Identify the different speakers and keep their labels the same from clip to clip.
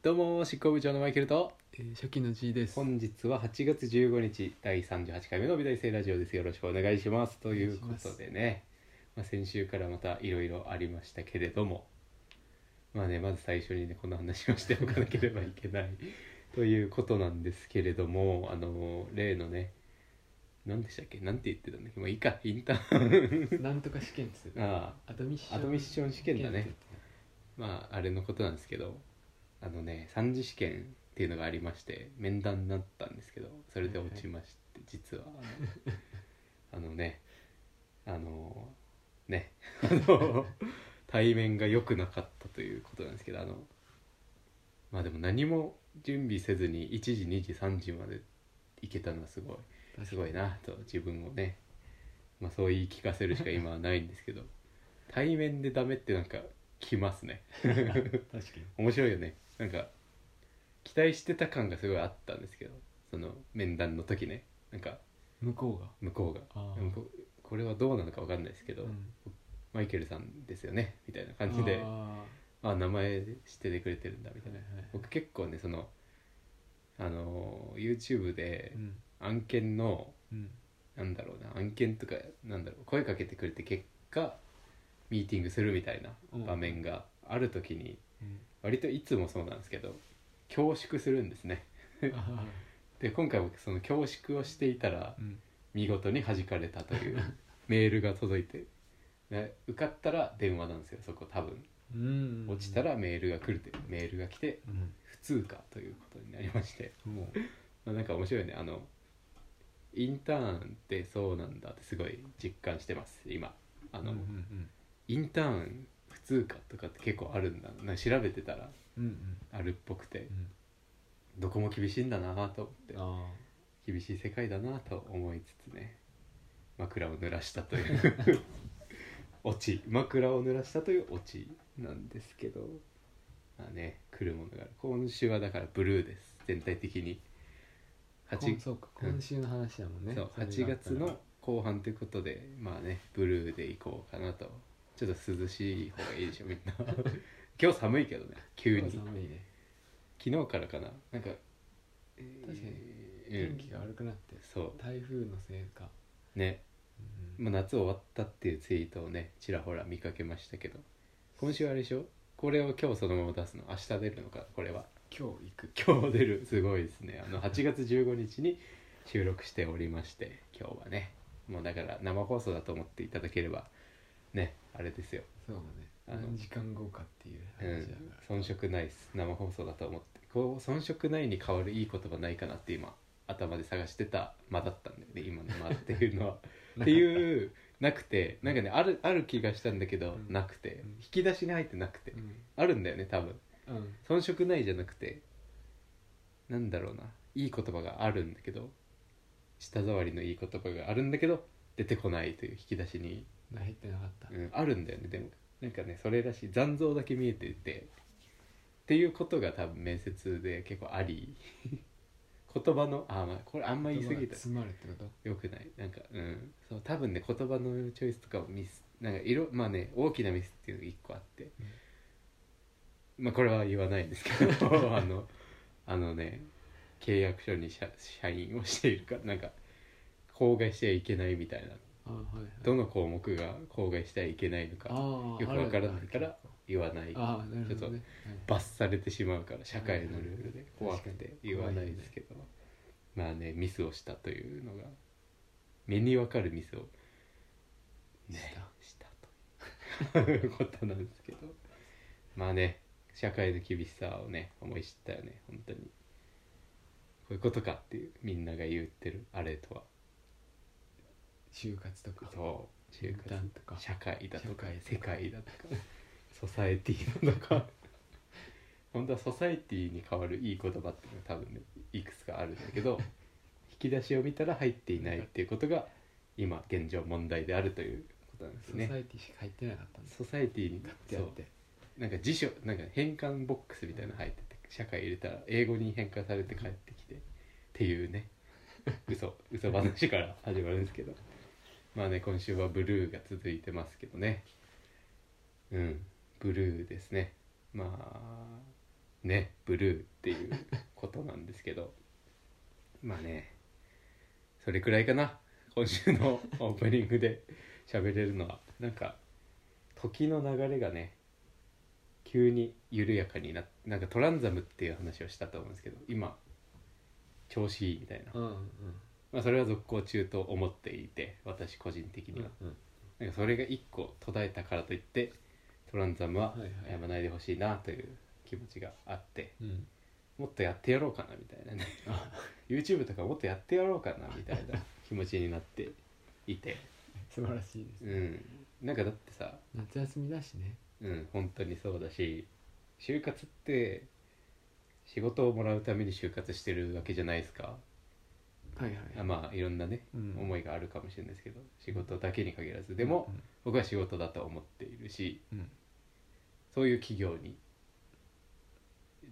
Speaker 1: どうも執行部長のマイケルと
Speaker 2: えー、初期の G です。
Speaker 1: 本日は8月15日第38回目の美大生ラジオですよろしくお願いしますということでねま、あ、先週からまたいろいろありましたけれどもまあねまず最初にねこの話をしておかなければいけないということなんですけれどもあの例のね何でしたっけ何て言ってたんだっけまあいいかイン ターン
Speaker 2: なんとか試験っつう
Speaker 1: ああ
Speaker 2: アドミッション。
Speaker 1: アドミッション試験だね
Speaker 2: 試験って
Speaker 1: まああれのことなんですけどあのね三次試験っていうのがありまして面談になったんですけどそれで落ちまして、実はあのねあのねあの対面が良くなかったということなんですけどあのまあでも何も準備せずに1時2時3時まで行けたのはすごい
Speaker 2: 言って
Speaker 1: すごい。なと自分をね、まあ、そう言い聞かせるしか今はないんですけど対面でダメってなんかきますね
Speaker 2: 確かに。
Speaker 1: 面白いよねなんか期待してた感がすごいあったんですけどその面談の時ねなんか
Speaker 2: 向こうが。
Speaker 1: 向こうが
Speaker 2: あー
Speaker 1: 向こうこれはどうなのか分かんないですけど、
Speaker 2: うん
Speaker 1: マイケルさんですよねみたいな感じで
Speaker 2: あ
Speaker 1: あ
Speaker 2: ー
Speaker 1: あ名前知っててくれてるんだみたいな、
Speaker 2: はいはい
Speaker 1: 僕結構ねそのあの YouTube で
Speaker 2: うん。
Speaker 1: 案件の、
Speaker 2: うん。
Speaker 1: なんだろうな案件とかなんだろう声かけてくれて結果ミーティングするみたいな
Speaker 2: うん
Speaker 1: 場面がある時に
Speaker 2: うん
Speaker 1: 割といつもそうなんですけど恐縮するんですね
Speaker 2: あ
Speaker 1: で今回僕その恐縮をしていたら
Speaker 2: ーうん。
Speaker 1: 見事に弾かれたという メールが届いてで受かったら電話なんですよそこ多分
Speaker 2: うん。
Speaker 1: 落ちた。らメールが来るってメールが来て
Speaker 2: うん。
Speaker 1: 不通過ということになりまして
Speaker 2: も
Speaker 1: まあ、なんか面白いねあのインターンってそうなんだってすごい実感してます今あ
Speaker 2: う。
Speaker 1: の、
Speaker 2: うんうん
Speaker 1: インターン普通科とかって結構あるんだなんか調べてたら
Speaker 2: うん。うん
Speaker 1: あるっぽくて
Speaker 2: うん。
Speaker 1: どこも厳しいんだなと思って
Speaker 2: あ
Speaker 1: 厳しい世界だなと思いつつね枕を濡らしたという 落ち枕を濡らしたという落ちなんですけどまあね来るものがある今週はだからブルーです全体的に
Speaker 2: あ。
Speaker 1: 八
Speaker 2: こんそうか。今週の話だもんね。
Speaker 1: そう8
Speaker 2: れがあった
Speaker 1: 月
Speaker 2: ら
Speaker 1: の。後半ということでまあねブルーで行こうかなとちょっと涼しい方がいいでしょみんな 今日寒いけどね急に
Speaker 2: 今日寒いね。
Speaker 1: 昨日からかななんか
Speaker 2: 確かに
Speaker 1: えー
Speaker 2: 天気が悪くなって。
Speaker 1: そ
Speaker 2: 台風のせいか。
Speaker 1: うね、
Speaker 2: うん
Speaker 1: まあ、夏終わったっていうツイートをねちらほら見かけましたけど今週あれでしょこれを今日そのまま出すの明日出るのかこれは
Speaker 2: 今日行く。
Speaker 1: 今日出るすごいですねあの8月15日に収録しておりまして今日はねもうだから生放送だと思っていただければねあれですよ、
Speaker 2: そうだね。
Speaker 1: あの
Speaker 2: 何時間後かっていう
Speaker 1: う
Speaker 2: 話だ
Speaker 1: ん
Speaker 2: か、
Speaker 1: 遜色ないっす生放送だと思ってこう遜色ないに変わるいい言葉ないかなって今頭で探してた間だったんだよね今の間っていうの は
Speaker 2: ら。
Speaker 1: っていうなくてなんかねあるある気がしたんだけど、
Speaker 2: うん
Speaker 1: なくて
Speaker 2: うん
Speaker 1: 引き出しに入ってなくて、
Speaker 2: うん。
Speaker 1: あるんだよね多分
Speaker 2: うん。
Speaker 1: 遜色ないじゃなくてなんだろうないい言葉があるんだけど舌触りのいい言葉があるんだけど出てこないという引き出しに、
Speaker 2: 入ってなかった、
Speaker 1: うん、あるんだよねでもなんかねそれらしい残像だけ見えててっていうことが多分面接で結構あり言葉のあまあこれあんま言い過ぎた
Speaker 2: 詰まるってこと
Speaker 1: よくないなんかうんそう多分ね言葉のチョイスとかをミスなんか色まあね大きなミスっていうのが一個あって、まあこれは言わないんですけ どあのあのね契約書に社社員をしているかなんか口外してはいけないみたいな
Speaker 2: あはいはい
Speaker 1: どの項目が口外してはいけないのか
Speaker 2: ああ
Speaker 1: よくわからないから言わない
Speaker 2: ああなるほどね
Speaker 1: 罰されてしまうから社会のルールで
Speaker 2: はい
Speaker 1: 怖くて言わないですけど、まあねミスをしたというのが目にわかるミスをねしたということなんです けどまあね社会の厳しさをね思い知ったよね本当にこういうことかっていうみんなが言ってるあれとは
Speaker 2: 就活とか
Speaker 1: そう
Speaker 2: 就活とか
Speaker 1: 社会だとか世
Speaker 2: 社
Speaker 1: 界
Speaker 2: 会
Speaker 1: だとかソサエティだとか 本当はソサエティに変わるいい言葉っていうのが多分ねいくつかあるんだけ ど引き出しを見たら入っていないっていうことが今現状問題であるということなんです
Speaker 2: ソサ
Speaker 1: ね
Speaker 2: エティしか入ってなかったんだ
Speaker 1: ソサエティに
Speaker 2: ってやって
Speaker 1: そうなんか辞書なんか変換ボックスみたいなの入ってて社会入れたら英語に変換されて帰ってきてっていうね 嘘嘘話から始まるんですけどまあね今週はブルーが続いてますけどねうんブルーですねまあねブルーっていうことなんですけどまあねそれくらいかな今週のオープニングで喋れるのはなんか時の流れがね急に緩やかにななんかトランザムっていう話をしたと思うんですけど今調子いいみたいな、
Speaker 2: うんうん
Speaker 1: まあ、それは続行中と思っていて私個人的には、
Speaker 2: うん
Speaker 1: なんかそれが1個途絶えたからといってトランザムは
Speaker 2: はいはい
Speaker 1: やまないでほしいなという気持ちがあって
Speaker 2: うん
Speaker 1: もっとやってやろうかなみたいなね YouTube とかもっとやってやろうかなみたいな気持ちになっていて
Speaker 2: 素晴らしいです、
Speaker 1: うんなんかだってさ
Speaker 2: 夏休みだしね
Speaker 1: うん本当にそうだし就活って仕事をもらうために就活してるわけじゃないですか
Speaker 2: はいはい
Speaker 1: あまあいろんなね、
Speaker 2: うん
Speaker 1: 思いがあるかもしれないですけど仕事だけに限らずでも、僕は仕事だと思っているし
Speaker 2: うんうん
Speaker 1: そういう企業に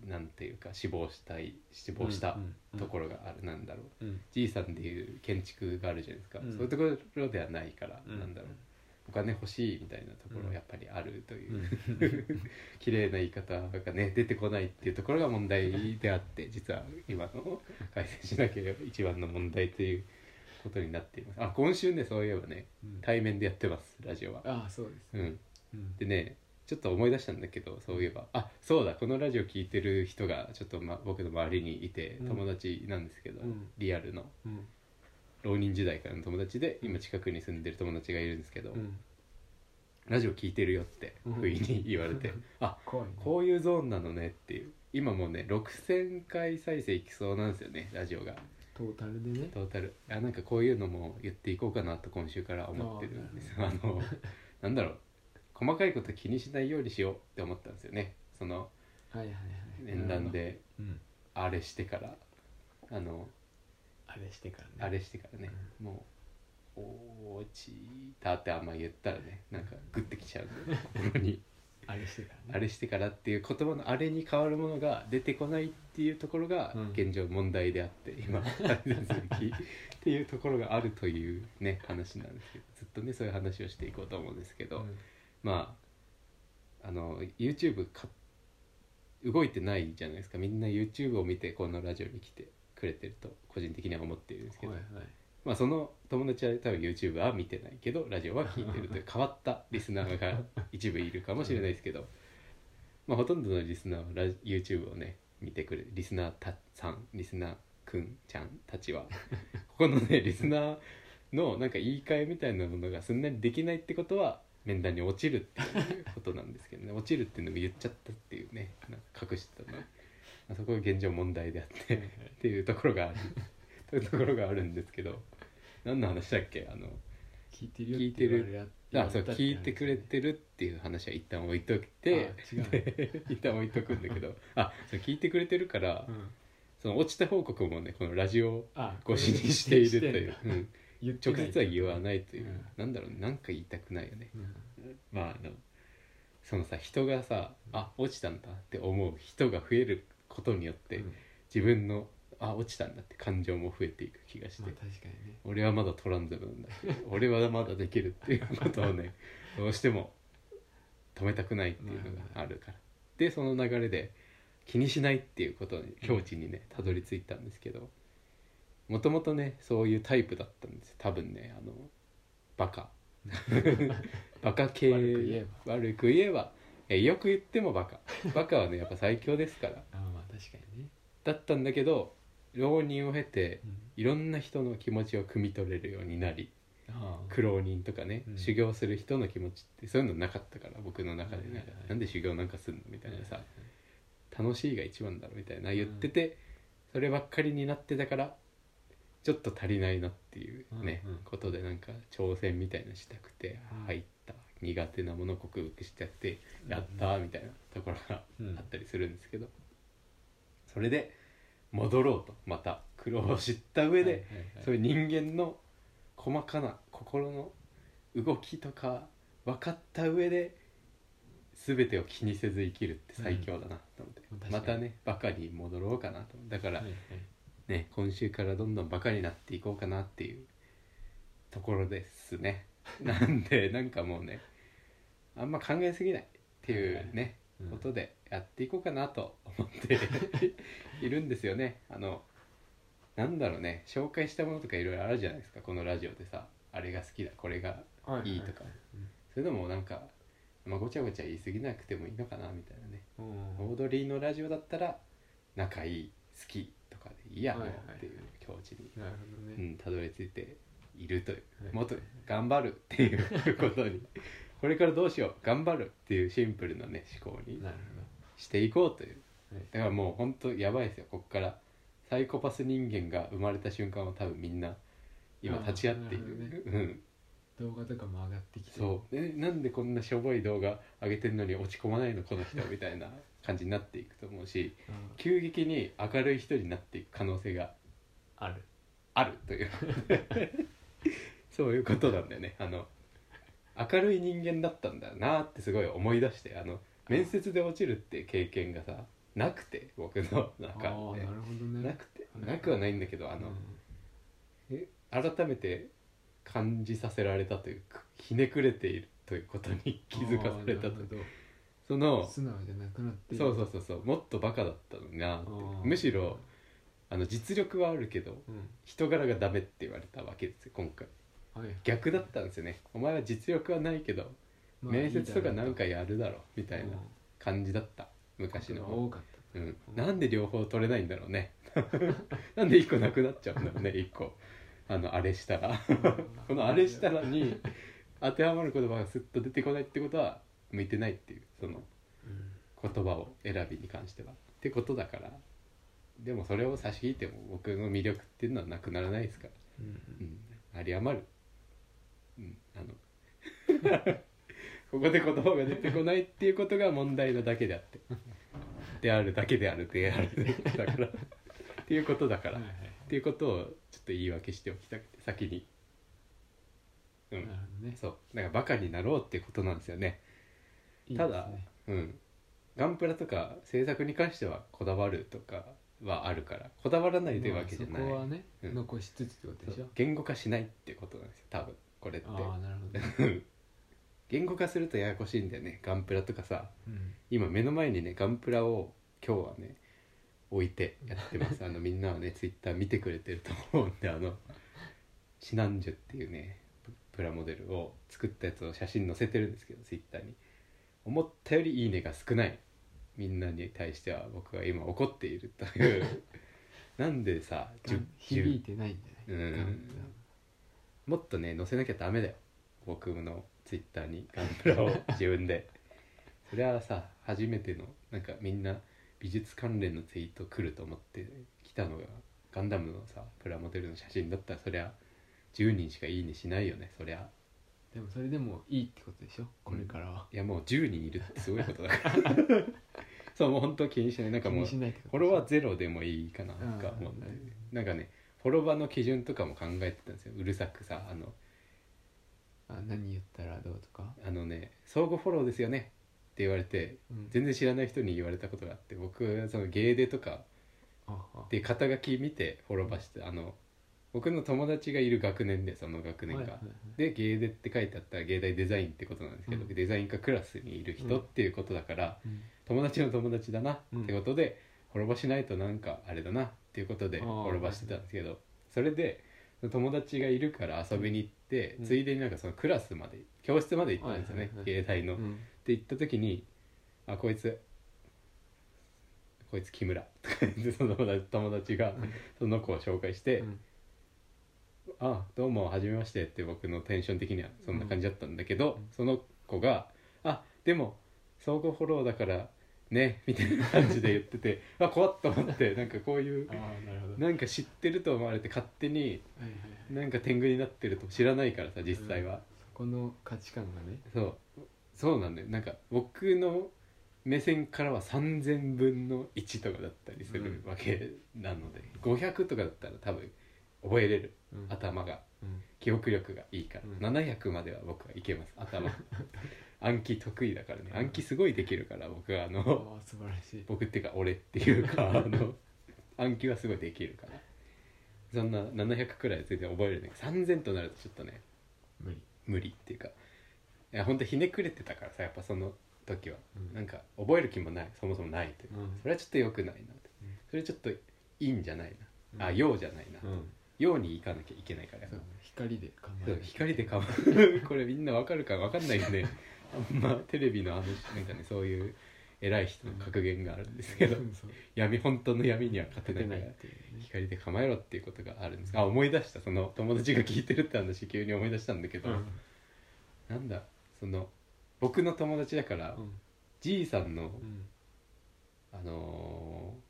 Speaker 1: なんていうか志望したい志望したところがある、なんだろう
Speaker 2: ろうん
Speaker 1: じいさんでいう建築があるじゃないですか、
Speaker 2: うん
Speaker 1: そういうところではないから、
Speaker 2: うん
Speaker 1: なんだろうお金欲しいみたいなところはやっぱりあるというう、
Speaker 2: ん
Speaker 1: 綺麗な言い方がね出てこないっていうところが問題であって実は今の改善しなければ一番の問題ということになっていますあ今週ねそういえばね
Speaker 2: うん
Speaker 1: 対面でやってますラジオは
Speaker 2: ああそうです
Speaker 1: う
Speaker 2: ね
Speaker 1: ん
Speaker 2: うん
Speaker 1: でねちょっと思い出したんだけどそういえばあそうだこのラジオ聞いてる人がちょっと、ま、僕の周りにいて
Speaker 2: うん
Speaker 1: 友達なんですけど、
Speaker 2: うん
Speaker 1: リアルの
Speaker 2: うん
Speaker 1: 浪人時代からの友達で今近くに住んでる友達がいるんですけど、
Speaker 2: うん
Speaker 1: ラジオ聞いてるよって
Speaker 2: うん
Speaker 1: 不意に言われ て、あ
Speaker 2: 怖いね
Speaker 1: こういうゾーンなのねっていう今もうね6000回再生いきそうなんですよねラジオが
Speaker 2: トータルでね
Speaker 1: トータルあなんかこういうのも言っていこうかなと今週から思ってるんですあのなんだろう細かいこと気にしないようにしようって思ったんですよねその
Speaker 2: はいはいはい
Speaker 1: 面談で
Speaker 2: うん
Speaker 1: あれしてからあの
Speaker 2: あれしてからね
Speaker 1: あれしてからね、もう「落ちた」ってあんま言ったらねなんかグッてきちゃうん で心に。
Speaker 2: あれしてからね
Speaker 1: あれしてからっていう言葉のあれに変わるものが出てこないっていうところが
Speaker 2: うん
Speaker 1: 現状問題であって、今改善すべき っていうところがあるというね話なんですけどずっとねそういう話をしていこうと思うんですけど、
Speaker 2: うん
Speaker 1: まああの YouTube か動いてないじゃないですかみんな YouTube を見てこのラジオに来てくれてると個人的には思っているんですけど、
Speaker 2: はいはい
Speaker 1: まあ、その友達は多分 YouTube は見てないけどラジオは聞いてるという変わったリスナーが一部いるかもしれないですけど、まあ、ほとんどのリスナーはラジ YouTube をね見てくれるリスナーたさんリスナーくんちゃんたちはここのねリスナーのなんか言い換えみたいなものがすんなりできないってことは面談に落ちるっていうことなんですけどね落ちるっていうのも言っちゃったっていうねなんか隠してたの、まあ、そこが現状問題であって
Speaker 2: はいはい
Speaker 1: っていうところがあるというところがあるんですけど何の話だっけあの
Speaker 2: 聞いてるよって言われや
Speaker 1: あそう聞いてくれてるっていう話は一旦置いといて
Speaker 2: あ違う
Speaker 1: で 一旦置いとくんだけどあそう聞いてくれてるから、
Speaker 2: うん
Speaker 1: その落ちた報告もねこのラジオ
Speaker 2: あ
Speaker 1: 越しにしているという、
Speaker 2: んだ
Speaker 1: うん、直接は言わないという、
Speaker 2: うん
Speaker 1: なんだろうねなんか言いたくないよね
Speaker 2: うん
Speaker 1: まああのそのさ人がさあ落ちたんだって思う人が増えることによって、
Speaker 2: うん
Speaker 1: 自分のあ落ちたんだって感情も増えていく気がして、
Speaker 2: まあ確かにね
Speaker 1: 俺はまだトランザムなんだ俺はまだできるっていうことを ねどうしても止めたくないっていうのがあるからでその流れで気にしないっていうことに境地にねたどり着いたんですけどもともとねそういうタイプだったんです多分ねあのバ カバカ系
Speaker 2: 悪く言え
Speaker 1: 悪く言えばえよく言ってもバカバカはねやっぱ最強ですから
Speaker 2: あまあ確かにね
Speaker 1: だったんだけど浪人を経て
Speaker 2: うん
Speaker 1: いろんな人の気持ちを汲み取れるようになり
Speaker 2: ああ
Speaker 1: 苦労人とかね、
Speaker 2: うん
Speaker 1: 修行する人の気持ちってそういうのなかったから僕の中でね、
Speaker 2: はいはいはい
Speaker 1: なんで修行なんかすんのみたいなさ、楽しいが一番だろみたいな
Speaker 2: うん
Speaker 1: 言ってて、そればっかりになってたからちょっと足りないなっていうね、
Speaker 2: うんうん
Speaker 1: ことでなんか挑戦みたいなしたくて
Speaker 2: うん
Speaker 1: 入った苦手なものを克服したくてやったーみたいなところが
Speaker 2: うん
Speaker 1: あったりするんですけど、それで戻ろうとまた苦労を知った上で、
Speaker 2: はいはいはい
Speaker 1: そういう人間の細かな心の動きとか分かった上で全てを気にせず生きるって最強だなと思って、
Speaker 2: うん確か
Speaker 1: ま
Speaker 2: に
Speaker 1: たねバカに戻ろうかなと思ってだから
Speaker 2: はい
Speaker 1: ね、
Speaker 2: はい
Speaker 1: 今週からどんどんバカになっていこうかなっていうところですねなんでなんかもうねあんま考えすぎないっていうね、
Speaker 2: うん
Speaker 1: ことでやっていこうかなと思 っているんですよね。あのなんだろうね紹介したものとかいろいろあるじゃないですかこのラジオでさあれが好きだこれが
Speaker 2: はい
Speaker 1: いとかそういうのもなんか、まあ、ごちゃごちゃ言い過ぎなくてもいいのかなみたいなね
Speaker 2: うん
Speaker 1: オードリーのラジオだったら仲いい好きとかでいいやもう
Speaker 2: はいはいはい
Speaker 1: っていう境地に、
Speaker 2: なるほど
Speaker 1: う
Speaker 2: ね、
Speaker 1: ん、たどり着いているという
Speaker 2: はい
Speaker 1: もっと頑張るっていうことにこれからどうしよう頑張るっていうシンプルなね思考に
Speaker 2: なる
Speaker 1: していこうという
Speaker 2: ほど、はい
Speaker 1: だからもうほんとやばいですよこっからサイコパス人間が生まれた瞬間は多分みんな今立ち会ってい
Speaker 2: あーなる
Speaker 1: るうん
Speaker 2: 動画とかも上がってきて
Speaker 1: そうえなんでこんなしょぼい動画上げてんのに落ち込まないのこの人みたいな感じになっていくと思うし
Speaker 2: うん
Speaker 1: 急激に明るい人になっていく可能性が
Speaker 2: ある
Speaker 1: あるという そういうことなんだよねあの明るい人間だったんだなってすごい思い出してあの面接で落ちるって経験がさなくて僕の
Speaker 2: ああ
Speaker 1: 中
Speaker 2: ー
Speaker 1: で
Speaker 2: なるほどね
Speaker 1: なくて
Speaker 2: はい
Speaker 1: なくはないんだけどあの、え改めて感じさせられたというかひねくれているということに気づかされたと
Speaker 2: と
Speaker 1: その
Speaker 2: 素直じゃなくなって
Speaker 1: そうそううそうそうもっとバカだったのになって
Speaker 2: あー
Speaker 1: むしろあの実力はあるけど
Speaker 2: うん
Speaker 1: 人柄がダメって言われたわけですよ今回
Speaker 2: はいはい
Speaker 1: 逆だったんですよねお前は実力はないけど、
Speaker 2: まあ
Speaker 1: 面接とかなんか
Speaker 2: いい
Speaker 1: やるだろみたい
Speaker 2: だろう
Speaker 1: な
Speaker 2: と
Speaker 1: 感じだった昔
Speaker 2: 昔の
Speaker 1: の、
Speaker 2: 多かっ
Speaker 1: うん、
Speaker 2: うん
Speaker 1: なんで両方取れないんだろうね なんで一個なくなっちゃうんだろうね一個あのあれしたら
Speaker 2: た
Speaker 1: このあれしたらに当てはまる言葉がスッと出てこないってことは向いてないっていうその
Speaker 2: うん
Speaker 1: 言葉を選びに関してはってことだからでもそれを差し引いても僕の魅力っていうのはなくならないですから、
Speaker 2: うん
Speaker 1: うん、あり余る、うん、あの ここで言葉が出てこないっていうことが問題なだけであってであるだけであるであるだからっていうことだから
Speaker 2: はいはい
Speaker 1: っていうことをちょっと言い訳しておきたくて先にう
Speaker 2: なる
Speaker 1: ん
Speaker 2: ほどね
Speaker 1: そうだからバカになろうってことなんですよね
Speaker 2: いいですね
Speaker 1: ただうんガンプラとか制作に関してはこだわるとかはあるからこだわらないというわけじゃない、
Speaker 2: まあそこはね
Speaker 1: うん
Speaker 2: 残しつつってことでし
Speaker 1: そ
Speaker 2: ょ
Speaker 1: う言語化しないってことなんですよ多分これって
Speaker 2: ああなるほどね
Speaker 1: 言語化するとややこしいんだよねガンプラとかさ
Speaker 2: うん
Speaker 1: 今目の前にねガンプラを今日はね置いてやってますあのみんなはねツイッター見てくれてると思うんであのシナンジュっていうねププラモデルを作ったやつを写真載せてるんですけどツイッターに思ったよりいいねが少ないみんなに対しては僕は今怒っているというなんでさ
Speaker 2: ガ
Speaker 1: 10
Speaker 2: ン響いてないんじゃな
Speaker 1: う
Speaker 2: い
Speaker 1: ん
Speaker 2: ガンプラ
Speaker 1: もっとね載せなきゃダメだよ僕のツイッターにガンプラ を自分でそれはさ初めてのなんかみんな美術関連のツイート来ると思って来たのがガンダムのさプラモデルの写真だったらそりゃ10人しかいいねしないよねそりゃ
Speaker 2: でもそれでもいいってことでしょこれからはい
Speaker 1: やもう10人いるってすごいことだから そうもう本当気にしないなんか
Speaker 2: 気
Speaker 1: もう
Speaker 2: に
Speaker 1: フ
Speaker 2: しないってこと
Speaker 1: ォ
Speaker 2: でし
Speaker 1: ロ
Speaker 2: ょ
Speaker 1: ワーゼロでもいいかなとか思ってなんかねフォロワーの基準とかも考えてたんですようるさくさあの
Speaker 2: あ何言ったらどうとか
Speaker 1: あのね相互フォローですよねって言われて
Speaker 2: うん
Speaker 1: 全然知らない人に言われたことがあって僕はそのゲーデとか
Speaker 2: ああ
Speaker 1: で肩書き見てフォローバーしてあの僕の友達がいる学年でその学年が、
Speaker 2: はいはいはい
Speaker 1: でゲーデって書いてあったら芸大デザインってことなんですけど、
Speaker 2: うん
Speaker 1: デザイン科クラスにいる人っていうことだから、
Speaker 2: うん
Speaker 1: 友達の友達だなってことで、フォローバーしないとなんかあれだなっていうことで
Speaker 2: あ
Speaker 1: フ
Speaker 2: ー
Speaker 1: ォローバーしてたんですけどそれで友達がいるから遊びに行って、
Speaker 2: うん
Speaker 1: ついでになんかそのクラスまで教室まで行ったんですよ
Speaker 2: は
Speaker 1: ね
Speaker 2: いはいはい
Speaker 1: 芸大の。
Speaker 2: うん
Speaker 1: って行った時に「あこいつこいつ木村」とか言ってその友達が
Speaker 2: うん
Speaker 1: その子を紹介して
Speaker 2: うん
Speaker 1: 「あどうもはじめまして」って僕のテンション的にはそんな感じだったんだけど、
Speaker 2: うん
Speaker 1: その子が「あでも相互フォローだからね」みたいな感じで言ってて「あ怖っ!」と思ってなんかこういう
Speaker 2: ああなるほど
Speaker 1: なんか知ってると思われて勝手に
Speaker 2: はいはいはい
Speaker 1: なんか天狗になってると知らないからさ実際は。
Speaker 2: そこの価値観がね
Speaker 1: そうそうなんだよなんか僕の目線からは3,000分の1とかだったりするわけなので、500とかだったら多分覚えれる
Speaker 2: うん
Speaker 1: 頭が
Speaker 2: うん
Speaker 1: 記憶力がいいか
Speaker 2: うん
Speaker 1: ら、700までは僕はいけます 頭暗記得意だからね暗記すごいできるから僕はあ
Speaker 2: あ
Speaker 1: の
Speaker 2: あ素晴らしい
Speaker 1: 僕っていうか俺っていうかあの暗記はすごいできるからそんな700くらいは全然覚えれない3,000となるとちょっとね
Speaker 2: 無理
Speaker 1: 無理っていうかいや本当ひねくれてたからさやっぱその時は、
Speaker 2: うん
Speaker 1: なんか覚える気もないそもそもないというか、
Speaker 2: うん
Speaker 1: それはちょっと良くないなって、
Speaker 2: うん
Speaker 1: それちょっと陰じゃないな、あ
Speaker 2: うん
Speaker 1: 陽じゃないな、
Speaker 2: うん
Speaker 1: 陽に行かなきゃいけないからやっぱ
Speaker 2: そう光で構え
Speaker 1: そう
Speaker 2: る
Speaker 1: 光でかまこれみんなわかる かわかんないん であんまテレビのあのなんかねそういう偉い人の格言があるんですけど
Speaker 2: うんそう
Speaker 1: 闇本当の闇には勝て
Speaker 2: 勝
Speaker 1: な
Speaker 2: て
Speaker 1: いから
Speaker 2: ないっていうね
Speaker 1: 光で構えろっていうことがあるんですあ思い出したその友達が聞いてるって話急に思い出したんだけど、なんだその僕の友達だから、
Speaker 2: うん
Speaker 1: じいさんの
Speaker 2: うん
Speaker 1: あのー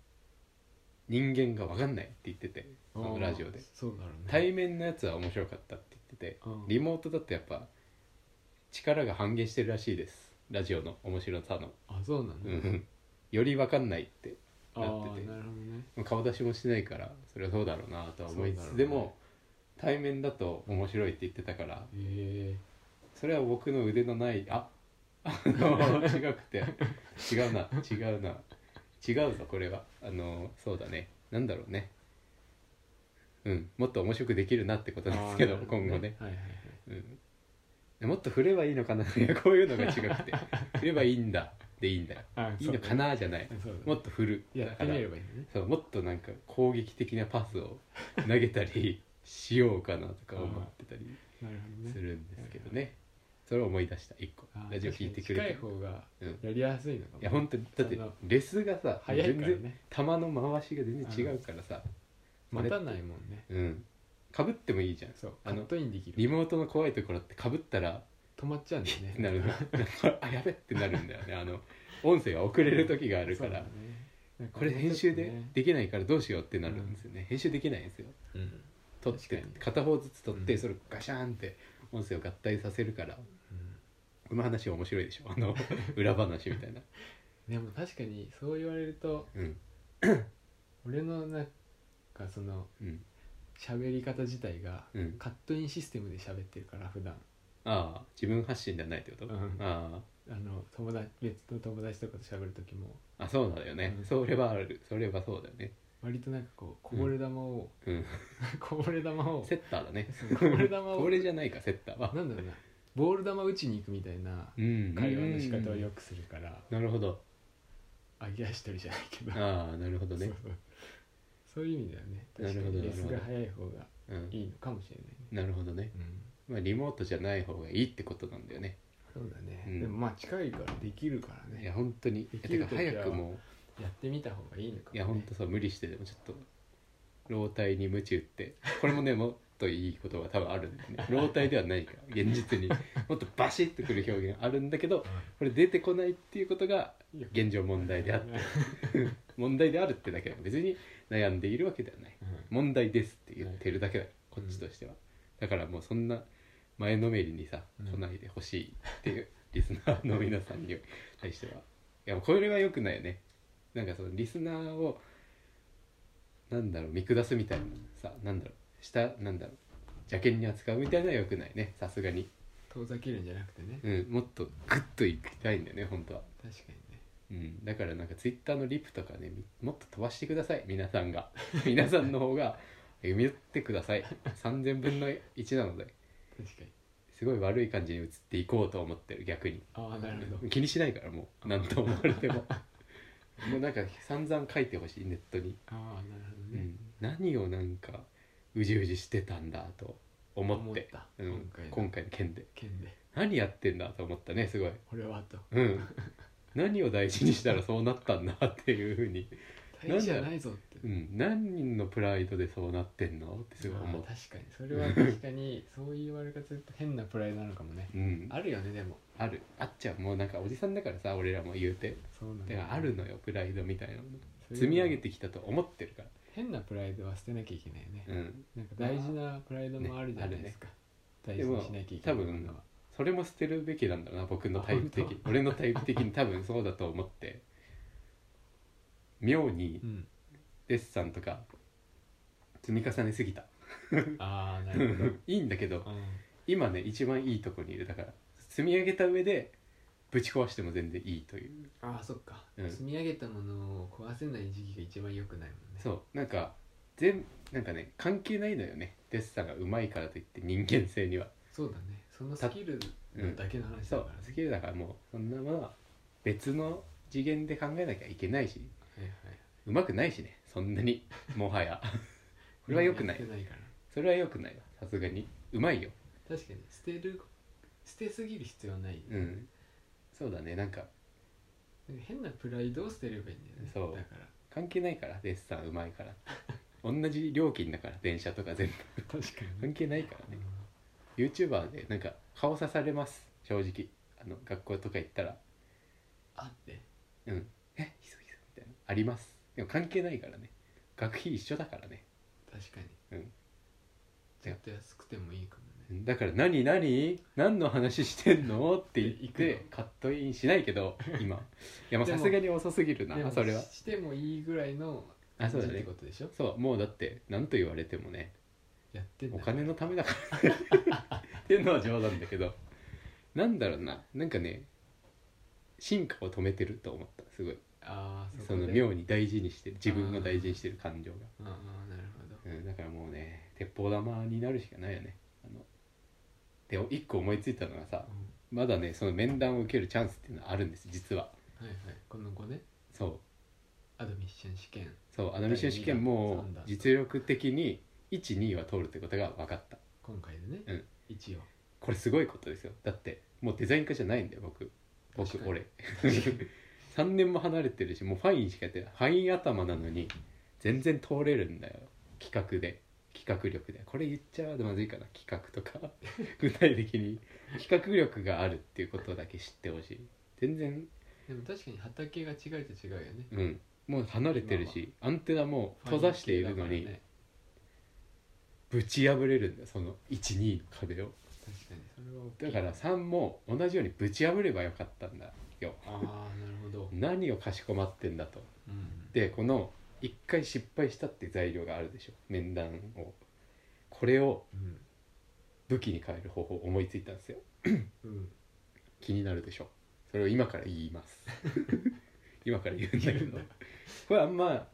Speaker 1: 人間がわかんないって言っててそのラジオで
Speaker 2: あーそうだろうね
Speaker 1: 対面のやつは面白かったって言ってて
Speaker 2: うん
Speaker 1: リモートだとやっぱ力が半減してるらしいですラジオの面白さの、
Speaker 2: あそうなん
Speaker 1: う
Speaker 2: だ
Speaker 1: ん、より分かんないって
Speaker 2: ああ
Speaker 1: なってて
Speaker 2: なるほどね
Speaker 1: 顔出しもしてないからそれはそうだろうなとは思いつつ、
Speaker 2: そうだろうね
Speaker 1: でも対面だと面白いって言ってたから
Speaker 2: え
Speaker 1: それは僕の腕のないあ あの違くて違うな違うな違うぞこれはあのそうだねなんだろうねうんもっと面白くできるなってこと
Speaker 2: え
Speaker 1: ですけど今後ね
Speaker 2: はいはいはい
Speaker 1: うん、もっと振ればいいのかな いやこういうのが違くて振ればいいんだでいいんだよ
Speaker 2: あ
Speaker 1: いいのかなじゃない
Speaker 2: そうだね
Speaker 1: もっと振る
Speaker 2: やってみればいいんだね
Speaker 1: そうもっとなんか攻撃的なパスを投げたり しようかなとか思ってたり
Speaker 2: なるほどね
Speaker 1: するんですけどねそれを思い出した一個
Speaker 2: あー
Speaker 1: ラジオ聞いてくれ
Speaker 2: 近い
Speaker 1: て
Speaker 2: 方が
Speaker 1: うん
Speaker 2: やりやすいのかも
Speaker 1: いや本当にだって
Speaker 2: その
Speaker 1: レスがさ
Speaker 2: 早いから
Speaker 1: 全然
Speaker 2: ね
Speaker 1: 球の回しが全然違うからさ
Speaker 2: 待たないもんね
Speaker 1: うんかぶってもいいじゃん
Speaker 2: そうカ
Speaker 1: あの
Speaker 2: ットインでき
Speaker 1: リ
Speaker 2: る
Speaker 1: モートの怖いところってかぶったら
Speaker 2: 止まっちゃうんだよね
Speaker 1: なるの あやべってなるんだよねあの音声が遅れる時があるから、
Speaker 2: そうだねなんか
Speaker 1: これ編集
Speaker 2: も
Speaker 1: で
Speaker 2: うちょっとね
Speaker 1: できないからどうしようってなるんですよね、編集できないんですよ
Speaker 2: うん
Speaker 1: 撮って
Speaker 2: 確かに
Speaker 1: 片方ずつ撮って、
Speaker 2: うん
Speaker 1: それガシャーンって音声を合体させるからこの話面白いでしょあの 裏話みたいな
Speaker 2: でも確かにそう言われると
Speaker 1: うん
Speaker 2: 俺のなんかその
Speaker 1: うん
Speaker 2: 喋り方自体が
Speaker 1: うん
Speaker 2: カットインシステムで喋ってるから普段
Speaker 1: ああ自分発信じゃないってこと、
Speaker 2: うん
Speaker 1: あ
Speaker 2: あの友達別の友達とかと喋る時も
Speaker 1: ああそうなんだよね、
Speaker 2: うん
Speaker 1: それはあるそれはそうだよね
Speaker 2: 割となんかこうこぼれ球を、
Speaker 1: うん
Speaker 2: こぼれ球を
Speaker 1: セッターだね
Speaker 2: そうこぼれ球を
Speaker 1: これじゃないかセッターは
Speaker 2: なんだろうなボール球打ちに行くみたいな
Speaker 1: うん
Speaker 2: 会話の仕方をよくするから、
Speaker 1: なるほど
Speaker 2: 揚げ足取りじゃないけど
Speaker 1: ああなるほどね
Speaker 2: そうそう そういう意味だよね
Speaker 1: なる
Speaker 2: 確か
Speaker 1: ほど
Speaker 2: にレス
Speaker 1: なる
Speaker 2: が
Speaker 1: ほど
Speaker 2: 早い方が
Speaker 1: うん
Speaker 2: いいのかもしれないね、
Speaker 1: なるほどね、まあ、リモートじゃない方がいいってことなんだよね、
Speaker 2: そうだね、
Speaker 1: うん
Speaker 2: でもまあ近いからできるから
Speaker 1: いや
Speaker 2: ね
Speaker 1: 本当に
Speaker 2: でき
Speaker 1: て
Speaker 2: る
Speaker 1: か
Speaker 2: 時は
Speaker 1: 早くも
Speaker 2: やってみた方がいいのかも、ね、
Speaker 1: ういや本当さ無理してでもちょっと老体に鞭打ってこれもねもっといいことが多分あるんだよ ね老体ではないから現実にもっとバシッとくる表現あるんだけどこれ出てこないっていうことが
Speaker 2: いや
Speaker 1: 現状問題であって問題であるってだけだ別に悩んでいるわけではない
Speaker 2: うん
Speaker 1: 問題ですって言ってるだけだよこっちとしては、だからもうそんな前のめりにさ、
Speaker 2: うん
Speaker 1: 来ないでほしいっていうリスナーの皆さんに対してはいやもうこれは良くないよねなんかそのリスナーをなんだろう見下すみたいなさなんだろう下なんだろう邪険に扱うみたいなのは良くないねさすがに、
Speaker 2: 遠ざけるんじゃなくてね
Speaker 1: うん、もっとグッといきたいんだよね本当は、
Speaker 2: 確かにね
Speaker 1: うん、だからなんかツイッターのリプとかねみもっと飛ばしてください皆さんが 皆さんの方が読み寄ってください3000分の1なので
Speaker 2: 確かに
Speaker 1: すごい悪い感じに移っていこうと思ってる逆に
Speaker 2: ああなるほど
Speaker 1: 気にしないからもう何と思われ てももうなんか散々書いてほしいネットに、
Speaker 2: ああなるほ
Speaker 1: う
Speaker 2: どね、
Speaker 1: ん、何をなんかうじうじしてたんだと思って
Speaker 2: 思った
Speaker 1: うん、
Speaker 2: 今回の
Speaker 1: 今回の件で
Speaker 2: 剣で
Speaker 1: 何やってんだと思ったねすごい、
Speaker 2: 俺はと
Speaker 1: うん、何を大事にしたらそうなったんだっていうふうに、
Speaker 2: 大事じゃないぞって
Speaker 1: うん、何人のプライドでそうなってんのってすごい思
Speaker 2: あ
Speaker 1: っ
Speaker 2: ー
Speaker 1: た、
Speaker 2: 確かにそれは確 かにそういう言われ方すると変なプライドなのかもね
Speaker 1: うん、
Speaker 2: あるよねでも
Speaker 1: あるあっちゃうもうなんかおじさんだからさ俺らも言うて
Speaker 2: そうなんだ
Speaker 1: だからあるのよプライドみたいなの
Speaker 2: そういう
Speaker 1: 積み上げてきたと思ってるか
Speaker 2: 変なプライドは捨てなきゃいけないね、
Speaker 1: ら、うん、
Speaker 2: なんか大事なプライドもあるじゃないですか、大事にしなきゃいけないものは
Speaker 1: それも捨てるべきなんだろうな僕のタイプ
Speaker 2: あ本
Speaker 1: 的俺のタイプ的に多分そうだと思って妙に
Speaker 2: うん
Speaker 1: デッサンとか積み重ねすぎた
Speaker 2: ああなるほど
Speaker 1: いいんだけど
Speaker 2: うん
Speaker 1: 今ね一番いいとこにいるだから積み上げた上でぶち壊しても全然いいという
Speaker 2: ああそっか、
Speaker 1: うん
Speaker 2: 積み上げたものを壊せない時期が一番良くないもんねう
Speaker 1: そうなんか全なんかね関係ないのよねデッサンが上手いからといって人間性には
Speaker 2: そうだねそのスキル
Speaker 1: うん
Speaker 2: だけの話
Speaker 1: そ
Speaker 2: だ
Speaker 1: う
Speaker 2: からね
Speaker 1: 好きだからもうそんなものは別の次元で考えなきゃいけないし
Speaker 2: はいはいう
Speaker 1: まくないしねそんなに もはやそれは良くない
Speaker 2: やってないから
Speaker 1: それは良くないわさすがにうまいよ
Speaker 2: 確かに捨てる捨てすぎる必要はない、
Speaker 1: うんそうだねなんか
Speaker 2: 変なプライドを捨てればいいんだよね
Speaker 1: そう
Speaker 2: だ から
Speaker 1: 関係ないからデッサンうまい から同じ料金だから電車とか全部
Speaker 2: 確か
Speaker 1: 関係ないからね YouTuber でなんか顔刺されます正直あの学校とか行ったら
Speaker 2: あって
Speaker 1: うんえひそひそみたいなありますでも関係ないからね学費一緒だからね
Speaker 2: 確かに
Speaker 1: うん
Speaker 2: ちょっと安くてもいいかもね
Speaker 1: だから何何何の話してんのって言っ
Speaker 2: で行
Speaker 1: てカットインしないけど 今いやまあ
Speaker 2: で
Speaker 1: さ
Speaker 2: も
Speaker 1: すがに遅すぎる
Speaker 2: で
Speaker 1: な
Speaker 2: も
Speaker 1: それは
Speaker 2: してもいいぐらいの
Speaker 1: あそうだ
Speaker 2: っ
Speaker 1: ね
Speaker 2: てことでしょ
Speaker 1: そうもうだって何と言われてもね
Speaker 2: やってんだ
Speaker 1: お金のためだから っていうのは冗談だけどなんだろうななんかね進化を止めてると思ったすごい
Speaker 2: ああ
Speaker 1: その
Speaker 2: 妙
Speaker 1: 妙に大事にしてる自分が大事にしてる感情が、
Speaker 2: ああなるほど
Speaker 1: うん、だからもうね鉄砲玉になるしかないよねあので一個思いついたのがさ
Speaker 2: う
Speaker 1: まだねその面談を受けるチャンスっていうのはあるんです実は
Speaker 2: んはいはいこの後ね
Speaker 1: そう
Speaker 2: アドミッション試験
Speaker 1: そうアナミション試験
Speaker 2: 第二
Speaker 1: も
Speaker 2: 弾三弾
Speaker 1: 実力的に12位は通るってことが分かった
Speaker 2: 今回でね、
Speaker 1: うん
Speaker 2: 一応
Speaker 1: これすごいことですよだってもうデザイン科じゃないんだよ僕僕
Speaker 2: 確かに
Speaker 1: 俺3年も離れてるしもうファインしかやってないファイン頭なのに全然通れるんだよ企画で企画力でこれ言っちゃうとまずいかな企画とか 具体的に企画力があるっていうことだけ知ってほしい全然
Speaker 2: でも確かに畑が違うと違うよね
Speaker 1: うんもう離れてるしアンテナも閉ざしているのに
Speaker 2: ファイナル系だからね
Speaker 1: ぶち破れるんだよその12の壁を
Speaker 2: 確かにそれは大きい
Speaker 1: だから3も同じようにぶち破ればよかったんだよ
Speaker 2: ああなるほど、
Speaker 1: 何をかしこまってんだと
Speaker 2: うん、
Speaker 1: でこの1回失敗したって材料があるでしょ面談をこれを
Speaker 2: うん
Speaker 1: 武器に変える方法を思いついたんですよ
Speaker 2: うん
Speaker 1: 気になるでしょそれを今から言います今から言うんだけどこれあんま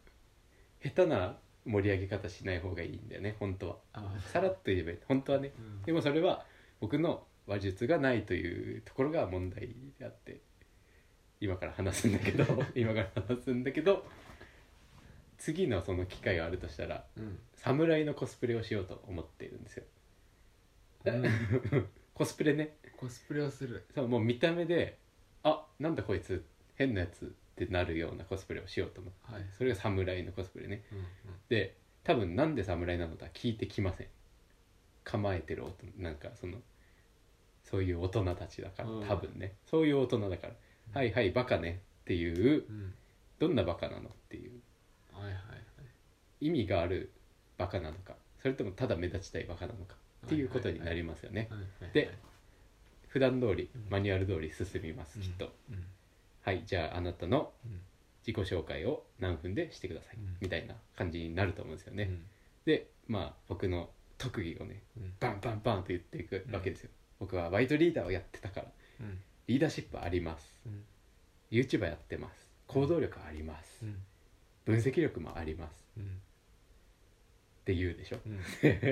Speaker 1: 下手な盛り上げ方しない方がいいんだよね本当は
Speaker 2: ああ
Speaker 1: さらっと言えばいい本当はね
Speaker 2: うん
Speaker 1: でもそれは僕の話術がないというところが問題であって今から話すんだけど今から話すんだけど次のその機会があるとしたら
Speaker 2: うん
Speaker 1: 侍のコスプレをしようと思っているんですよ
Speaker 2: うん
Speaker 1: コスプレね
Speaker 2: コスプレをする
Speaker 1: そうもう見た目であなんだこいつ変なやつってなるようなコスプレをしようと思って
Speaker 2: はい、
Speaker 1: それが侍のコスプレね
Speaker 2: うんうん、
Speaker 1: で多分なんで侍なのか聞いてきません構えてる音なんかそのそういう大人たちだから
Speaker 2: うん
Speaker 1: 多分ねそういう大人だから「はいはいバカね」っていう
Speaker 2: うん、
Speaker 1: どんなバカなのっていう
Speaker 2: はいはいはい
Speaker 1: 意味があるバカなのかそれともただ目立ちたいバカなのかっていうことになりますよね
Speaker 2: はいはい
Speaker 1: で、普段通り
Speaker 2: うん
Speaker 1: マニュアル通り進みます
Speaker 2: うん
Speaker 1: きっと
Speaker 2: うん
Speaker 1: はいじゃああなたの
Speaker 2: うん
Speaker 1: 自己紹介を何分でしてください
Speaker 2: うん
Speaker 1: みたいな感じになると思うんですよ
Speaker 2: う
Speaker 1: ね
Speaker 2: ん
Speaker 1: でまあ僕の特技をね
Speaker 2: うん
Speaker 1: バンバンバンと言っていくわけですよ、僕はバイトリーダーをやってたから
Speaker 2: うん
Speaker 1: リーダーシップあります
Speaker 2: うん
Speaker 1: YouTuber やってます行動力あります、
Speaker 2: うん
Speaker 1: 分析力もあります
Speaker 2: うん
Speaker 1: って言うでしょ
Speaker 2: うん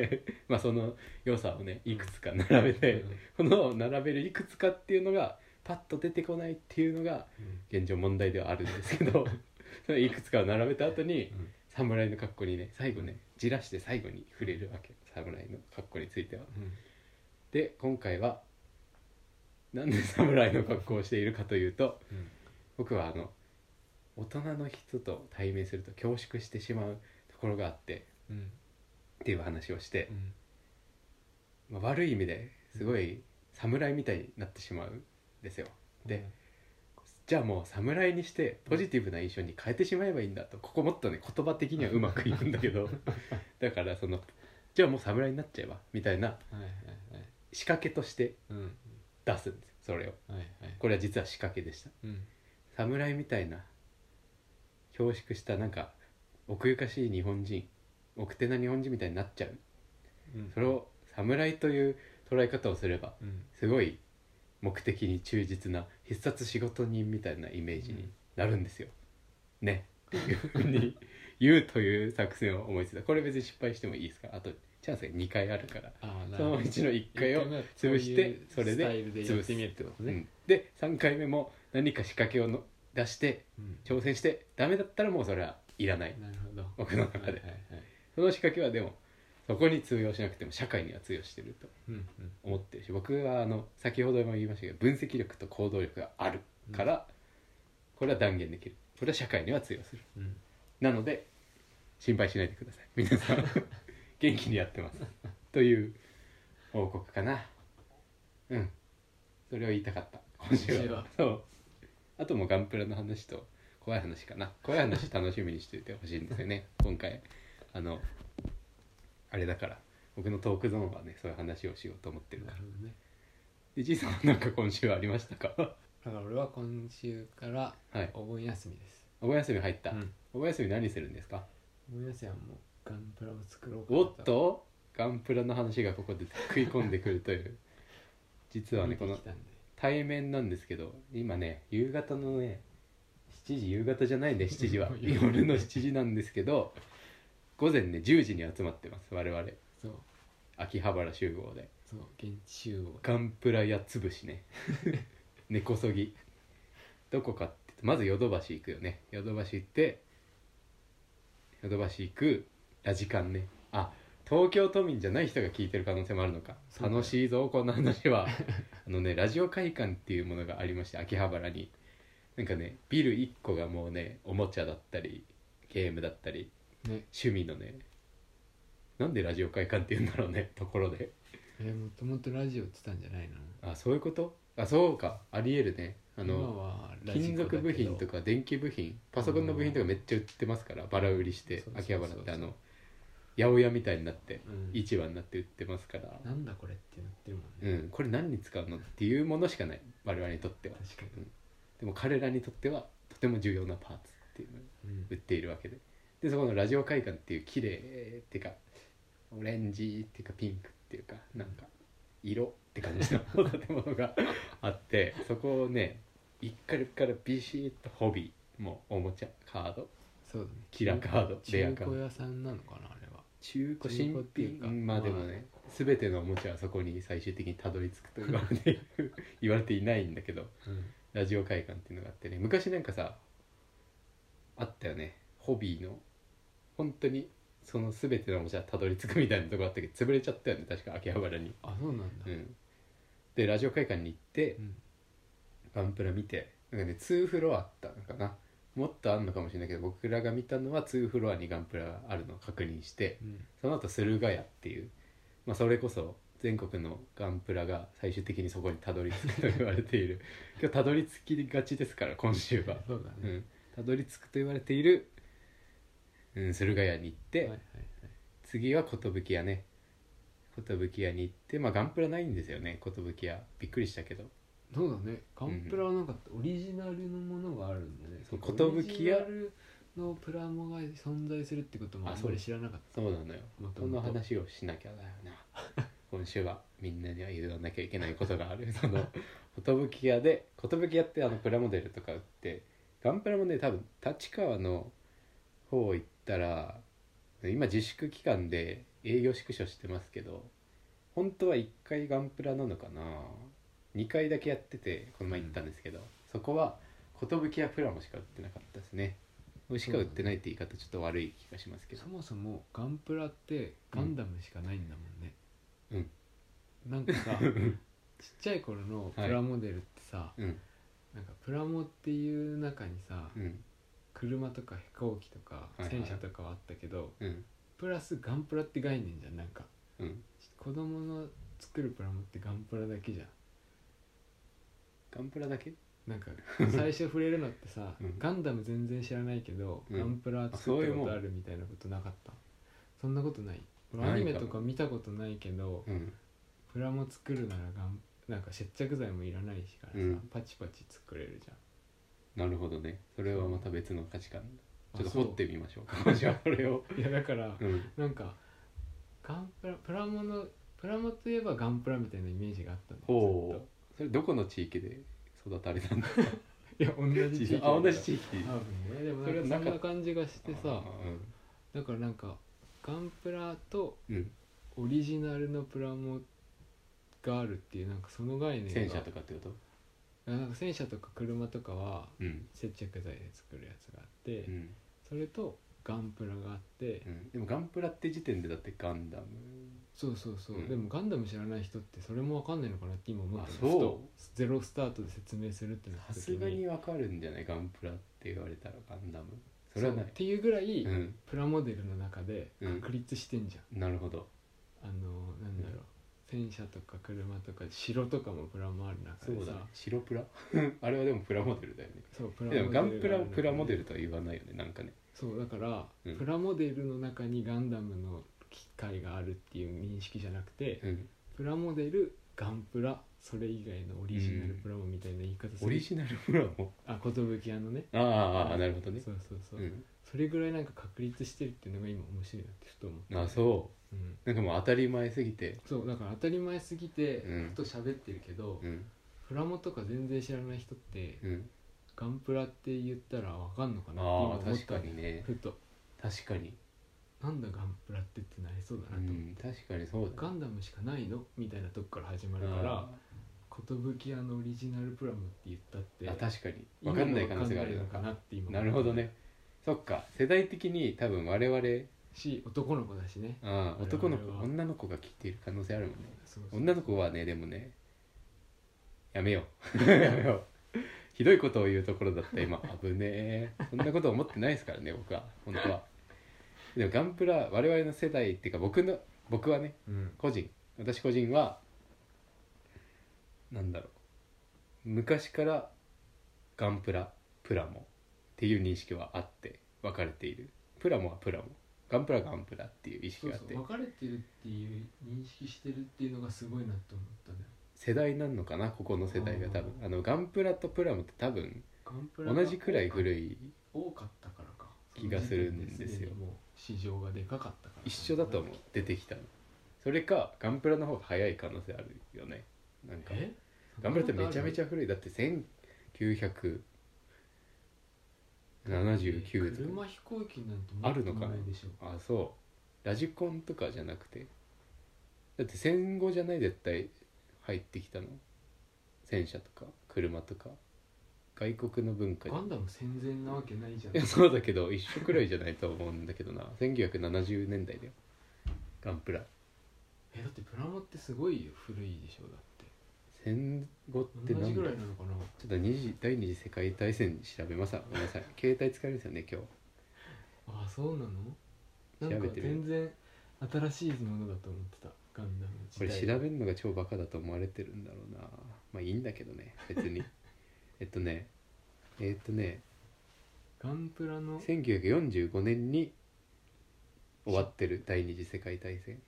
Speaker 1: まあその良さをねいくつか並べて、この並べるいくつかっていうのがパッと出てこないっていうのが
Speaker 2: うん
Speaker 1: 現状問題ではあるんですけど そのいくつかを並べた後に
Speaker 2: うん
Speaker 1: 侍の格好にね最後ねじらして最後に触れるわけ侍の格好については
Speaker 2: うん
Speaker 1: で今回はなんで侍の格好をしているかというと
Speaker 2: うん
Speaker 1: 僕はあの大人の人と対面すると恐縮してしまうところがあって
Speaker 2: うん
Speaker 1: っていう話をして
Speaker 2: う、
Speaker 1: ま
Speaker 2: ん
Speaker 1: あ、悪い意味ですごい侍みたいになってしまうんですよでじゃあもう侍にしてポジティブな印象に変えてしまえばいいんだとここもっとね言葉的にはうまくいくんだけどだからそのじゃあもう侍になっちゃえばみたいな
Speaker 2: はいはいはい
Speaker 1: 仕掛けとして
Speaker 2: うん
Speaker 1: 出すんですそれを
Speaker 2: はいはい
Speaker 1: これは実は仕掛けでした
Speaker 2: うん
Speaker 1: 侍みたいな恐縮したなんか奥ゆかしい日本人奥手な日本人みたいになっちゃう
Speaker 2: うん
Speaker 1: それを侍という捉え方をすれば
Speaker 2: うん
Speaker 1: すごい目的に忠実な必殺仕事人みたいなイメージになるんですよ。ねっていうふうに言うという作戦を思いついたこれ別に失敗してもいいですからあとチャンスが2回あるから
Speaker 2: ああな
Speaker 1: そ
Speaker 2: るほ
Speaker 1: のう
Speaker 2: ど
Speaker 1: ちの1回を
Speaker 2: 一回目は
Speaker 1: 潰して
Speaker 2: こういう
Speaker 1: それで
Speaker 2: スタイルでやってみるってこと
Speaker 1: う
Speaker 2: ね
Speaker 1: んで3回目も何か仕掛けをの出して
Speaker 2: うん
Speaker 1: 挑戦してダメだったらもうそれはいらない
Speaker 2: なるほど
Speaker 1: 僕の中で
Speaker 2: はいはいはい
Speaker 1: その仕掛けはでもそこに通用しなくても社会には通用してると
Speaker 2: うん
Speaker 1: 思ってるし僕はあの先ほども言いましたけど分析力と行動力があるから、これは断言できるこれは社会には通用する
Speaker 2: うんうん
Speaker 1: なので心配しないでください皆さん 元気にやってますという報告かなうんそれを言いたかった今週は
Speaker 2: 今週は
Speaker 1: そうあともうガンプラの話と怖い話かな怖い話楽しみにしていてほしいんですよ ね今回あのあれだから僕のトークゾーンはねそういう話をしようと思ってるか
Speaker 2: な
Speaker 1: ら
Speaker 2: るほどね
Speaker 1: でじいさんはなんか今週はありましたか
Speaker 2: だから俺は今週から
Speaker 1: はい
Speaker 2: お盆休みです、
Speaker 1: お盆休み入った、
Speaker 2: うん
Speaker 1: お盆休み何するんですか
Speaker 2: お盆休みはもうガンプラを作ろうかな
Speaker 1: おっとガンプラの話がここで食い込んでくると いう実はね
Speaker 2: 見
Speaker 1: こ
Speaker 2: て
Speaker 1: の
Speaker 2: きたんで
Speaker 1: 対面なんですけど今ね夕方のね7時夕方じゃない ね7時は
Speaker 2: 夜
Speaker 1: 夜の7時なんですけど午前ね10時に集まってます我々
Speaker 2: そう
Speaker 1: 秋葉原集合で
Speaker 2: そう現地集合
Speaker 1: ガンプラやつぶしね 根こそぎどこかって言うとまずヨドバシ行くよねヨドバシ行ってヨドバシ行くラジカンねあ東京都民じゃない人が聞いてる可能性もあるのか
Speaker 2: そうだよ
Speaker 1: 楽しいぞこんな話は あのねラジオ会館っていうものがありまして秋葉原になんかねビル1個がもうねおもちゃだったりゲームだったり
Speaker 2: ね
Speaker 1: 趣味のねなんでラジオ会館って言うんだろうねところで
Speaker 2: えもともとラジオってたんじゃないの
Speaker 1: あそういうことあそうかありえるねあの
Speaker 2: 今はラジコ
Speaker 1: 金
Speaker 2: だけど
Speaker 1: 属部品とか電気部品パソコンの部品とかめっちゃ売ってますからバラ売りして
Speaker 2: そうそう
Speaker 1: 秋
Speaker 2: そう
Speaker 1: 葉
Speaker 2: そう
Speaker 1: 原ってあの八百屋みたいになって
Speaker 2: うん
Speaker 1: 市場になって売ってますから、
Speaker 2: なんだこれってなってるもん
Speaker 1: う
Speaker 2: ね、
Speaker 1: ん、これ何に使うのっていうものしかない我々にとっては
Speaker 2: 確かに、
Speaker 1: でも彼らにとってはとても重要なパーツっていうのを
Speaker 2: うん
Speaker 1: 売っているわけででそこのラジオ会館っていう綺麗っていうかオレンジっていうかピンクっていうかなんか色って感じの建物があってそこをね一回からビシッとホビーもうおもちゃカード
Speaker 2: そうだね
Speaker 1: キラカードレア
Speaker 2: 中
Speaker 1: カード
Speaker 2: 古屋さんなのかなあれは
Speaker 1: 中古
Speaker 2: 中古
Speaker 1: 新
Speaker 2: っていう
Speaker 1: 品
Speaker 2: か
Speaker 1: うんまあでもね、全てのおもちゃはそこに最終的にたどり着くと言われている 言われていないんだけどラジオ会館っていうのがあってね昔なんかさあったよねホビーの本当にその全てのおもちゃたどり着くみたいなとこあったけど潰れちゃったよね確か秋葉原に、
Speaker 2: あそうなんだ、
Speaker 1: うん、でラジオ会館に行って
Speaker 2: うん
Speaker 1: ガンプラ見てなんかね2フロアあったのかなもっとあんのかもしれないけど僕らが見たのは2フロアにガンプラがあるのを確認して
Speaker 2: うん
Speaker 1: その後駿河屋っていう、まあ、それこそ全国のガンプラが最終的にそこにたどり着くと言われている 今日たどり着きがちですから今週は、
Speaker 2: そうだ
Speaker 1: う
Speaker 2: ね、
Speaker 1: ん、たどり着くと言われている、うん、駿河屋に行って、
Speaker 2: はいはい
Speaker 1: 次は寿屋ね寿屋に行ってまあガンプラないんですよね寿屋びっくりしたけど
Speaker 2: そうだねガンプラはなんかオリジナルのものがあるんだね
Speaker 1: そう
Speaker 2: その
Speaker 1: 寿屋
Speaker 2: オリジナルのプラモが存在するってこともあ
Speaker 1: あ
Speaker 2: ん
Speaker 1: そ
Speaker 2: ま
Speaker 1: う
Speaker 2: り知らなかっ
Speaker 1: そうなのよ
Speaker 2: もと
Speaker 1: そ
Speaker 2: もと
Speaker 1: の話をしなきゃだよな 今週はみんなには言わなきゃいけないことがある その寿屋で寿屋ってあのプラモデルとか売ってガンプラもね多分立川の方行ったら今自粛期間で営業縮小してますけど本当は1回ガンプラなのかな2回だけやっててこの前行ったんですけど、そこは寿屋プラモしか売ってなかったですねしか売ってないって言い方ちょっと悪い気がしますけ
Speaker 2: た
Speaker 1: ど
Speaker 2: そもそもガンプラってガンダムしかないんだもんね
Speaker 1: うん
Speaker 2: なんかさちっちゃい頃のプラモデルってさ、
Speaker 1: うん
Speaker 2: なんかプラモっていう中にさ、
Speaker 1: うん
Speaker 2: 車とか飛行機とか
Speaker 1: いはい
Speaker 2: 戦車とかはあったけど、
Speaker 1: うん
Speaker 2: プラスガンプラって概念じゃんなんか
Speaker 1: うん
Speaker 2: 子供の作るプラモってガンプラだけじゃん
Speaker 1: ガンプラだけ
Speaker 2: なんか最初触れるのってさ、
Speaker 1: うん
Speaker 2: ガンダム全然知らないけど、
Speaker 1: うん
Speaker 2: ガンプラ
Speaker 1: そうい
Speaker 2: 作っ
Speaker 1: う
Speaker 2: たこ
Speaker 1: もん
Speaker 2: とあるみたいなことなかったそんなことない俺
Speaker 1: ないか
Speaker 2: アニ
Speaker 1: も
Speaker 2: メとか見たことないけど
Speaker 1: うん
Speaker 2: プラモ作るならガンなんか接着剤もいらないしからさ、
Speaker 1: うん
Speaker 2: パチパチ作れるじゃん
Speaker 1: なるほどねそれはまた別の価値観
Speaker 2: あ
Speaker 1: ちょっと掘ってみましょうかじゃあそれを
Speaker 2: いやだから、
Speaker 1: うん
Speaker 2: なんかガンプラプラモのプラモといえばガンプラみたいなイメージがあったのず
Speaker 1: ほ
Speaker 2: っ
Speaker 1: うそれどこの地域で育たれたんだ
Speaker 2: といや同じ地域
Speaker 1: あ同じ地域
Speaker 2: 多分ねでもなん
Speaker 1: それは
Speaker 2: か
Speaker 1: な
Speaker 2: そ
Speaker 1: か
Speaker 2: ん
Speaker 1: っ
Speaker 2: な感じがしてさ
Speaker 1: あ
Speaker 2: だからなんかガンプラと
Speaker 1: ーうん
Speaker 2: オリジナルのプラモがあるっていうなんかその概
Speaker 1: うん
Speaker 2: 念が
Speaker 1: 戦車とかってこと
Speaker 2: なんか戦車とか車とかは
Speaker 1: うん
Speaker 2: 接着剤で作るやつがあって、
Speaker 1: うん
Speaker 2: それとガンプラがあって、
Speaker 1: うんでもガンプラって時点でだってガンダム
Speaker 2: そうそうそう、
Speaker 1: うん
Speaker 2: でもガンダム知らない人ってそれもわかんないのかなって今思って
Speaker 1: あ
Speaker 2: る
Speaker 1: そう
Speaker 2: ゼロスタートで説明するってなった
Speaker 1: さす
Speaker 2: 時
Speaker 1: がに
Speaker 2: に
Speaker 1: わかるんじゃないガンプラって言われたらガンダムそれはな
Speaker 2: うっ
Speaker 1: い
Speaker 2: ていうぐらい、
Speaker 1: うん
Speaker 2: プラモデルの中で
Speaker 1: うん
Speaker 2: 確立してんじゃん、
Speaker 1: なるほど
Speaker 2: あのなんだろう、戦車とか車とか城とかもプラモある中
Speaker 1: そう
Speaker 2: で
Speaker 1: だ
Speaker 2: さ
Speaker 1: ね白プラ あれはでもプラモデルだよね
Speaker 2: そうプ
Speaker 1: でもガンプラを
Speaker 2: がある中で
Speaker 1: プラモデルとは言わないよねなんかね
Speaker 2: そうだから、
Speaker 1: うん
Speaker 2: プラモデルの中にガンダムの機械があるっていう認識じゃなくて、
Speaker 1: うん
Speaker 2: プラモデルガンプラそれ以外のオリジナルプラモみたいな言い方す
Speaker 1: オ
Speaker 2: る、
Speaker 1: リジナルプ ラモ
Speaker 2: あ寿屋のね
Speaker 1: ああああなるほどね
Speaker 2: そうそうそう、
Speaker 1: うん
Speaker 2: それぐらいなんか確立してるっていうのが今面白いなってふと思って、
Speaker 1: あそう
Speaker 2: ん、
Speaker 1: うなんかもう当たり前すぎて
Speaker 2: そうだから当たり前すぎて、
Speaker 1: うん
Speaker 2: ふと喋ってるけど、
Speaker 1: うん
Speaker 2: プラモとか全然知らない人って、
Speaker 1: うん
Speaker 2: ガンプラって言ったらわかんのかなって今
Speaker 1: ああ
Speaker 2: 思っ
Speaker 1: 確
Speaker 2: た
Speaker 1: か
Speaker 2: の
Speaker 1: にね
Speaker 2: ふと
Speaker 1: 確かに
Speaker 2: なんだガンプラってってなりそうだ
Speaker 1: う
Speaker 2: なと思って。
Speaker 1: ん確かにそうだ
Speaker 2: ガンダムしかないのみたいなとこから始まるから
Speaker 1: あ
Speaker 2: 寿屋のオリジナルプラムって言ったって
Speaker 1: あ確かに分かんない可能性がある
Speaker 2: 今
Speaker 1: の
Speaker 2: のわか
Speaker 1: か
Speaker 2: んないのかなって今
Speaker 1: なるほどねそっか世代的に多分我々
Speaker 2: し男の子だしね
Speaker 1: ああ
Speaker 2: 我々は
Speaker 1: 男の子女の子が聞いている可能性あるもんね
Speaker 2: そうそう
Speaker 1: 女の子はねでもねやめようやめよう ひどいことを言うところだった今危ねえそんなこと思ってないですからね僕は本当はでもガンプラ我々の世代っていうか僕の僕はね
Speaker 2: うん
Speaker 1: 個人私個人はなんだろう昔からガンプラプラモっていう認識はあって分かれているプラモはプラモガンプラはガンプラっていう意識
Speaker 2: そう
Speaker 1: があって
Speaker 2: そう別れてるっていう認識してるっていうのがすごいなと思ったね
Speaker 1: 世代なんのかなここの世代が多分
Speaker 2: あー
Speaker 1: あのガンプラとプラモって多分
Speaker 2: ガンプラ
Speaker 1: 同
Speaker 2: が
Speaker 1: じくらい古い
Speaker 2: 多かったからか
Speaker 1: 気がするんですよ
Speaker 2: その時点にもう市場がでかかったから
Speaker 1: 一緒だと思う出てきたのそれかガンプラの方が早い可能性あるよねなんか
Speaker 2: え
Speaker 1: ガンプラってめちゃめち
Speaker 2: ゃ
Speaker 1: ゃ古いだって1979とか
Speaker 2: 車飛行機なんて
Speaker 1: あるのかな
Speaker 2: ないでしょ
Speaker 1: あそうラジコンとかじゃなくてだって戦後じゃない絶対入ってきたの戦車とか車とか外国の文化じゃ
Speaker 2: ガンダム戦前なわけないじゃん
Speaker 1: いやそうだけど一緒くらいじゃないと思うんだけどな1970年代だよガンプラ
Speaker 2: えだってプラモってすごい古いでしょだっ
Speaker 1: 戦後ってな
Speaker 2: て同じ
Speaker 1: んだ
Speaker 2: ぐら
Speaker 1: ろ
Speaker 2: いうなのかな
Speaker 1: ちょっと二次第二次世界大戦調べますごめんなさい携帯使えるんですよね今
Speaker 2: あそうなのなん
Speaker 1: 調
Speaker 2: か
Speaker 1: べてみる
Speaker 2: 全然新しいものだと思ってたガンダム
Speaker 1: 日これ調べるのが超バカだと思われてるんだろうなまあいいんだけどね別に えっとねえっとね
Speaker 2: ガンプラの
Speaker 1: 1945年に終わってる第二次世界大戦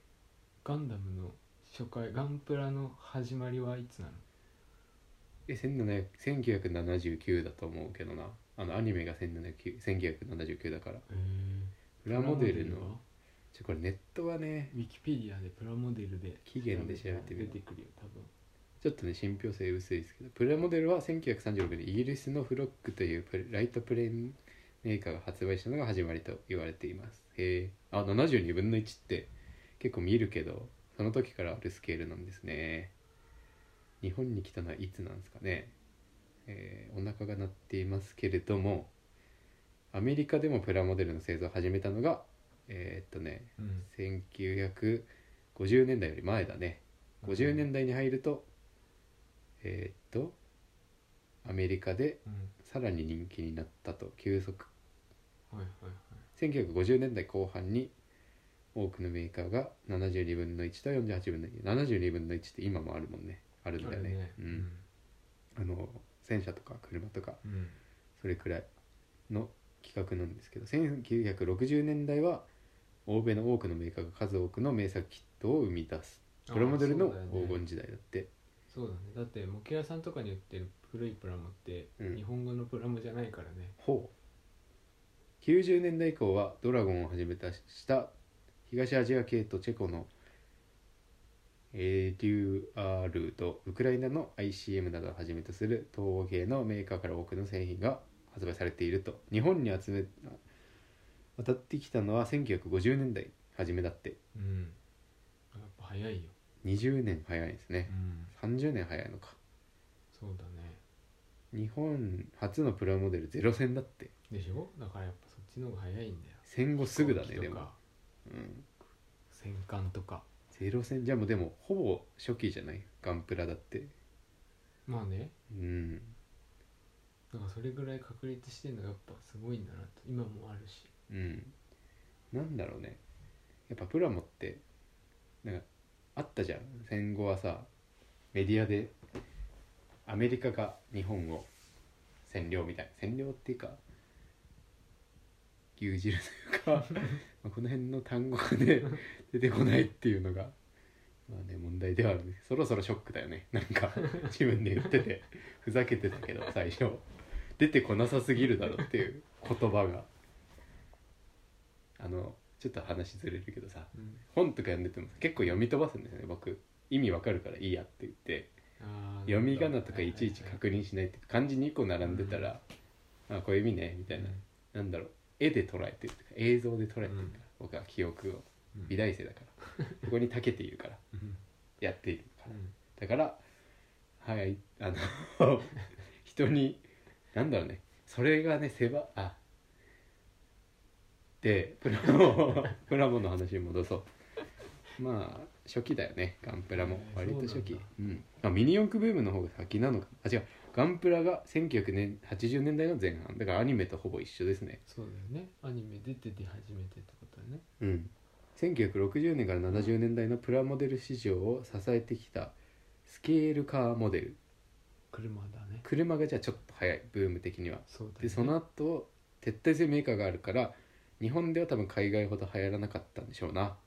Speaker 2: ガンダムの初回ガンプラの始まりはいつなの
Speaker 1: え1700 1979だと思うけどなあのアニメが1700 1979だから
Speaker 2: へ
Speaker 1: プラモデルの
Speaker 2: は
Speaker 1: ちょこれネットはね
Speaker 2: ウィキペディアでプラモデルで
Speaker 1: 期限で調べてみ
Speaker 2: 出
Speaker 1: る
Speaker 2: てくるよ多分
Speaker 1: ちょっとね信憑性薄いですけどプラモデルは1936年イギリスのフロックというプレライトプレーンメーカーが発売したのが始まりと言われていますへえあ72分の1って結構見るけどその時からあるスケールなんですね日本に来たのはいつなんですかねえーお腹が鳴っていますけれどもアメリカでもプラモデルの製造を始めたのがえーっとね
Speaker 2: うん
Speaker 1: 1950年代より前だね50年代に入るとえーっとアメリカで
Speaker 2: うん
Speaker 1: さらに人気になったと急速
Speaker 2: はいはいはい
Speaker 1: 1950年代後半に多くのメーカーが72分の1と48分の172分の1って今もあるもんねあるんだよね
Speaker 2: あ
Speaker 1: う
Speaker 2: れ
Speaker 1: ん、あの戦車とか車とか
Speaker 2: うん
Speaker 1: それくらいの企画なんですけど1960年代は欧米の多くのメーカーが数多くの名作キットを生み出すプラモデルの
Speaker 2: あそうだよね
Speaker 1: 黄金時代だって
Speaker 2: そうだねだって模型屋さんとかに売ってる古いプラモって
Speaker 1: うん
Speaker 2: 日本語のプラモじゃないからね、
Speaker 1: ほう90年代以降はドラゴンをはじめとした東アジア系とチェコのエデュアールとウクライナの ICM などをはじめとする東欧系のメーカーから多くの製品が発売されていると日本に集め渡ってきたのは1950年代初めだって
Speaker 2: うんやっぱ早いよ、
Speaker 1: 20年早いですね30年早いのか
Speaker 2: そうだね
Speaker 1: 日本初のプラモデルゼロ戦だって
Speaker 2: でしょだからやっぱそっちの方が早いんだよ
Speaker 1: 戦後すぐだね
Speaker 2: 飛行
Speaker 1: で
Speaker 2: 機
Speaker 1: も
Speaker 2: とか、
Speaker 1: うん、
Speaker 2: 戦艦とか
Speaker 1: ゼロ戦じゃあもうでもほぼ初期じゃないガンプラだって
Speaker 2: まあね
Speaker 1: うん
Speaker 2: なんかそれぐらい確立してるのがやっぱすごいんだなと今もあるし
Speaker 1: うんなんだろうねやっぱプラモってなんかあったじゃん戦後はさメディアでアメリカが日本を占領みたいな占領っていうか牛耳るというかまあこの辺の単語がね出てこないっていうのがまあね問題ではあるねそろそろショックだよねなんか自分で言っててふざけてたけど最初出てこなさすぎるだろっていう言葉があのちょっと話ずれるけどさ
Speaker 2: うん
Speaker 1: 本とか読んでても結構読み飛ばすんですよね僕意味わかるからいいやって言って
Speaker 2: あー
Speaker 1: 読み仮名と
Speaker 2: は
Speaker 1: か
Speaker 2: はい
Speaker 1: ちいち確認しないっていうか漢字2個並んでたら、あこういう意味ねみたいな、なんだろう絵で捉えてるとか映像で捉えてるから、
Speaker 2: うん
Speaker 1: 僕は記憶を
Speaker 2: うん
Speaker 1: 美大生だ から、ここに長けているから
Speaker 2: うん
Speaker 1: やっているか
Speaker 2: う
Speaker 1: ら、
Speaker 2: ん
Speaker 1: だからはいあの 人になんだろうねそれがね狭あでプラモ プラモの話に戻そうまあ初期だよねガンプラも
Speaker 2: えー
Speaker 1: 割と初
Speaker 2: そ
Speaker 1: 期
Speaker 2: う
Speaker 1: うん、あミニ四駆ブームの方が先なのかあ違うガンプラが1980年代の前半だからアニメとほぼ一緒ですね
Speaker 2: そうだよねアニメ出て出始めてってことだね
Speaker 1: うん、1960年から70年代のプラモデル市場を支えてきたスケールカーモデル
Speaker 2: 車だね
Speaker 1: 車がじゃあちょっと早いブーム的には
Speaker 2: そうだね
Speaker 1: でその後撤退するメーカーがあるから日本では多分海外ほど流行らなかったんでしょうな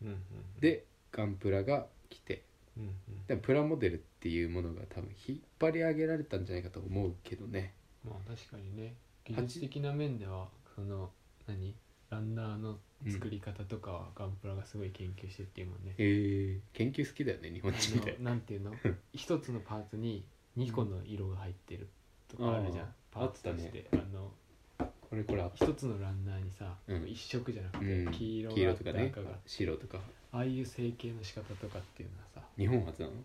Speaker 2: うんうんうん
Speaker 1: でガンプラが来て
Speaker 2: うんうん
Speaker 1: でプラモデルっていうものが多分引っ張り上げられたんじゃないかと思うけどね
Speaker 2: まあ確かにね
Speaker 1: 八
Speaker 2: 技術的な面ではその何ランナーの作り方とかはガンプラがすごい研究してっていうもんね、
Speaker 1: へえ研究好きだよね日本人みたい
Speaker 2: あのなん ていうの一つのパーツに2個の色が入ってるとかあるじゃ
Speaker 1: あー
Speaker 2: んパーツとしてあの
Speaker 1: これこれあ
Speaker 2: 一つのランナーにさ、
Speaker 1: うん
Speaker 2: 一色じゃなく
Speaker 1: う
Speaker 2: て
Speaker 1: ん
Speaker 2: 黄色が
Speaker 1: 黄
Speaker 2: あ
Speaker 1: 色
Speaker 2: っ
Speaker 1: と
Speaker 2: て
Speaker 1: か
Speaker 2: 赤があっ
Speaker 1: ね
Speaker 2: て、
Speaker 1: 白とか
Speaker 2: ああいう成形の仕方とかっていうのはさ
Speaker 1: 日本初なの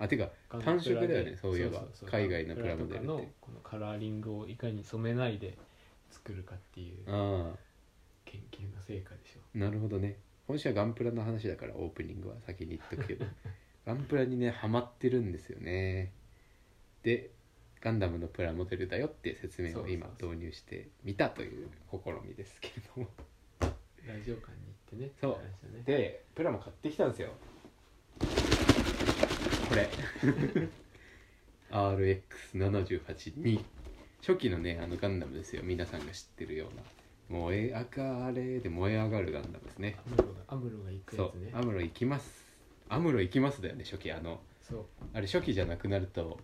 Speaker 1: あてか
Speaker 2: ガンプラ
Speaker 1: 単
Speaker 2: で
Speaker 1: 色だよねそういえば
Speaker 2: そう
Speaker 1: 海外のプラモデルって
Speaker 2: ガンプラとかのこのカラーリングをいかに染めないで作るかっていう
Speaker 1: あ
Speaker 2: 研究の成果でしょ
Speaker 1: あなるほどね本社はガンプラの話だからオープニングは先に言っとく けどガンプラにねハマってるんですよねでガンダムのプラモデルだよって説明を今
Speaker 2: そうそうそう
Speaker 1: 導入してみたという試みですけれども
Speaker 2: ラジオ館に行ってね
Speaker 1: そう
Speaker 2: って話だね
Speaker 1: でプラモ買ってきたんですよこ れ RX782 初期のねあのガンダムですよ皆さんが知ってるような燃え上がれで燃え上がるガンダムですね
Speaker 2: アムロがアムロが行く
Speaker 1: そ
Speaker 2: や
Speaker 1: う
Speaker 2: つね
Speaker 1: アムロ行きますアムロ行きますだよね初期あの
Speaker 2: そう
Speaker 1: あれ初期じゃなくなると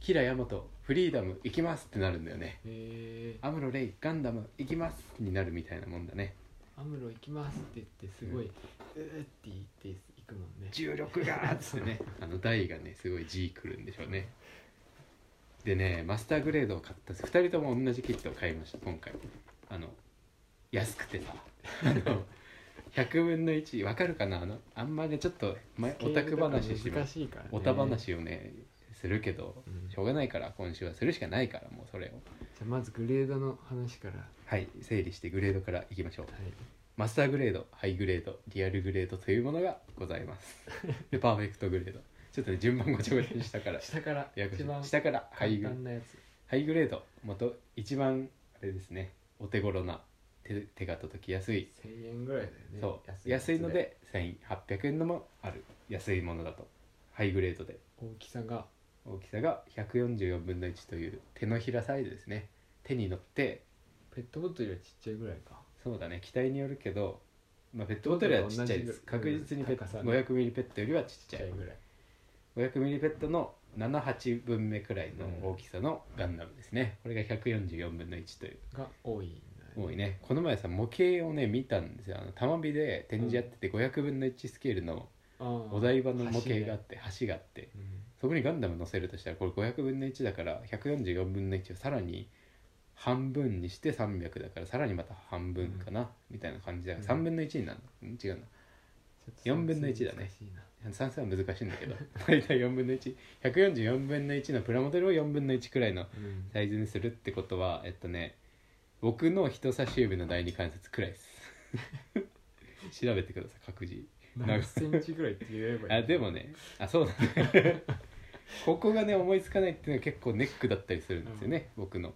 Speaker 1: キラヤマトフリーダム行きますってなるんだよね
Speaker 2: へえ
Speaker 1: アムロレイガンダム行きますになるみたいなもんだね
Speaker 2: アムロ行きますって言ってすごい、うーって言って行くもんね
Speaker 1: 重力がーっつってね あの台がねすごい G くるんでしょうねでねマスターグレードを買ったんです2人とも同じキットを買いました今回あの安くてさあの 100分の1わかるかなあのあんまねちょっと前オタク話して
Speaker 2: 難
Speaker 1: ます
Speaker 2: しいからね
Speaker 1: オタ話をねするけど
Speaker 2: うん
Speaker 1: しょうがないから今週はするしかないからもうそれを
Speaker 2: じゃあまずグレードの話からは
Speaker 1: はい整理してグレードからいきましょう
Speaker 2: い
Speaker 1: マスターグレードハイグレードリアルグレードというものがございます でパーフェクトグレードちょっとね順番ごちゃごちゃにした から
Speaker 2: 下から
Speaker 1: ややこし
Speaker 2: 一番
Speaker 1: い下からハ
Speaker 2: 簡
Speaker 1: イグ
Speaker 2: 単なやつ
Speaker 1: ハイグレード元一番あれですねお手頃な手手が届きやすい、
Speaker 2: 1000円ぐらいだよね
Speaker 1: そう安い
Speaker 2: やつ
Speaker 1: ので1800円のもある安いものだとハイグレードで
Speaker 2: 大きさが
Speaker 1: 大きさが144分の1という手のひらサイズですね手に乗って
Speaker 2: ペットボトルよりちっちゃいぐらいか
Speaker 1: そうだね機体によるけど、まあ、ペットボトルはちっちゃいです
Speaker 2: 同じ
Speaker 1: 確
Speaker 2: ぐらい
Speaker 1: 実にペット
Speaker 2: 高さね
Speaker 1: 500ミリペットよりはちっ
Speaker 2: ち
Speaker 1: ち
Speaker 2: っ
Speaker 1: ゃ
Speaker 2: ちゃ
Speaker 1: い
Speaker 2: いぐらい
Speaker 1: 500ミリペットの78分目くらいの大きさのガンダムですね、これが144分の1という
Speaker 2: が多いんだよね
Speaker 1: 多いねこの前さ模型をね見たんですよあの玉火で展示やってて500分の1スケールの
Speaker 2: あー
Speaker 1: お台場の模型
Speaker 2: 橋
Speaker 1: があっ
Speaker 2: ね
Speaker 1: て橋があって
Speaker 2: うん
Speaker 1: そこにガンダム乗せるとしたらこれ500分の1だから144分の1をさらに半分にして300だからさらにまた半分かな、みたいな感じだから
Speaker 2: うん
Speaker 1: 3分の1になるの、うん違うな
Speaker 2: ちょっと
Speaker 1: 4分の1だね
Speaker 2: 難しいな
Speaker 1: 算数は難しいんだけど 大体4分の1144分の1のプラモデルを4分の1くらいの
Speaker 2: うん
Speaker 1: サイズにするってことはえっとね僕の人差し指の第二関節くらいです 調べてください各自
Speaker 2: 何センチぐらいって言えばい
Speaker 1: あ
Speaker 2: い
Speaker 1: でもねあそうだ ねここがね思いつかないっていうのは結構ネックだったりするんですよね、僕の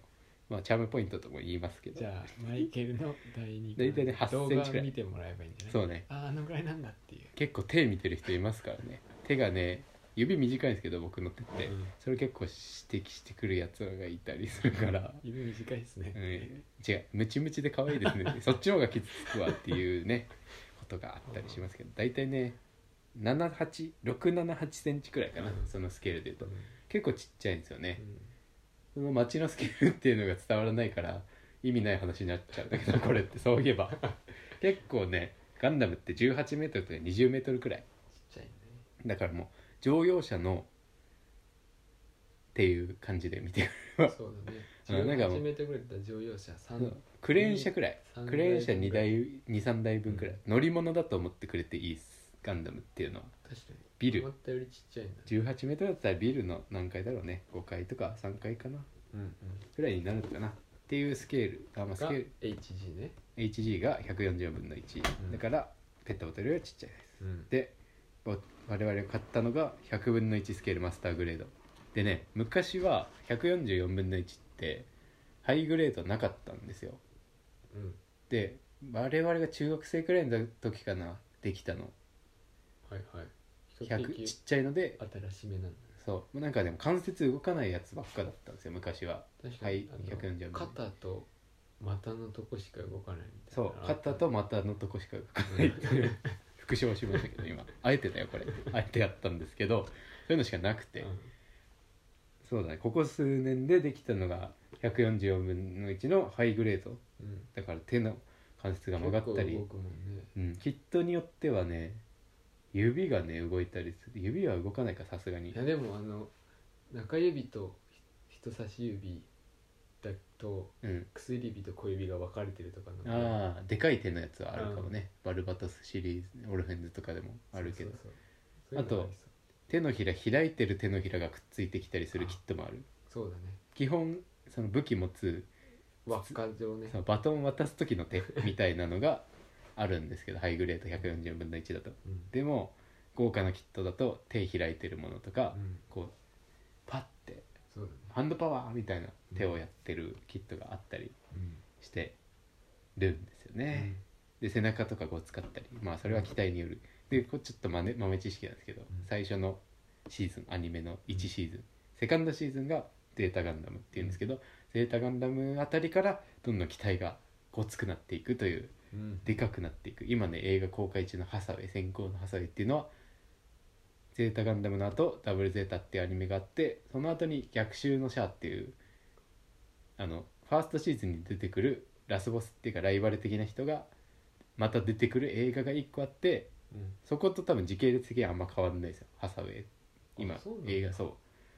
Speaker 1: まあチャームポイントとも言いますけど
Speaker 2: じゃあマイケルの第2
Speaker 1: 大体ね8
Speaker 2: 動
Speaker 1: セン
Speaker 2: 画
Speaker 1: チくらい
Speaker 2: 見てもらえばいいんじゃない
Speaker 1: そうね
Speaker 2: あああのぐらいなんだっていう
Speaker 1: 結構手見てる人いますからね手がね指短いんですけど僕の手って、
Speaker 2: うん
Speaker 1: それ結構指摘してくるやつがいたりするから、
Speaker 2: 指短いですね、
Speaker 1: うん、違うムチムチで可愛いです ねそっちの方が傷つくわっていうねことがあったりしますけど大体ね78678センチくらいかな、
Speaker 2: うん
Speaker 1: そのスケールでいうと
Speaker 2: うん
Speaker 1: 結構ちっちゃいんですよね、
Speaker 2: うん
Speaker 1: その街のスケールっていうのが伝わらないから意味ない話になっちゃうんだ けどこれってそういえば結構ねガンダムって1 8メートルとか2 0メートルくらい
Speaker 2: ちっちゃいね
Speaker 1: だからもう乗用車のっていう感じで見てくる
Speaker 2: そうだね
Speaker 1: あのなんかもう
Speaker 2: 18メートルぐらいだったら乗用車3
Speaker 1: クレーン車くらい
Speaker 2: 三
Speaker 1: クレーン車2
Speaker 2: 台分くらい
Speaker 1: 台23台分くらい、乗り物だと思ってくれていいっすガンダムっていうのは
Speaker 2: 確かに
Speaker 1: ビル
Speaker 2: 思ったよりちっちゃいんだ、
Speaker 1: 1 8メートルだったらビルの何階だろうね5階とか3階かな
Speaker 2: うんうん、
Speaker 1: くらいになるかなっていうスケールあ、まあ、スケ
Speaker 2: が
Speaker 1: ール
Speaker 2: HG ね、
Speaker 1: HG が144分の1、
Speaker 2: うん
Speaker 1: だからペットボトルよりちっちゃいです
Speaker 2: うん、
Speaker 1: でぼ我々が買ったのが100分の1スケールマスターグレードでね昔は144分の1ってハイグレードなかったんですよ
Speaker 2: うん、
Speaker 1: で我々が中学生くらいの時かなできたの
Speaker 2: はいはい比較
Speaker 1: 100
Speaker 2: 的
Speaker 1: ちっちゃいので
Speaker 2: 新しめなんだ
Speaker 1: そうなんかでも関節動かないやつばっかだったんですよ昔は
Speaker 2: 確か
Speaker 1: はい
Speaker 2: に、あの
Speaker 1: 140
Speaker 2: 肩と股のとこしか動かないみたい
Speaker 1: そ
Speaker 2: な
Speaker 1: う肩と股のとこしか動かないっていう 復唱しましたけど今あえてだよこれあえてやったんですけどそういうのしかなくて、
Speaker 2: うん
Speaker 1: そうだねここ数年でできたのが144分の1のハイグレード
Speaker 2: うん、
Speaker 1: だから手の関節が曲がった
Speaker 2: 結構
Speaker 1: り
Speaker 2: 動、くもんね
Speaker 1: うん、キットによってはね指がね動いたりする指は動かないかさすがに
Speaker 2: いやでもあの中指と人差し指だと
Speaker 1: うん
Speaker 2: 薬指と小指が分かれてるとかのが
Speaker 1: ああでかい手のやつはあるかもね、バルバトスシリーズオルフェンズとかでもあるけど
Speaker 2: そうそうそうそういうのがりそう
Speaker 1: 手のひら開いてる手のひらがくっついてきたりするキットもある
Speaker 2: そうだね
Speaker 1: 基本その武器持つ
Speaker 2: 輪っか状ね
Speaker 1: そのバトン渡す時の 手みたいなのがあるんですけどハイグレード140分の1だと
Speaker 2: うん
Speaker 1: でも豪華なキットだと手開いてるものとか、
Speaker 2: うん
Speaker 1: こうパッて
Speaker 2: そうだね
Speaker 1: ハンドパワーみたいな手をやってるキットがあったり
Speaker 2: うん
Speaker 1: してるんですよね、で背中とかこう使ったりまあそれは期待によるでこれちょっと豆豆知識なんですけど、
Speaker 2: ん
Speaker 1: 最初のシーズンアニメの1シーズン、セカンドシーズンがゼータガンダムっていうんですけど、ゼータガンダムあたりからどんどん期待がごつくなっていくという
Speaker 2: うん
Speaker 1: でかくなっていく今ね映画公開中のハサウェイ先行のハサウェイっていうのは「ゼータガンダム」の後ダブルゼータ」っていうアニメがあってその後に「逆襲のシャア」っていうあのファーストシーズンに出てくるラスボスっていうかライバル的な人がまた出てくる映画が1個あって
Speaker 2: うん
Speaker 1: そこと多分時系列的にはあんま変わんないですよハサウェイ今
Speaker 2: あそうなんだ
Speaker 1: 映画そ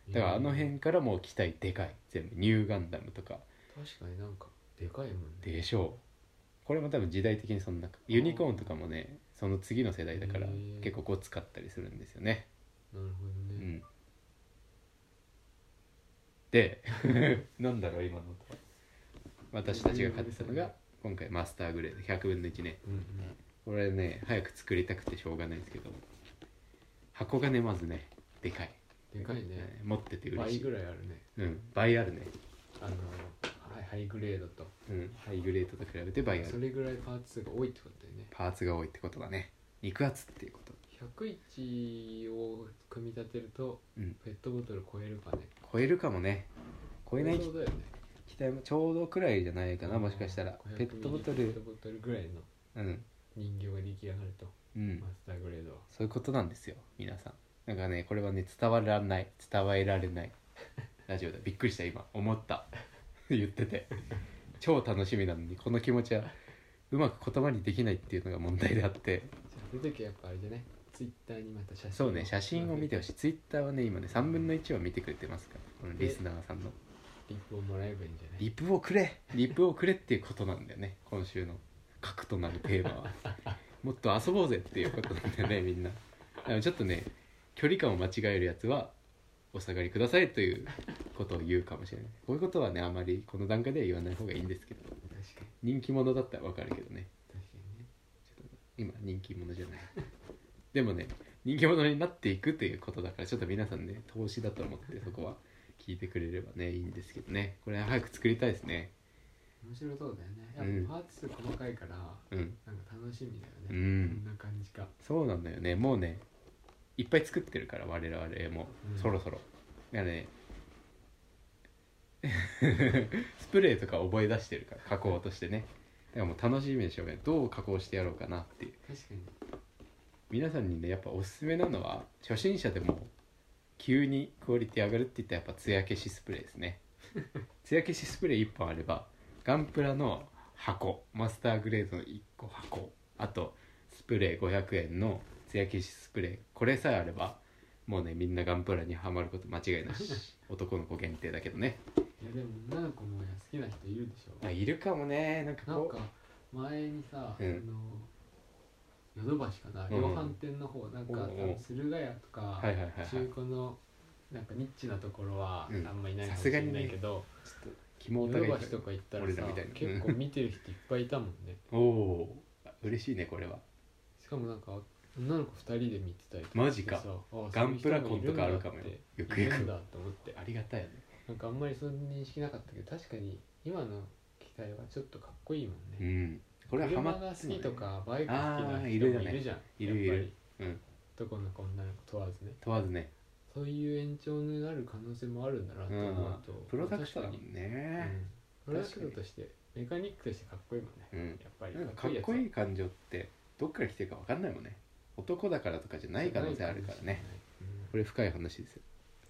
Speaker 1: うだからあの辺からもう期待でかい全部ニューガンダムとか
Speaker 2: 確かになんかでかいもんね
Speaker 1: でしょうこれも多分時代的にそんなユニコーンとかもねその次の世代だから
Speaker 2: へー
Speaker 1: 結構ごつかったりするんですよね
Speaker 2: なるほど
Speaker 1: う
Speaker 2: ね
Speaker 1: んで なんだろう今の音は私たちが買ってたのが今回マスターグレード100分の1ね
Speaker 2: うんうん
Speaker 1: これね早く作りたくてしょうがないんですけど箱がねまずねでかい
Speaker 2: でかいね
Speaker 1: 持ってて嬉し
Speaker 2: 倍
Speaker 1: い
Speaker 2: ぐらいあるね
Speaker 1: うん倍あるね
Speaker 2: あのハイハイグレードと
Speaker 1: うんハイグレードと比べて倍あ
Speaker 2: そ
Speaker 1: る
Speaker 2: れぐらいパーツ数が多いってことだよね
Speaker 1: パーツが多いってことだね肉厚っていうこと
Speaker 2: 101を組み立てると
Speaker 1: うん
Speaker 2: ペットボトル超えるかね
Speaker 1: 超えるかもね超えない
Speaker 2: ちょうどだよね
Speaker 1: 期待もちょうどくらいじゃないかなもしかしたら
Speaker 2: 500
Speaker 1: ペットボト
Speaker 2: ペット
Speaker 1: ル
Speaker 2: ボトルぐらいの
Speaker 1: うん
Speaker 2: 人形が出来上がると
Speaker 1: うん
Speaker 2: マスターグレードは
Speaker 1: そういうことなんですよ皆さんなんかねこれはね伝わらない伝えられないラジオだびっくりした今思った 言ってて超楽しみなのにこの気持ちはうまく言葉にできないっていうのが問題であって
Speaker 2: じゃあそういう時はやっぱあれじゃねツイッターにまた写真
Speaker 1: そうね写真を見てほ
Speaker 2: し
Speaker 1: しいツイッターはね今ね3分の1は見てくれてますからこのリスナーさんの
Speaker 2: リップをもらえばいいんじゃない
Speaker 1: リプをくれリプをくれっていうことなんだよね今週の核となるテーマはもっと遊ぼうぜっていうことなんだよねみんなだからちょっとね距離感を間違えるやつはお下がりくださいということを言うかもしれないこういうことはねあまりこの段階では言わない方がいいんですけど
Speaker 2: 確かに
Speaker 1: 人気者だったらわかるけどね
Speaker 2: 確かにね
Speaker 1: 今人気者じゃないでもね人気者になっていくということだからちょっと皆さんね投資だと思ってそこは聞いてくれればねいいんですけどねこれ早く作りたいですね
Speaker 2: 面白そうだよね
Speaker 1: う
Speaker 2: や
Speaker 1: ん
Speaker 2: っぱパーツ細かいから、
Speaker 1: うん
Speaker 2: なんか楽しみだよね、
Speaker 1: うん
Speaker 2: どんな感じか
Speaker 1: そうなんだよねもうねいっぱい作ってるから我々も
Speaker 2: うん
Speaker 1: そろそろだからね スプレーとか覚え出してるから加工としてねだからもう楽しみでしょうがないどう加工してやろうかなっていう
Speaker 2: 確かに
Speaker 1: 皆さんにねやっぱおすすめなのは初心者でも急にクオリティ上がるって言ったらやっぱ艶消しスプレーですね 艶消しスプレー1本あればガンプラの箱マスターグレードの1個箱あとスプレー500円の艶消しスプレーこれさえあればもうねみんなガンプラにはまること間違いな し男の子限定だけどね
Speaker 2: いやでも女の子も好きな人いるでしょ
Speaker 1: あいるかもねなんか
Speaker 2: なん
Speaker 1: こ
Speaker 2: か前にさ、
Speaker 1: うん
Speaker 2: あのヨドバシかな、
Speaker 1: うん
Speaker 2: 量販店の方なんか、
Speaker 1: うんうん
Speaker 2: 多分駿河屋とか、
Speaker 1: うはいはいはいはいちょっ
Speaker 2: 中古のなんかニッチなところは
Speaker 1: うん
Speaker 2: あんまいないかもしれないけど、
Speaker 1: と肝を
Speaker 2: ヨド
Speaker 1: 疑
Speaker 2: バ
Speaker 1: い
Speaker 2: シとか行ったら
Speaker 1: 俺
Speaker 2: さ
Speaker 1: らみたいな
Speaker 2: 結構見てる人いっぱいいたもんね
Speaker 1: おおー嬉しいねこれは
Speaker 2: しかもなんか女の子2人で見てたりとか
Speaker 1: マジか
Speaker 2: してさあ
Speaker 1: ガンプラコンとかあるかもよ
Speaker 2: そういう
Speaker 1: よ
Speaker 2: 人
Speaker 1: く
Speaker 2: もい
Speaker 1: よ
Speaker 2: るん
Speaker 1: く
Speaker 2: だって思って
Speaker 1: ありがたいよね
Speaker 2: なんかあんまりその認識なかったけど確かに今の機体はちょっとかっこいいもんね、
Speaker 1: うん、これはハ
Speaker 2: 車
Speaker 1: マ
Speaker 2: が
Speaker 1: っ
Speaker 2: 好
Speaker 1: てんのね
Speaker 2: きとかバイク好きな人もいるじゃん、
Speaker 1: いるねいるい
Speaker 2: やっ
Speaker 1: る
Speaker 2: ぱり
Speaker 1: うん
Speaker 2: 男の子女の子問わずね
Speaker 1: 問わずね
Speaker 2: そういう延長になる可能性もあるんだなと思うと、
Speaker 1: プロダクトだも
Speaker 2: 確
Speaker 1: ん
Speaker 2: かに
Speaker 1: ね、
Speaker 2: うん、プロダクトとしてメカニックとしてかっこいいもんね、
Speaker 1: うん
Speaker 2: やっぱり
Speaker 1: なんかかっこい
Speaker 2: い
Speaker 1: い感情ってどっから来てるか分かんないもんね男だからとかじゃ
Speaker 2: やつは
Speaker 1: ない可能性あるからね、これ深い話ですよ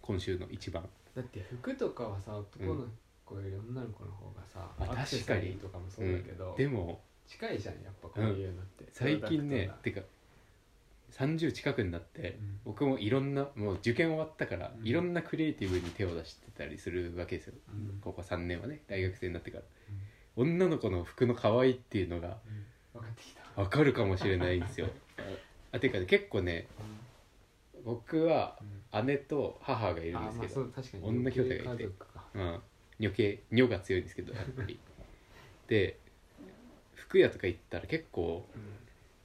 Speaker 1: 今週の一番
Speaker 2: うんだって服とかはさ男の子より女の子の方がさ、
Speaker 1: あ
Speaker 2: アクセサリーとかもそうだけど、
Speaker 1: でも
Speaker 2: 近いじゃんやっぱこういうのって、
Speaker 1: 最近ね
Speaker 2: プ
Speaker 1: てか30近くになって、
Speaker 2: うん
Speaker 1: 僕もいろんなもう受験終わったから、
Speaker 2: うん
Speaker 1: いろんなクリエイティブに手を出してたりするわけですよ、
Speaker 2: うん
Speaker 1: ここ3年はね大学生になってから、女の子の服の可愛いっていうのが
Speaker 2: ロダクトが、うん分かってきた、
Speaker 1: わかるかもしれないんです よあてかね結構ね僕は
Speaker 2: うん
Speaker 1: 姉と母がいるん
Speaker 2: あ
Speaker 1: です
Speaker 2: ま
Speaker 1: け
Speaker 2: あそ
Speaker 1: ど
Speaker 2: う確かに
Speaker 1: 女兄弟がいて
Speaker 2: 家族か
Speaker 1: うん女系女が強いんですけどやっぱ りで服屋とか行ったら結構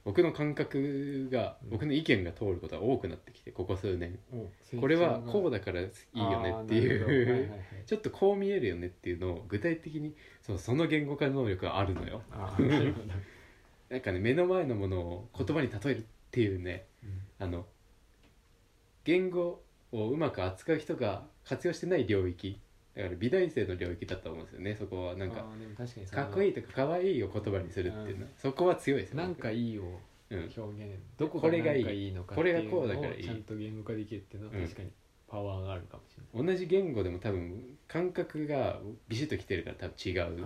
Speaker 1: 僕の感覚が、
Speaker 2: うん
Speaker 1: 僕の意見が通ることが多くなってきてここ数年
Speaker 2: うん
Speaker 1: これはこうだからいいよねっていう、
Speaker 2: あーなるほどはいはいはい
Speaker 1: ちょっとこう見えるよねっていうのを具体的にそうその言語化能力があるのよ
Speaker 2: あーなるほど
Speaker 1: なんかね目の前のものを言葉に例えるっていうねあの言語をうまく扱う人が活用してない領域だから美大生の領域だと思うんですよねそこは なんか
Speaker 2: あーでも確かにその
Speaker 1: かっこいいとかかわいいを言葉にするっていうのはそこは強いですよ
Speaker 2: なんかいいを
Speaker 1: うん
Speaker 2: 表現どこ
Speaker 1: こ
Speaker 2: がな
Speaker 1: れ
Speaker 2: ん
Speaker 1: が
Speaker 2: か
Speaker 1: いい
Speaker 2: いいのか
Speaker 1: これが
Speaker 2: ってい
Speaker 1: こうだ
Speaker 2: のを
Speaker 1: からいい
Speaker 2: ちゃんと言語化できるっていうのは
Speaker 1: うん
Speaker 2: 確かにパワーがあるかもしれない
Speaker 1: 同じ言語でも多分感覚がビシッときてるから多分違う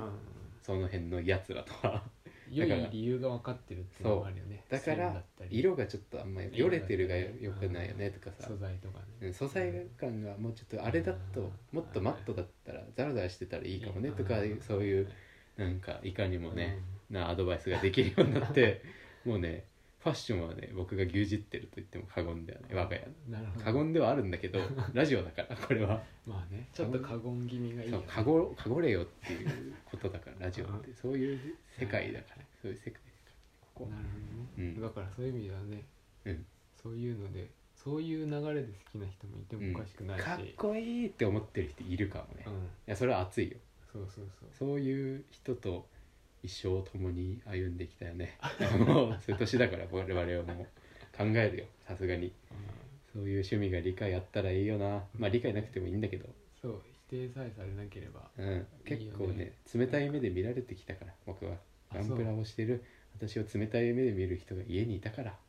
Speaker 1: その辺のやつらと は
Speaker 2: 良
Speaker 1: だから
Speaker 2: い理由が分かってるっていうのもあるよね
Speaker 1: だか
Speaker 2: 線
Speaker 1: ら
Speaker 2: ったり
Speaker 1: 色がちょっとあんまりよれてるがよくないよねとかさ
Speaker 2: 素材とか
Speaker 1: う
Speaker 2: ね
Speaker 1: ん素材感がもうちょっとあれだ
Speaker 2: うん
Speaker 1: ともっとマットだったらザラザラしてたらいいかもねとか
Speaker 2: ん
Speaker 1: そういうなんかいかにもねなアドバイスができるようになって もうねファッションはね僕が牛耳ってると言っても過言ではない我が家の
Speaker 2: なるほど
Speaker 1: 過言ではあるんだけ どラジオだからこれは
Speaker 2: まあねちょっと過言気味がいい
Speaker 1: そう
Speaker 2: よね
Speaker 1: かごかごれよっていうことだからラジオってそういう世界だからそういう世界だからここ
Speaker 2: なるほどね、
Speaker 1: うん
Speaker 2: だからそういう意味ではね、
Speaker 1: うん
Speaker 2: そういうのでそういう流れで好きな人もいてもおかしくないし、うん、
Speaker 1: かっこいいって思ってる人いるかもねいやそれは熱いよ
Speaker 2: そうそうそう
Speaker 1: そういう人と一生を共に歩んできたよね もうそういう年だから我々はもう考えるよさすがにそういう趣味が理解あったらいいよなまあ理解なくてもいいんだけど
Speaker 2: そう否定さえされなければ
Speaker 1: うん、結構
Speaker 2: いいよ
Speaker 1: ね冷たい目で見られてきたから僕は
Speaker 2: あ
Speaker 1: ガンプラをしてる私を冷たい目で見る人が家にいたから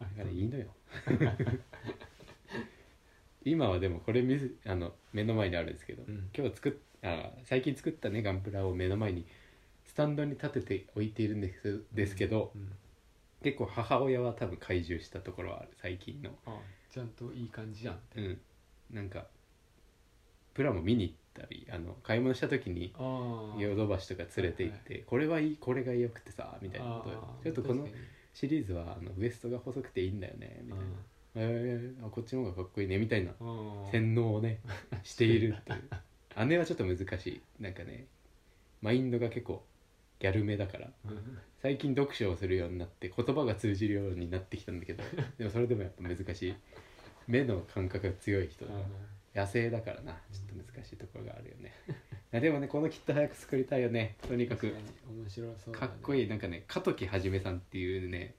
Speaker 2: あ
Speaker 1: だからいいのよ 今はでもこれ見ずあの目の前にあるんですけど、
Speaker 2: うん
Speaker 1: 今日作っあ最近作ったねガンプラを目の前にスタンドに立てて置いているんですですけど、
Speaker 2: うん
Speaker 1: 結構母親は多分懐柔したところはある最近の
Speaker 2: あちゃんといい感じじゃんって、
Speaker 1: うんなんかプラも見に行ったりあの買い物した時に
Speaker 2: ああ
Speaker 1: ヨドバシとか連れて行って、これはいいこれが良くてさみたいなことを
Speaker 2: あー
Speaker 1: ちょっとこの
Speaker 2: 確かに
Speaker 1: シリーズはあのウエストが細くていいんだよねみたいな、えー、あこっちの方がかっこいいねみたいな洗脳をねしているっていう姉はちょっと難しいなんかねマインドが結構ギャルめだから最近読書をするようになって言葉が通じるようになってきたんだけどでもそれでもやっぱ難しい目の感覚が強い人だな野生だからなちょっと難しいところがあるよね いやでもねこのキット早く作りたいよねとにかく
Speaker 2: 面白そう
Speaker 1: かっこいい
Speaker 2: い
Speaker 1: なんかね加時はじめさんっていうね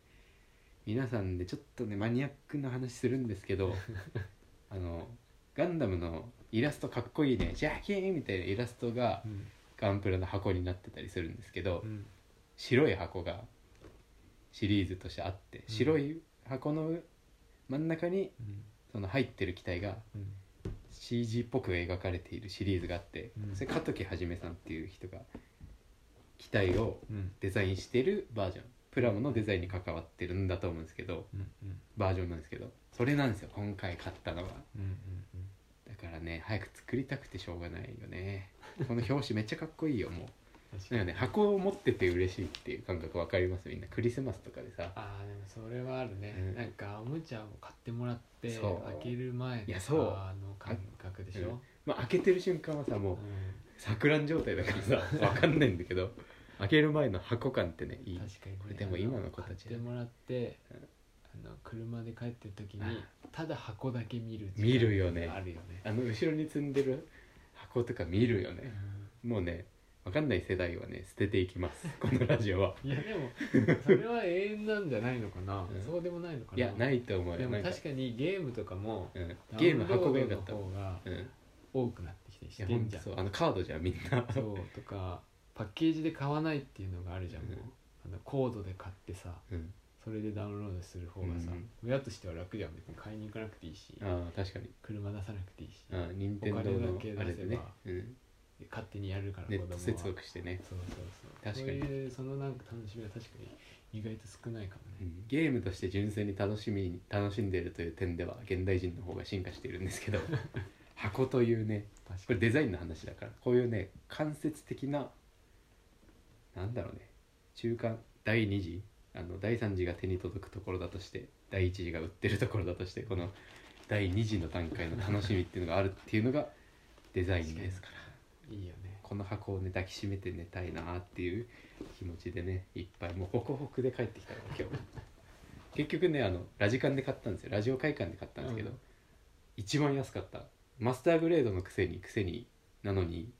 Speaker 1: 皆さんでちょっとねマニアックな話するんですけどあのガンダムのイラストかっこいいねジャーキーンみたいなイラストが
Speaker 2: うん
Speaker 1: ガンプラの箱になってたりするんですけど、
Speaker 2: うん
Speaker 1: 白い箱がシリーズとしてあって、白い箱の真ん中に
Speaker 2: うん
Speaker 1: その入ってる機体が CG っぽく描かれているシリーズがあって、
Speaker 2: うん
Speaker 1: それ加時はじめさんっていう人が機体を
Speaker 2: うん
Speaker 1: デザインしてるバージョンプラモのデザインに関わってるんだと思うんですけど
Speaker 2: うんうん
Speaker 1: バージョンなんですけどそれなんですよ今回買ったのは
Speaker 2: うんうんうん
Speaker 1: だからね早く作りたくてしょうがないよねこの表紙めっちゃかっこいいよも
Speaker 2: 確
Speaker 1: う
Speaker 2: か
Speaker 1: なん
Speaker 2: に
Speaker 1: かね箱を持ってて嬉しいっていう感覚わかりますみんなクリスマスとかでさ
Speaker 2: ああでもそれはあるね、
Speaker 1: うん
Speaker 2: なんかおもちゃを買ってもらって開
Speaker 1: そう
Speaker 2: ける前
Speaker 1: いや
Speaker 2: と
Speaker 1: そう
Speaker 2: かの感覚でしょ、
Speaker 1: まあ開けてる瞬間はさもう錯乱状態だからさわかんないんだけど開ける前の箱感ってねい
Speaker 2: うん
Speaker 1: い
Speaker 2: 確かに、ね、
Speaker 1: これでも今の子た
Speaker 2: 買っ
Speaker 1: ちだね
Speaker 2: てもらって、あの車で帰ってる時にただ箱だけ見る時間
Speaker 1: 見るよね
Speaker 2: あるよね、
Speaker 1: あの後ろに積んでる箱とか見るよ
Speaker 2: う
Speaker 1: ね
Speaker 2: ん
Speaker 1: もうねわかんない世代はね捨てていき ますこのラジオはい
Speaker 2: やでもそれは永遠なんじゃないのかな、
Speaker 1: うん
Speaker 2: そうでもないのかない
Speaker 1: やないと思う
Speaker 2: で
Speaker 1: よ
Speaker 2: も
Speaker 1: なんか
Speaker 2: 確かにゲームとかも
Speaker 1: うん、ゲーム箱が良かった
Speaker 2: ダウンロードの方が
Speaker 1: うん、い
Speaker 2: 多くなってきてし
Speaker 1: や
Speaker 2: て
Speaker 1: ほ
Speaker 2: ん
Speaker 1: ん
Speaker 2: じ
Speaker 1: と
Speaker 2: ゃん
Speaker 1: そうあのカードじゃんみんな
Speaker 2: そうとかパッケージで買わないっていうのがあるじゃん、もう
Speaker 1: うん
Speaker 2: あのコードで買ってさ
Speaker 1: うん、
Speaker 2: それでダウンロードする方がさ、
Speaker 1: うん
Speaker 2: 親としては楽じゃん別に買いに行かなくていいし
Speaker 1: ああ確かに
Speaker 2: 車出さなくていいし、
Speaker 1: ああ任天堂
Speaker 2: お金だけ出せ
Speaker 1: の
Speaker 2: ば
Speaker 1: あれでね、うん、
Speaker 2: で勝手にやるから
Speaker 1: ネ
Speaker 2: 子
Speaker 1: ッ
Speaker 2: 供
Speaker 1: ト
Speaker 2: は
Speaker 1: 接続してね、
Speaker 2: そうそうそう
Speaker 1: 確かに
Speaker 2: そういうそのなんか楽しみは確かに意外と少ないかも
Speaker 1: う
Speaker 2: ね、
Speaker 1: ん、ゲームとして純粋に楽しみに楽しんでいるという点では現代人の方が進化しているんです けど箱というね
Speaker 2: 確
Speaker 1: こ
Speaker 2: か
Speaker 1: れ
Speaker 2: に
Speaker 1: デザインの話だからこういうね間接的ななんだろうね中間第2次あの第3次が手に届くところだとして第1次が売ってるところだとしてこの第2次の段階の楽しみっていうのがあるっていうのがデザインですから
Speaker 2: いいよね
Speaker 1: この箱をね抱きしめて寝たいなっていう気持ちでねいっぱいもうホクホクで帰ってきたの今日 結局ねあのラジカンで買ったんですよラジオ会館で買ったんですけど、
Speaker 2: うん
Speaker 1: 一番安かったマスターグレードのくせにくせになのに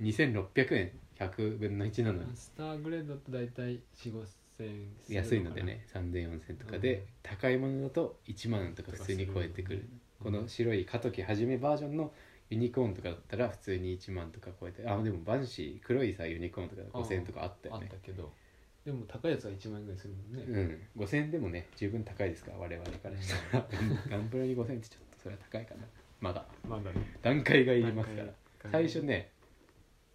Speaker 1: 2600円100分の1なのに
Speaker 2: マスターグレードだと大体4 5千円するかな
Speaker 1: 安いのでね30004000とかで、
Speaker 2: うん
Speaker 1: 高いものだと1万とか普通に超えてくるこの白い加時はじめバージョンのユニコーンとかだったら普通に1万とか超えてあでもバンシー黒いさユニコーンとか5000円とかあった
Speaker 2: あ
Speaker 1: よ
Speaker 2: っ
Speaker 1: ね
Speaker 2: たけどでも高いやつは1万円ぐらいするもんね、
Speaker 1: うん5000円でもね十分高いですから我々からしたらガンプラに5000円ってちょっとそれは高いかなまだ
Speaker 2: まだね
Speaker 1: 段階がいりますから
Speaker 2: 段階
Speaker 1: 最初ね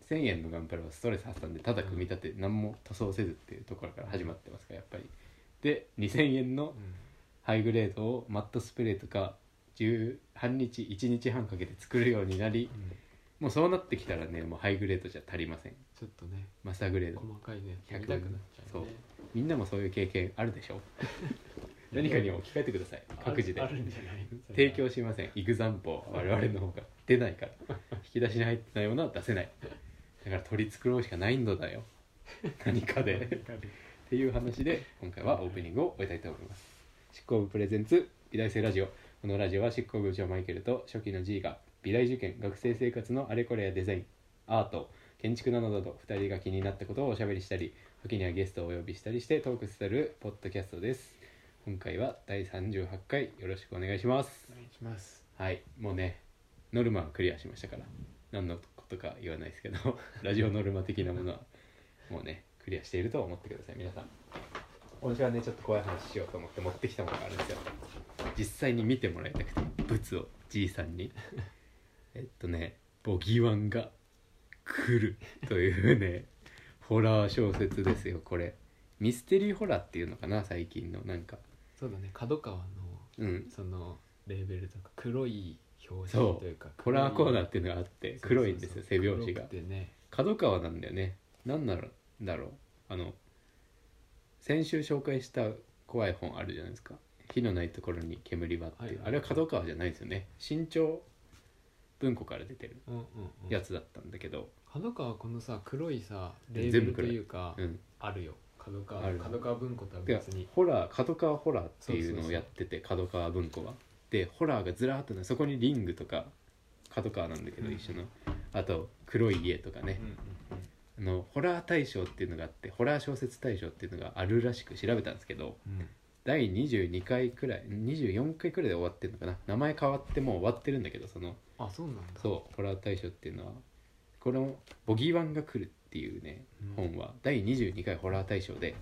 Speaker 1: 1000円のガンプラをストレス挟んでただ組み立て何も塗装せずっていうところから始まってますからやっぱりで2000円の
Speaker 2: うん
Speaker 1: ハイグレードをマットスプレーとか10半日1日半かけて作るようになり
Speaker 2: うん
Speaker 1: もうそうなってきたらねもうハイグレードじゃ足りません
Speaker 2: ちょっとね
Speaker 1: マスターグレード
Speaker 2: 細かいね
Speaker 1: 100
Speaker 2: 見たくなっちゃうね
Speaker 1: みんなもそういう経験あるで しょ何かに置き換えてください各自で
Speaker 2: あるあるんじゃない
Speaker 1: 提供しませんイグザンポを我々の方が出ないから引き出しに入ってないものは出せないだから取り繕うしかないのだよ何かでっていう話で今回はオープニングを終えたいと思います執行部プレゼンツ美大生ラジオこのラジオは執行部長マイケルと初期の G が美大受験学生生活のあれこれやデザインアート建築などなど2人が気になったことをおしゃべりしたり時にはゲストをお呼びしたりしてトークするポッドキャストです今回は第38回よろしくお願いします
Speaker 2: お願いします
Speaker 1: はいもうねノルマはクリアしましたから何のことか言わないですけど ラジオノルマ的なものはもうねクリアしていると思ってください皆さん私はねちょっと怖い話しようと思って持ってきたものがあるんですよ実際に見てもらいたくて物をじいさん にえっとね「ボギワンが来る」というねホラー小説ですよこれミステリーホラーっていうのかな最近のなんか
Speaker 2: そうだね角川の
Speaker 1: うん
Speaker 2: そのレーベルとか黒い表
Speaker 1: そう
Speaker 2: 紙というか
Speaker 1: ホラーコーナー
Speaker 2: っ
Speaker 1: っていうのがあって黒いんですよ背表紙が
Speaker 2: でね
Speaker 1: 角川なんだよね何なんだろうあの先週紹介した怖い本あるじゃないですか火のないところに煙はって、
Speaker 2: はいはいはい
Speaker 1: あれは角川じゃないですよね新潮文庫から出てる
Speaker 2: うんうんうん
Speaker 1: やつだったんだけど、
Speaker 2: 角川はこのさ黒いさレーベ
Speaker 1: 全部
Speaker 2: ルと
Speaker 1: 黒い
Speaker 2: いうか、
Speaker 1: うん、
Speaker 2: あるよ角
Speaker 1: あ
Speaker 2: 川
Speaker 1: る
Speaker 2: 角川文庫とは
Speaker 1: で
Speaker 2: 別に
Speaker 1: ホラー角川ホラーっていうのをやってて角川文庫はでホラーがずらーっとねそこにリングとか角川なんだけど
Speaker 2: うん
Speaker 1: 一緒の、あと「黒い家」とかね
Speaker 2: うん、うん
Speaker 1: あのホラー大賞っていうのがあってホラー小説大賞っていうのがあるらしく調べたんですけど
Speaker 2: うんうん
Speaker 1: 第22回くらい24回くらいで終わってるのかな名前変わってもう終わってるんだけどその
Speaker 2: あそうなんだ
Speaker 1: そうホラー大賞っていうのはこの「ボギーワンが来る」っていうね
Speaker 2: うん
Speaker 1: 本は第22回ホラー大賞で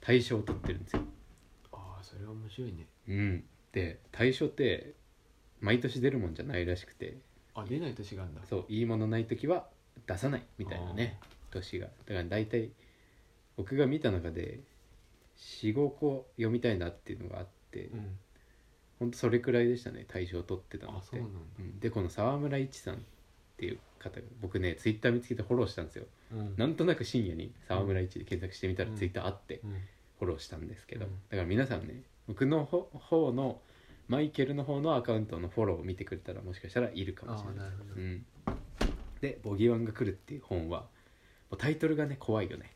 Speaker 1: 大賞を取ってるんですよ
Speaker 2: ああそれは面白いね
Speaker 1: うん、で大賞って毎年出るもんじゃないらしくて
Speaker 2: あ出ない年があるんだ
Speaker 1: そういいものない時は出さないみたいなね年がだから大体僕が見た中で45個読みたいなっていうのがあって、
Speaker 2: うん
Speaker 1: ほんとそれくらいでしたね大賞取ってたの
Speaker 2: あ
Speaker 1: っ
Speaker 2: そ
Speaker 1: て
Speaker 2: うなんだ
Speaker 1: うんでこの沢村一さんっていう方が僕ねツイッター見つけてフォローしたんですよ
Speaker 2: うん
Speaker 1: なんとなく深夜に沢村一で検索してみたら
Speaker 2: うん
Speaker 1: ツイッターあって、
Speaker 2: うん
Speaker 1: フォローしたんですけど、
Speaker 2: うん
Speaker 1: だから皆さんね僕のほ方のマイケルの方のアカウントのフォローを見てくれたらもしかしたらいるかもし
Speaker 2: ああ
Speaker 1: れない、
Speaker 2: なるほど、
Speaker 1: うん、で「ボギーワンが来る」っていう本はもうタイトルがね怖いよね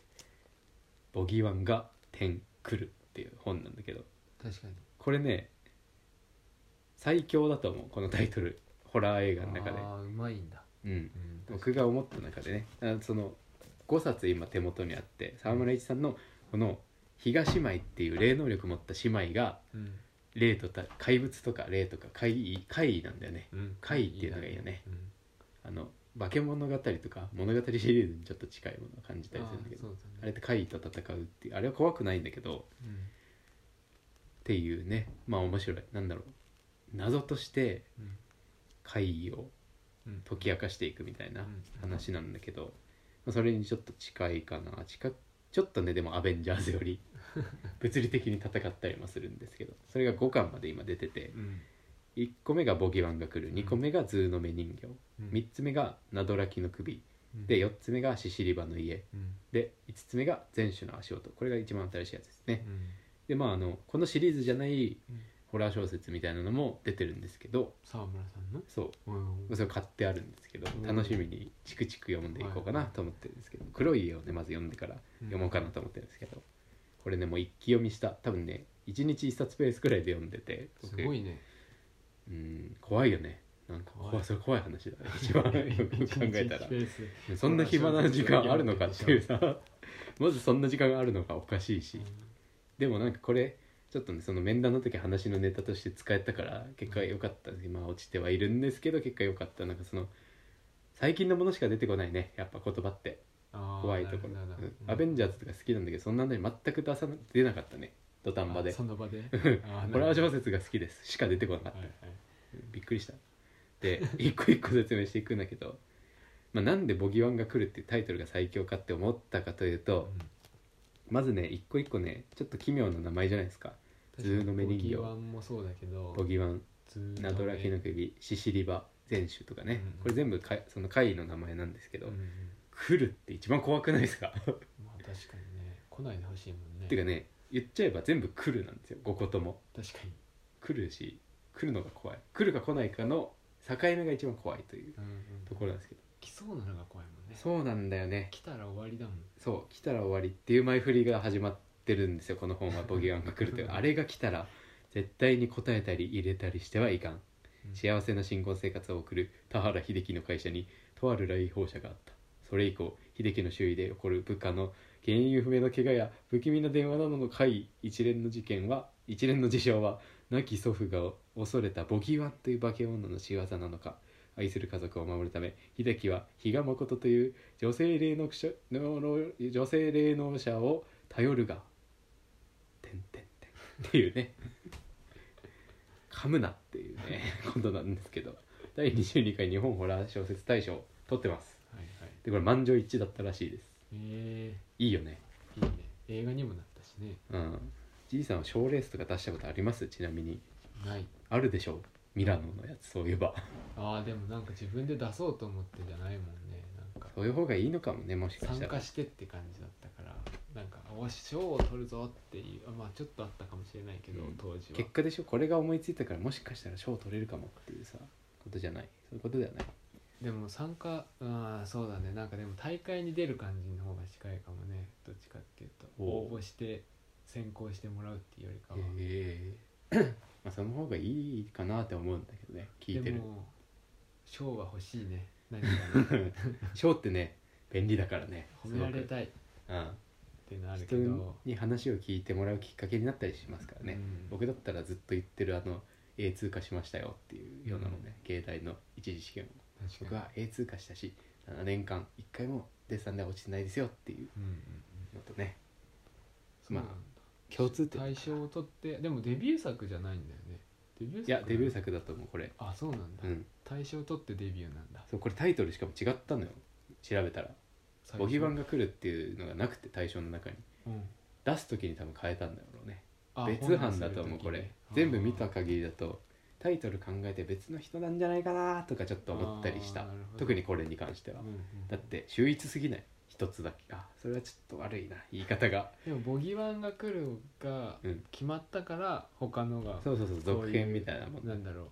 Speaker 1: 「ボギーワンが点来る」っていう本なんだけど
Speaker 2: 確かに
Speaker 1: これね最強だと思うこのタイトルホラー映画の中で
Speaker 2: ああうまいんだ
Speaker 1: うん
Speaker 2: うん
Speaker 1: 僕が思った中でねあその5冊今手元にあって沢村一さんのこの東姉妹っていう霊能力持った姉妹が
Speaker 2: うん
Speaker 1: 霊とた怪物とか霊とか怪異怪異なんだよね
Speaker 2: うん
Speaker 1: 怪異っていうのがいいよね
Speaker 2: うん
Speaker 1: あの化け物語とか物語シリーズにちょっと近いものを感じたりするんだけど
Speaker 2: あ
Speaker 1: あ,、
Speaker 2: ーそうだ
Speaker 1: れ
Speaker 2: ね
Speaker 1: って怪異と戦うっていうあれは怖くないんだけど
Speaker 2: うん
Speaker 1: っていうねまあ面白いなんだろう謎として
Speaker 2: うん
Speaker 1: 怪異を
Speaker 2: うん
Speaker 1: 解き明かしていくみたいな
Speaker 2: うん
Speaker 1: 話なんだけど、まあそれにちょっと近いかな近ちょっとねでも「アベンジャーズ」よ り物理的に戦ったりもするんですけどそれが5巻まで今出てて
Speaker 2: うん
Speaker 1: 1個目が「ボギワンが来る」
Speaker 2: ん
Speaker 1: 2個目が「ズーの目人形」
Speaker 2: うん
Speaker 1: 3つ目が「などらきの首」で4つ目が「シシリバの家
Speaker 2: うん」
Speaker 1: で5つ目が「前種の足音」これが一番新しいやつです
Speaker 2: う
Speaker 1: ね。
Speaker 2: ん
Speaker 1: でまああのこのシリーズじゃない
Speaker 2: うん
Speaker 1: ホラー小説みたいなのも出てるんですけど
Speaker 2: 沢村さんの
Speaker 1: そう
Speaker 2: うん
Speaker 1: それを買ってあるんですけど、
Speaker 2: うん
Speaker 1: 楽しみにチクチク読んでいこうかなと思ってるんですけど、黒い家をねまず読んでから読もうかなと思ってるんですけど、これねもう一気読みした多分ね一日一冊ペースくらいで読んでて
Speaker 2: すごいね
Speaker 1: うん怖いよねなんか怖
Speaker 2: 怖
Speaker 1: い
Speaker 2: い
Speaker 1: それ怖い話 だね一番よく考えた
Speaker 2: 一日一
Speaker 1: ら
Speaker 2: ペース
Speaker 1: そんな暇な時間あるのかっていうさ まずそんな時間があるのがおかしいし、でもなんかこれちょっとねその面談の時話のネタとして使えたから結果良かったんですまあ落ちてはいるんですけど結果良かったなんかその最近のものしか出てこないねやっぱ言葉って怖いところうんアベンジャーズとか好きなんだけどそんなんのに全く出さな出なかったね土
Speaker 2: ャ
Speaker 1: 壇場で
Speaker 2: そ
Speaker 1: こ
Speaker 2: の 場で
Speaker 1: れは小
Speaker 2: はい
Speaker 1: 説が好きですしか出てこなかった、
Speaker 2: はい
Speaker 1: びっくりしたで 一個一個説明していくんだけど、まあ、なんで「ボギワンが来る」っていうタイトルが最強かって思ったかというとまずね一個一個ねちょっと奇妙な名前じゃないですかズーの目人形
Speaker 2: ボギワンもそうだけど
Speaker 1: ボギワン
Speaker 2: ズーの目
Speaker 1: ナドラキの首シシリバ全種とかね、
Speaker 2: うん
Speaker 1: これ全部かその怪異の名前なんですけど、
Speaker 2: うん
Speaker 1: 来るって一番怖くないです か
Speaker 2: まあ確かにね来ないでほしいもんね
Speaker 1: ていうかね言っちゃえば全部来るなんですよ5個とも
Speaker 2: 確かに
Speaker 1: 来るし来るのが怖い来るか来ないかの境目が一番怖いという
Speaker 2: うんうん
Speaker 1: ところなんですけど、
Speaker 2: 来そうなのが怖いもんね
Speaker 1: そうなんだよね
Speaker 2: 来たら終わりだもん
Speaker 1: そう来たら終わりっていう前振りが始まってるんですよこの本は「ボギワンが来る」と いうあれが来たら絶対に答えたり入れたりしてはいかん幸せな新婚生活を送る田原秀樹の会社にとある来訪者があったそれ以降秀樹の周囲で起こる部下の原因不明の怪我や不気味な電話などの怪異一連の事件は一連の事象は亡き祖父が恐れたボギワンという化け物の仕業なのか愛する家族を守るため秀樹は比嘉誠という女性霊能者の女性霊能者を頼るが「てんてんてん」っていうね噛むなっていうね ことなんですけど第22回日本ホラー小説大賞取ってます
Speaker 2: はいはい
Speaker 1: でこれ満場一致だったらしいです
Speaker 2: え
Speaker 1: いいよね
Speaker 2: ーいいね映画にもなったしね
Speaker 1: うんじいさんは賞レースとか出したことありますちなみに
Speaker 2: ない
Speaker 1: あるでしょうミラノのやつそういえば
Speaker 2: あーでもなんか自分で出そうと思ってじゃないもんねなんか
Speaker 1: そういう方がいいのかもねもしか
Speaker 2: 参
Speaker 1: したら
Speaker 2: 加してって感じだったからなんか「お賞を取るぞ」っていうあまあちょっとあったかもしれないけど、
Speaker 1: うん
Speaker 2: 当時は
Speaker 1: 結果でしょこれが思いついたからもしかしたら賞取れるかもっていうさことじゃないそういうことではない
Speaker 2: でも参加ああそうだねなんかでも大会に出る感じの方が近いかもねどっちかっていうと
Speaker 1: おう
Speaker 2: 応募して選考してもらうっていうよりかは、
Speaker 1: ええ まあその方がいいかなって思うんだけどね聞いて
Speaker 2: で
Speaker 1: る
Speaker 2: も賞は欲しい ね何かね
Speaker 1: 賞ってね便利だからね
Speaker 2: 褒められたいっ
Speaker 1: すごくうん
Speaker 2: ていうのはあるけ
Speaker 1: 人
Speaker 2: ど
Speaker 1: に話を聞いてもらうきっかけになったりしますからね、
Speaker 2: うん
Speaker 1: 僕だったらずっと言ってるあの A 通過しましたよっていうようなのね、携帯の一次試験を
Speaker 2: 確
Speaker 1: 僕
Speaker 2: かに
Speaker 1: は A 通過したし7年間1回もデッサンでは落ちてないですよっていう
Speaker 2: うんうんうん
Speaker 1: のとね
Speaker 2: そうなんだ
Speaker 1: ま共通点
Speaker 2: 大賞を取ってでもデビュー作じゃないんだよねデビュー
Speaker 1: いやデビュー
Speaker 2: 作
Speaker 1: 作だと思うこれ
Speaker 2: あそうなんだ、
Speaker 1: うん
Speaker 2: 大賞取ってデビューなんだ
Speaker 1: そうこれタイトルしかも違ったのよ調べたら「ボギバンが来る」っていうのがなくて対象の中に
Speaker 2: うん
Speaker 1: 出す時に多分変えたんだろうね
Speaker 2: あ
Speaker 1: 別班だと思うこれ全部見た限りだとタイトル考えて別の人なんじゃないかなとかちょっと思ったりし
Speaker 2: あ
Speaker 1: た
Speaker 2: ーなるほど
Speaker 1: 特にこれに関しては、
Speaker 2: うんうん
Speaker 1: だって秀逸すぎない一つだけあそれはちょっと悪いな言い方が
Speaker 2: でも「ボギワンが来る」が
Speaker 1: うん
Speaker 2: 決まったから他のが
Speaker 1: そうそうそう
Speaker 2: そういう
Speaker 1: 続編みたいなもん
Speaker 2: なんだろう、
Speaker 1: うん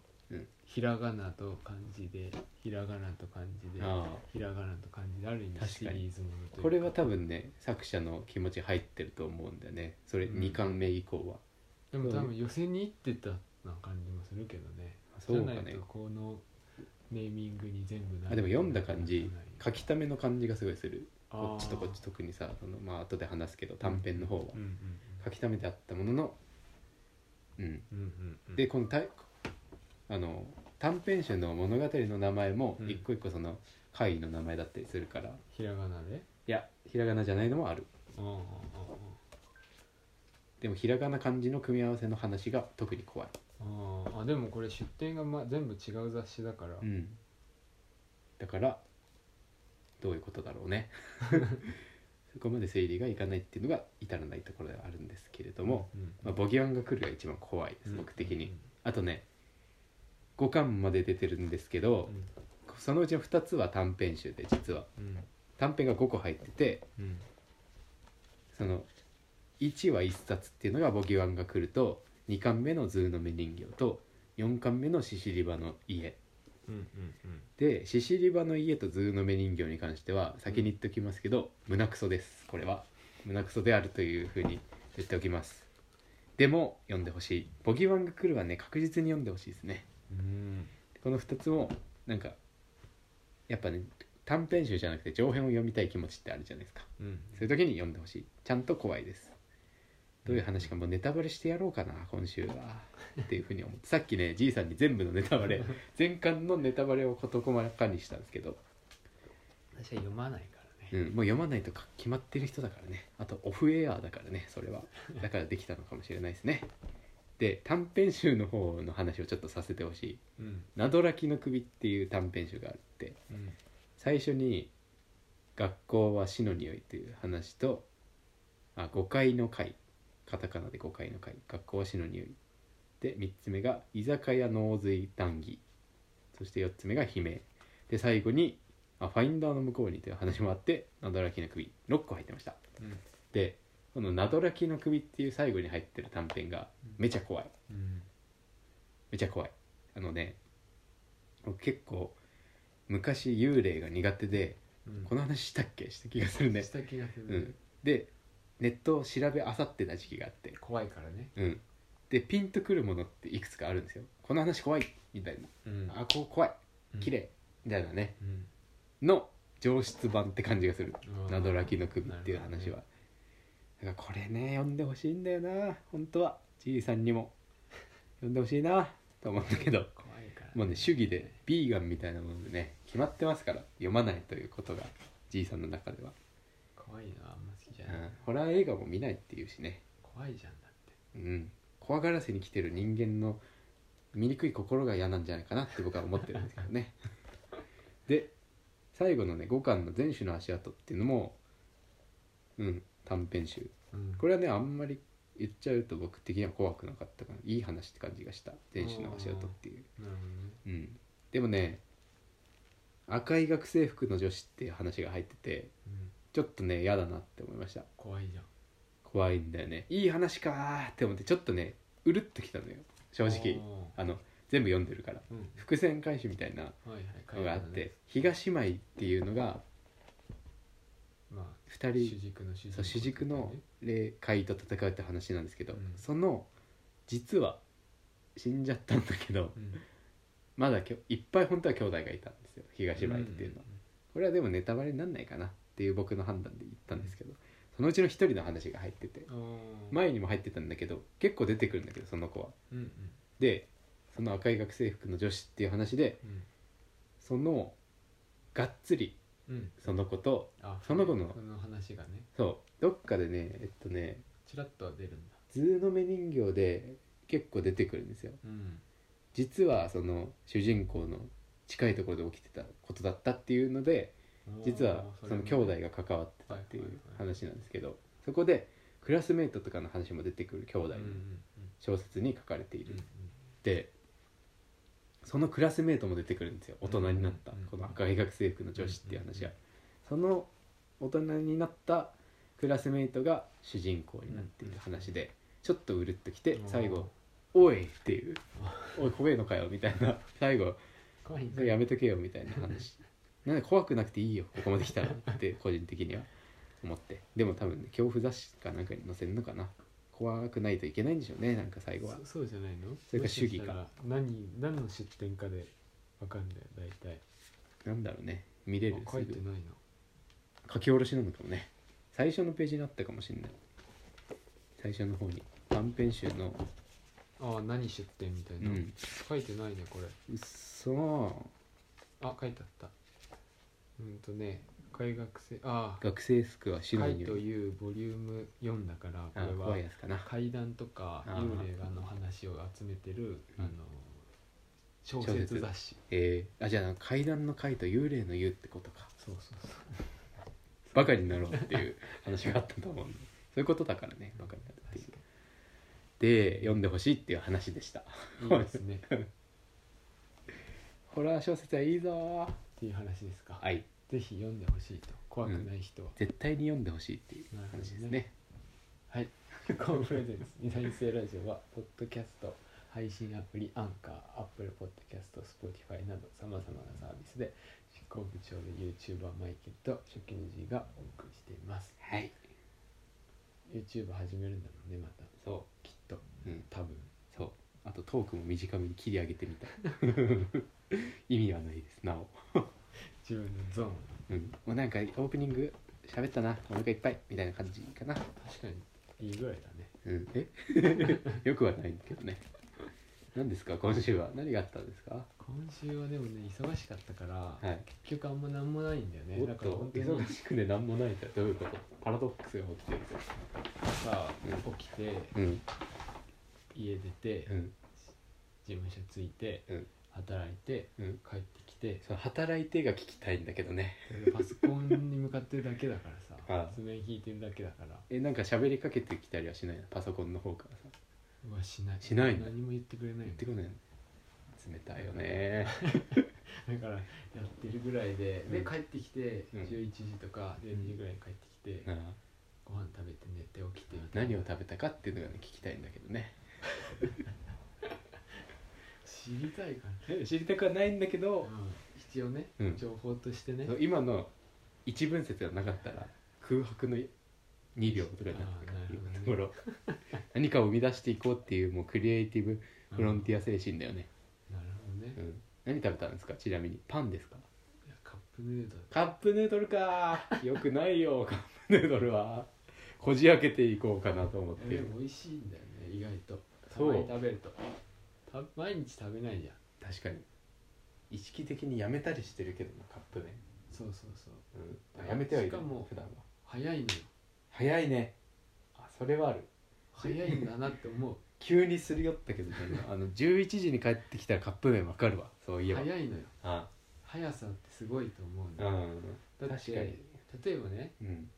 Speaker 2: ひらがなと漢字でひらがなと漢字で
Speaker 1: ああ
Speaker 2: ひらがなと漢字である意味
Speaker 1: 確
Speaker 2: シ
Speaker 1: か
Speaker 2: リ
Speaker 1: に
Speaker 2: ーズものというか
Speaker 1: これは多分ね作者の気持ち入ってると思うんだよねそれ
Speaker 2: うん
Speaker 1: 2巻目以降は、
Speaker 2: でも多分寄せに行ってたな感じもするけどね
Speaker 1: そうか
Speaker 2: じゃな
Speaker 1: ね
Speaker 2: いとこのネーミングに全部な
Speaker 1: あでも読んだ感じ
Speaker 2: ならない
Speaker 1: 書きための感じがすごいする
Speaker 2: あー
Speaker 1: こっちとこっち特にさそのまあ後で話すけど短編の方は
Speaker 2: うんうん
Speaker 1: 書きためてあったもののうん
Speaker 2: うんうんうん
Speaker 1: でこのたあの短編集の物語の名前も
Speaker 2: うん
Speaker 1: 一個一個その会の名前だったりするから、い
Speaker 2: ひらがなで
Speaker 1: やひらがなじゃないのもある
Speaker 2: うんうんうんうん
Speaker 1: でもひらがな漢字の組み合わせの話が特に怖い、
Speaker 2: あーあでもこれ出典が、ま、全部違う雑誌だから、
Speaker 1: うん、だからどういうことだろう ねそこまで推理がいかないっていうのが至らないところではあるんですけれども、
Speaker 2: うんうん
Speaker 1: まあ、ボギワンが来るが一番怖いです僕的に、
Speaker 2: うん
Speaker 1: あとね5巻まで出てるんですけど、そのうちの2つは短編集で実は
Speaker 2: うん
Speaker 1: 短編が5個入ってて
Speaker 2: うん
Speaker 1: その1は1冊っていうのが「ボギワンが来る」と2巻目の「ズーの目人形」と4巻目の「シシリバの家
Speaker 2: うんうんうん」
Speaker 1: で「シシリバの家」と「ズーの目人形」に関しては先に言っておきますけど胸クソですこれは胸クソであるというふうに言っておきますでも読んでほしい「ボギワンが来る」はね確実に読んでほしいですね
Speaker 2: うん
Speaker 1: この2つもなんかやっぱね短編集じゃなくて長編を読みたい気持ちってあるじゃないですか
Speaker 2: うん
Speaker 1: そういう時に読んでほしいちゃんと怖いですどういう話かもうネタバレしてやろうかな今週はっていうふうに思ってさっきねじいさんに全部のネタバレ全巻のネタバレを事細かにしたんですけど、
Speaker 2: 私は読まないから
Speaker 1: う
Speaker 2: ね、
Speaker 1: ん、もう読まないとか決まってる人だからねあとオフエアーだからねそれはだからできたのかもしれないですねで短編集の方の話をちょっとさせてほしい
Speaker 2: うん
Speaker 1: 「などらきの首」っていう短編集があって
Speaker 2: うん
Speaker 1: 最初に「学校は死の匂い」という話と「あ誤解の会」カタカナで誤解の会「学校は死の匂い」で3つ目が「居酒屋脳髄談義」そして4つ目が「悲鳴」で最後にあ「ファインダーの向こうに」という話もあって「などらきの首」6個入ってました
Speaker 2: うん
Speaker 1: でこの「などらきの首」っていう最後に入ってる短編がめちゃ怖い
Speaker 2: うん
Speaker 1: めちゃ怖いあのね僕結構昔幽霊が苦手で
Speaker 2: うん
Speaker 1: この話したっけした気がするね
Speaker 2: し、た気がする、
Speaker 1: うん、でネットを調べあさってた時期があって、
Speaker 2: 怖いからね
Speaker 1: うん、でピンとくるものっていくつかあるんですよこの話怖いみたいな、
Speaker 2: うん
Speaker 1: あこう怖い綺麗みたいなね
Speaker 2: うん
Speaker 1: の上質版って感じがする
Speaker 2: う
Speaker 1: 「
Speaker 2: ん
Speaker 1: などらきの首」っていう話は、だからこれね読んでほしいんだよな本当はじいさんにも読んでほしいなと思ったけど
Speaker 2: 怖いから、
Speaker 1: もうね主義でビーガンみたいなものでね決まってますから読まないということがじいさんの中では、
Speaker 2: 怖いのはあんま好きじゃ
Speaker 1: う
Speaker 2: ない、
Speaker 1: ん、ホラー映画も見ないっていうしね、
Speaker 2: 怖いじゃんだって
Speaker 1: うん、怖がらせに来てる人間の醜い心が嫌なんじゃないかなって僕は思ってるんですけどねで最後のね5巻の「全種の足跡」っていうのもうん短編集
Speaker 2: うん
Speaker 1: これはねあんまり言っちゃうと僕的には怖くなかったかないい話って感じがした「全種の足跡」っていう
Speaker 2: なるほどね
Speaker 1: うん、でもね赤い学生服の女子っていう話が入ってて
Speaker 2: うん、
Speaker 1: ちょっとね嫌だなって思いました
Speaker 2: 怖いじゃん
Speaker 1: 怖いんだよねいい話かーって思ってちょっとねうるっときたのよ正直
Speaker 2: あ
Speaker 1: あの全部読んでるから
Speaker 2: ーうん
Speaker 1: 伏線回収みたいな
Speaker 2: はいはい書
Speaker 1: の
Speaker 2: いて
Speaker 1: があ
Speaker 2: あ
Speaker 1: っ
Speaker 2: るね
Speaker 1: て東姉妹っていうのが
Speaker 2: まあ
Speaker 1: 2人
Speaker 2: 主軸の主
Speaker 1: そう主軸の霊界と戦うって話なんですけど、
Speaker 2: うん
Speaker 1: その実は死んじゃったんだけど
Speaker 2: うん
Speaker 1: まだきょいっぱい本当は兄弟がいたんですよ東前っていうのは、これはでもネタバレになんないかなっていう僕の判断で言ったんですけど、そのうちの一人の話が入ってて
Speaker 2: うんうんうん、
Speaker 1: 前にも入ってたんだけど結構出てくるんだけどその子は
Speaker 2: うんうん
Speaker 1: でその赤い学生服の女子っていう話で
Speaker 2: うん
Speaker 1: そのがっつり
Speaker 2: うん
Speaker 1: その子と
Speaker 2: あ
Speaker 1: その子の
Speaker 2: その話がね
Speaker 1: そうどっかでねえっとね
Speaker 2: ちらっとは出るんだ
Speaker 1: 図の目人形で結構出てくるんですよ
Speaker 2: うん
Speaker 1: 実はその主人公の近いところで起きてたことだったっていうので実は
Speaker 2: おー
Speaker 1: その
Speaker 2: れも
Speaker 1: 兄弟が関わってたっていう
Speaker 2: はいはいはい
Speaker 1: 話なんですけどそこでクラスメートとかの話も出てくる兄弟の
Speaker 2: うんうんうん
Speaker 1: 小説に書かれている
Speaker 2: うん
Speaker 1: でそのクラスメートも出てくるんですよ大人になった
Speaker 2: うんうんうん
Speaker 1: この赤い学生服の女子っていう話がその大人になったクラスメートが主人公になっている話でちょっとうるっときて
Speaker 2: うん
Speaker 1: 最後「おい!」って いう「おい怖えのかよ」みたいな最後
Speaker 2: 怖いん
Speaker 1: 「
Speaker 2: かい
Speaker 1: やめとけよ」みたいな話なんで怖くなくていいよここまで来たらって個人的には思ってでも多分ね恐怖雑誌かなんかに載せるのかな怖くないといけないんでしょうねなんか最後は
Speaker 2: そそうじゃないの
Speaker 1: それか主義か
Speaker 2: もしかしたら何何の出典かでわかんだよ大体
Speaker 1: なんだろうね見れる
Speaker 2: あ書い
Speaker 1: す
Speaker 2: て
Speaker 1: ぐ
Speaker 2: ない
Speaker 1: 書き下ろしなのかもね最初のページにあったかもしれない最初の方に短編集の
Speaker 2: のああ何出典みたいうな、
Speaker 1: ん
Speaker 2: 書いてないねこれ
Speaker 1: うっそー
Speaker 2: あ書いてあったうんとね海学生ああ
Speaker 1: 学生服は
Speaker 2: 「
Speaker 1: 白
Speaker 2: 海」
Speaker 1: に
Speaker 2: というボリューム4だからこ
Speaker 1: あ
Speaker 2: れ
Speaker 1: 怖
Speaker 2: はい
Speaker 1: やつかな
Speaker 2: 怪談とか
Speaker 1: あー
Speaker 2: 幽霊画の話を集めてる
Speaker 1: う
Speaker 2: あ
Speaker 1: ん
Speaker 2: の小説雑誌
Speaker 1: えー、あじゃあ階段の階と幽霊の湯ってことか
Speaker 2: そうそうそう
Speaker 1: バカになろうっていう話があったと思うんでそういうことだからねバカになるっていう
Speaker 2: 確
Speaker 1: で読んでほしいっていう話でした
Speaker 2: かにいいですねっ
Speaker 1: ホラー小説はいいぞ
Speaker 2: ていう話ですか
Speaker 1: ーはい
Speaker 2: ぜひ読んでほしいと怖くない人は、
Speaker 1: 絶対に読んでほしいっていう話です
Speaker 2: なるほど
Speaker 1: ね
Speaker 2: ねはい「 コンプレゼンツ二大生ラジオ」はポッドキャスト配信アプリアンカーアップルポッドキャスト Spotify などさまざまなサービスで執行部長で YouTuber マイケルと初期の G がお送りしています
Speaker 1: はい
Speaker 2: YouTube 始めるんだろうねまた
Speaker 1: そ
Speaker 2: きっと
Speaker 1: ううん
Speaker 2: 多分
Speaker 1: そうあとトークも短めに切り上げてみた 意味はないですなお、
Speaker 2: 自分のゾーン
Speaker 1: うん、もうなんかオープニング喋ったなお腹いっぱいみたいな感じかな、
Speaker 2: 確かにいいぐらいだね
Speaker 1: うん、え よくはないんだけどね何ですか今週は何があったんですか
Speaker 2: 今週はでもね忙しかったから、
Speaker 1: はい
Speaker 2: 結局あんまなんもないんだよね
Speaker 1: お
Speaker 2: だ
Speaker 1: っ
Speaker 2: から
Speaker 1: と
Speaker 2: 本当に
Speaker 1: 忙しくで何もないってどういうことパラドックスが起きてるぞ
Speaker 2: さ
Speaker 1: うん
Speaker 2: 起きて
Speaker 1: うん
Speaker 2: 家出て、
Speaker 1: うん
Speaker 2: 事務所着いて、
Speaker 1: うん
Speaker 2: 働いて
Speaker 1: うん
Speaker 2: 帰ってきて
Speaker 1: その働いてが聞きたいんだけどね
Speaker 2: 俺 パソコンに向かってるだけだからさ
Speaker 1: ああ
Speaker 2: 爪引いてるだけだから
Speaker 1: えなんか喋りかけてきたりはしないのパソコンの方からさ
Speaker 2: うわしない
Speaker 1: しないの
Speaker 2: 何も言ってくれない
Speaker 1: 言
Speaker 2: よ
Speaker 1: ってこないの冷たいよね
Speaker 2: だからやってるぐらいで、
Speaker 1: う
Speaker 2: で
Speaker 1: ん
Speaker 2: 帰ってきて
Speaker 1: うん
Speaker 2: 11時とか12時ぐらいに帰ってきて、
Speaker 1: なあ
Speaker 2: ご飯食べて寝て起きてみたいな
Speaker 1: 何を食べたかっていうのがね聞きたいんだけどね
Speaker 2: 知りたいから
Speaker 1: 知りたくはないんだけ
Speaker 2: う
Speaker 1: ど
Speaker 2: ん一応ね、
Speaker 1: うん
Speaker 2: 情報としてね
Speaker 1: 今の一文節がなかったら空白の2秒とかになって
Speaker 2: あーなるほどね
Speaker 1: ところ 何かを生み出していこうっていうもうクリエイティブフロンテ
Speaker 2: ィ
Speaker 1: ィア精神だよね、
Speaker 2: アなるほどね、
Speaker 1: う
Speaker 2: い
Speaker 1: ん、何食べたんですかちなみにパンですか
Speaker 2: やカップヌードル
Speaker 1: カップヌードルかーよくない よカップヌードルはこじ開けていこうかなと思って
Speaker 2: でも美味しいんだよね意外とた
Speaker 1: そう
Speaker 2: まに食べるとた毎日食べないじゃん
Speaker 1: 確かに意識的にやめたりしてるけどなカップ麺、
Speaker 2: そうそうそう
Speaker 1: うん、やめてはいる
Speaker 2: しかも
Speaker 1: 普段は
Speaker 2: 早いのよ
Speaker 1: 早いねあそれはある
Speaker 2: 早いんだなって思う
Speaker 1: 急にすり寄ったけど、 ね、あの11時に帰ってきたらカップ麺わかるわそういえば
Speaker 2: 早いのよ
Speaker 1: あ
Speaker 2: 速さってすごいと思う
Speaker 1: う
Speaker 2: の、
Speaker 1: ん
Speaker 2: だっ
Speaker 1: 確
Speaker 2: て
Speaker 1: かに
Speaker 2: 例えばね
Speaker 1: うん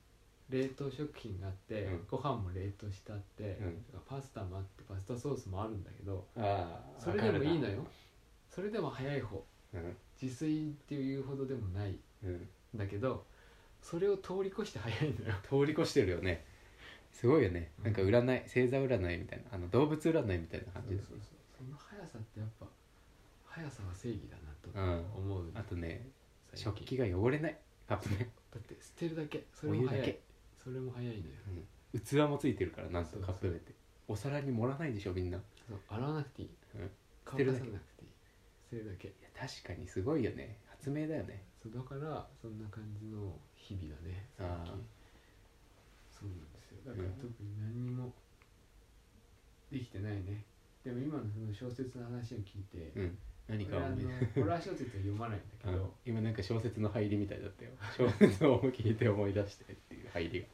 Speaker 2: 冷凍食品があって、
Speaker 1: うん
Speaker 2: ご飯も冷凍してあって、
Speaker 1: うん
Speaker 2: パスタもあってパスタソースもあるんだけど
Speaker 1: ああ
Speaker 2: それでもいいの
Speaker 1: よ、
Speaker 2: よそれでも早い方
Speaker 1: うん
Speaker 2: 自炊っていうほどでもないん
Speaker 1: うん
Speaker 2: だけどそれを通り越して早いんだよ
Speaker 1: 通り越してるよねすごいよね
Speaker 2: うん
Speaker 1: なんか占い星座占いみたいなあの動物占いみたいな感じです
Speaker 2: そうそうそうその速さってやっぱ速さは正義だ
Speaker 1: う
Speaker 2: なと
Speaker 1: ん
Speaker 2: 思う、
Speaker 1: あとね
Speaker 2: 最近
Speaker 1: 食器が汚れないカップ麺
Speaker 2: だって捨てるだけそれ
Speaker 1: お
Speaker 2: も
Speaker 1: 湯だ
Speaker 2: 早い
Speaker 1: け、
Speaker 2: それも早いのよ
Speaker 1: うん、器もついてるからなんとカップ麺ってお皿に盛らないでしょみんな
Speaker 2: そう洗わなくていい、
Speaker 1: うん
Speaker 2: 乾
Speaker 1: 捨てるだ
Speaker 2: かさ
Speaker 1: け
Speaker 2: なくていい捨てるだけ
Speaker 1: いや確かにすごいよね発明だよね
Speaker 2: そうだからそんな感じの日々だね最
Speaker 1: あー
Speaker 2: 近そうなんですよだから
Speaker 1: うん
Speaker 2: 特に何にもできてないねでも今のその小説の話を聞いて、
Speaker 1: うん何か
Speaker 2: 俺あ
Speaker 1: 思い
Speaker 2: の
Speaker 1: 出
Speaker 2: ホラー小説は読まないんだけ
Speaker 1: あの
Speaker 2: ど
Speaker 1: 今なんか小説の入りみたいだったよ小説を聞いて思い出してっていう入りが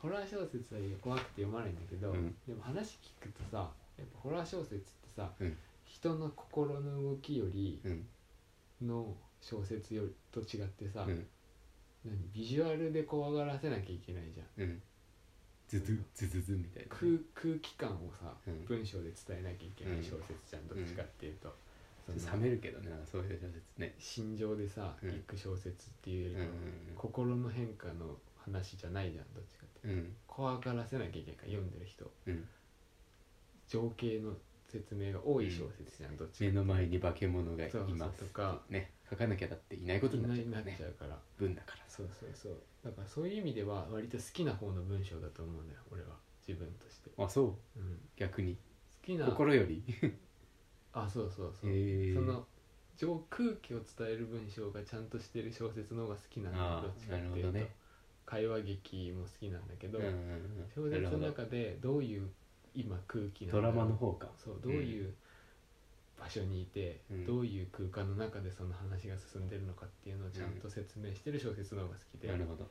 Speaker 2: ホラー小説は怖くて読まないんだけど、
Speaker 1: うん
Speaker 2: でも話聞くとさやっぱホラー小説ってさ、
Speaker 1: うん
Speaker 2: 人の心の動きより
Speaker 1: うん
Speaker 2: の小説よりと違ってさ、
Speaker 1: うん
Speaker 2: 何ビジュアルで怖がらせなきゃいけないじゃん
Speaker 1: うんズズズズズみたいなね、
Speaker 2: 空空気感をさ、
Speaker 1: うん
Speaker 2: 文章で伝えなきゃいけな
Speaker 1: う
Speaker 2: い
Speaker 1: ん
Speaker 2: 小説じゃん、どっちかっていうと、その
Speaker 1: 冷めるけどねなんかそういう小説ね
Speaker 2: 心情でさ
Speaker 1: うん
Speaker 2: 行く小説っていう
Speaker 1: う
Speaker 2: より
Speaker 1: ん
Speaker 2: かは、心の変化の話じゃないじゃんどっちかっていうと
Speaker 1: うん
Speaker 2: 怖がらせなきゃいけないから読んでる人
Speaker 1: うん
Speaker 2: 情景の説明が多い小説じゃん、どっちかってい
Speaker 1: 目
Speaker 2: うと
Speaker 1: の前に化け物がい
Speaker 2: そうそう
Speaker 1: ます
Speaker 2: とか
Speaker 1: ね書かなきゃだっていないことになっちゃ
Speaker 2: いな
Speaker 1: う
Speaker 2: いなっ
Speaker 1: ね
Speaker 2: ちゃうから
Speaker 1: 文だから
Speaker 2: そうそうそうだからそういう意味では割と好きな方の文章だと思うんだよ俺は自分として、
Speaker 1: あそう
Speaker 2: うん、
Speaker 1: 逆に
Speaker 2: 好きな
Speaker 1: 心より
Speaker 2: あそうそうそう、
Speaker 1: へー
Speaker 2: その上空気を伝える文章がちゃんとしてる小説の方が好きなんだ
Speaker 1: ああ
Speaker 2: どっちかっ
Speaker 1: なる
Speaker 2: ていう
Speaker 1: ほ
Speaker 2: と、
Speaker 1: どね
Speaker 2: 会話劇も好きなんだけど、
Speaker 1: うんうん
Speaker 2: 小
Speaker 1: うんなる
Speaker 2: 説の
Speaker 1: ほど
Speaker 2: 中でどういう今空気なんだ
Speaker 1: ド
Speaker 2: ろ
Speaker 1: ラ
Speaker 2: う
Speaker 1: マの方か
Speaker 2: そうどういう場所にいて、
Speaker 1: うん
Speaker 2: どういう空間の中でその話が進んでるのかっていうのをちゃんと説明してる小説の方が好きで,、
Speaker 1: なるほど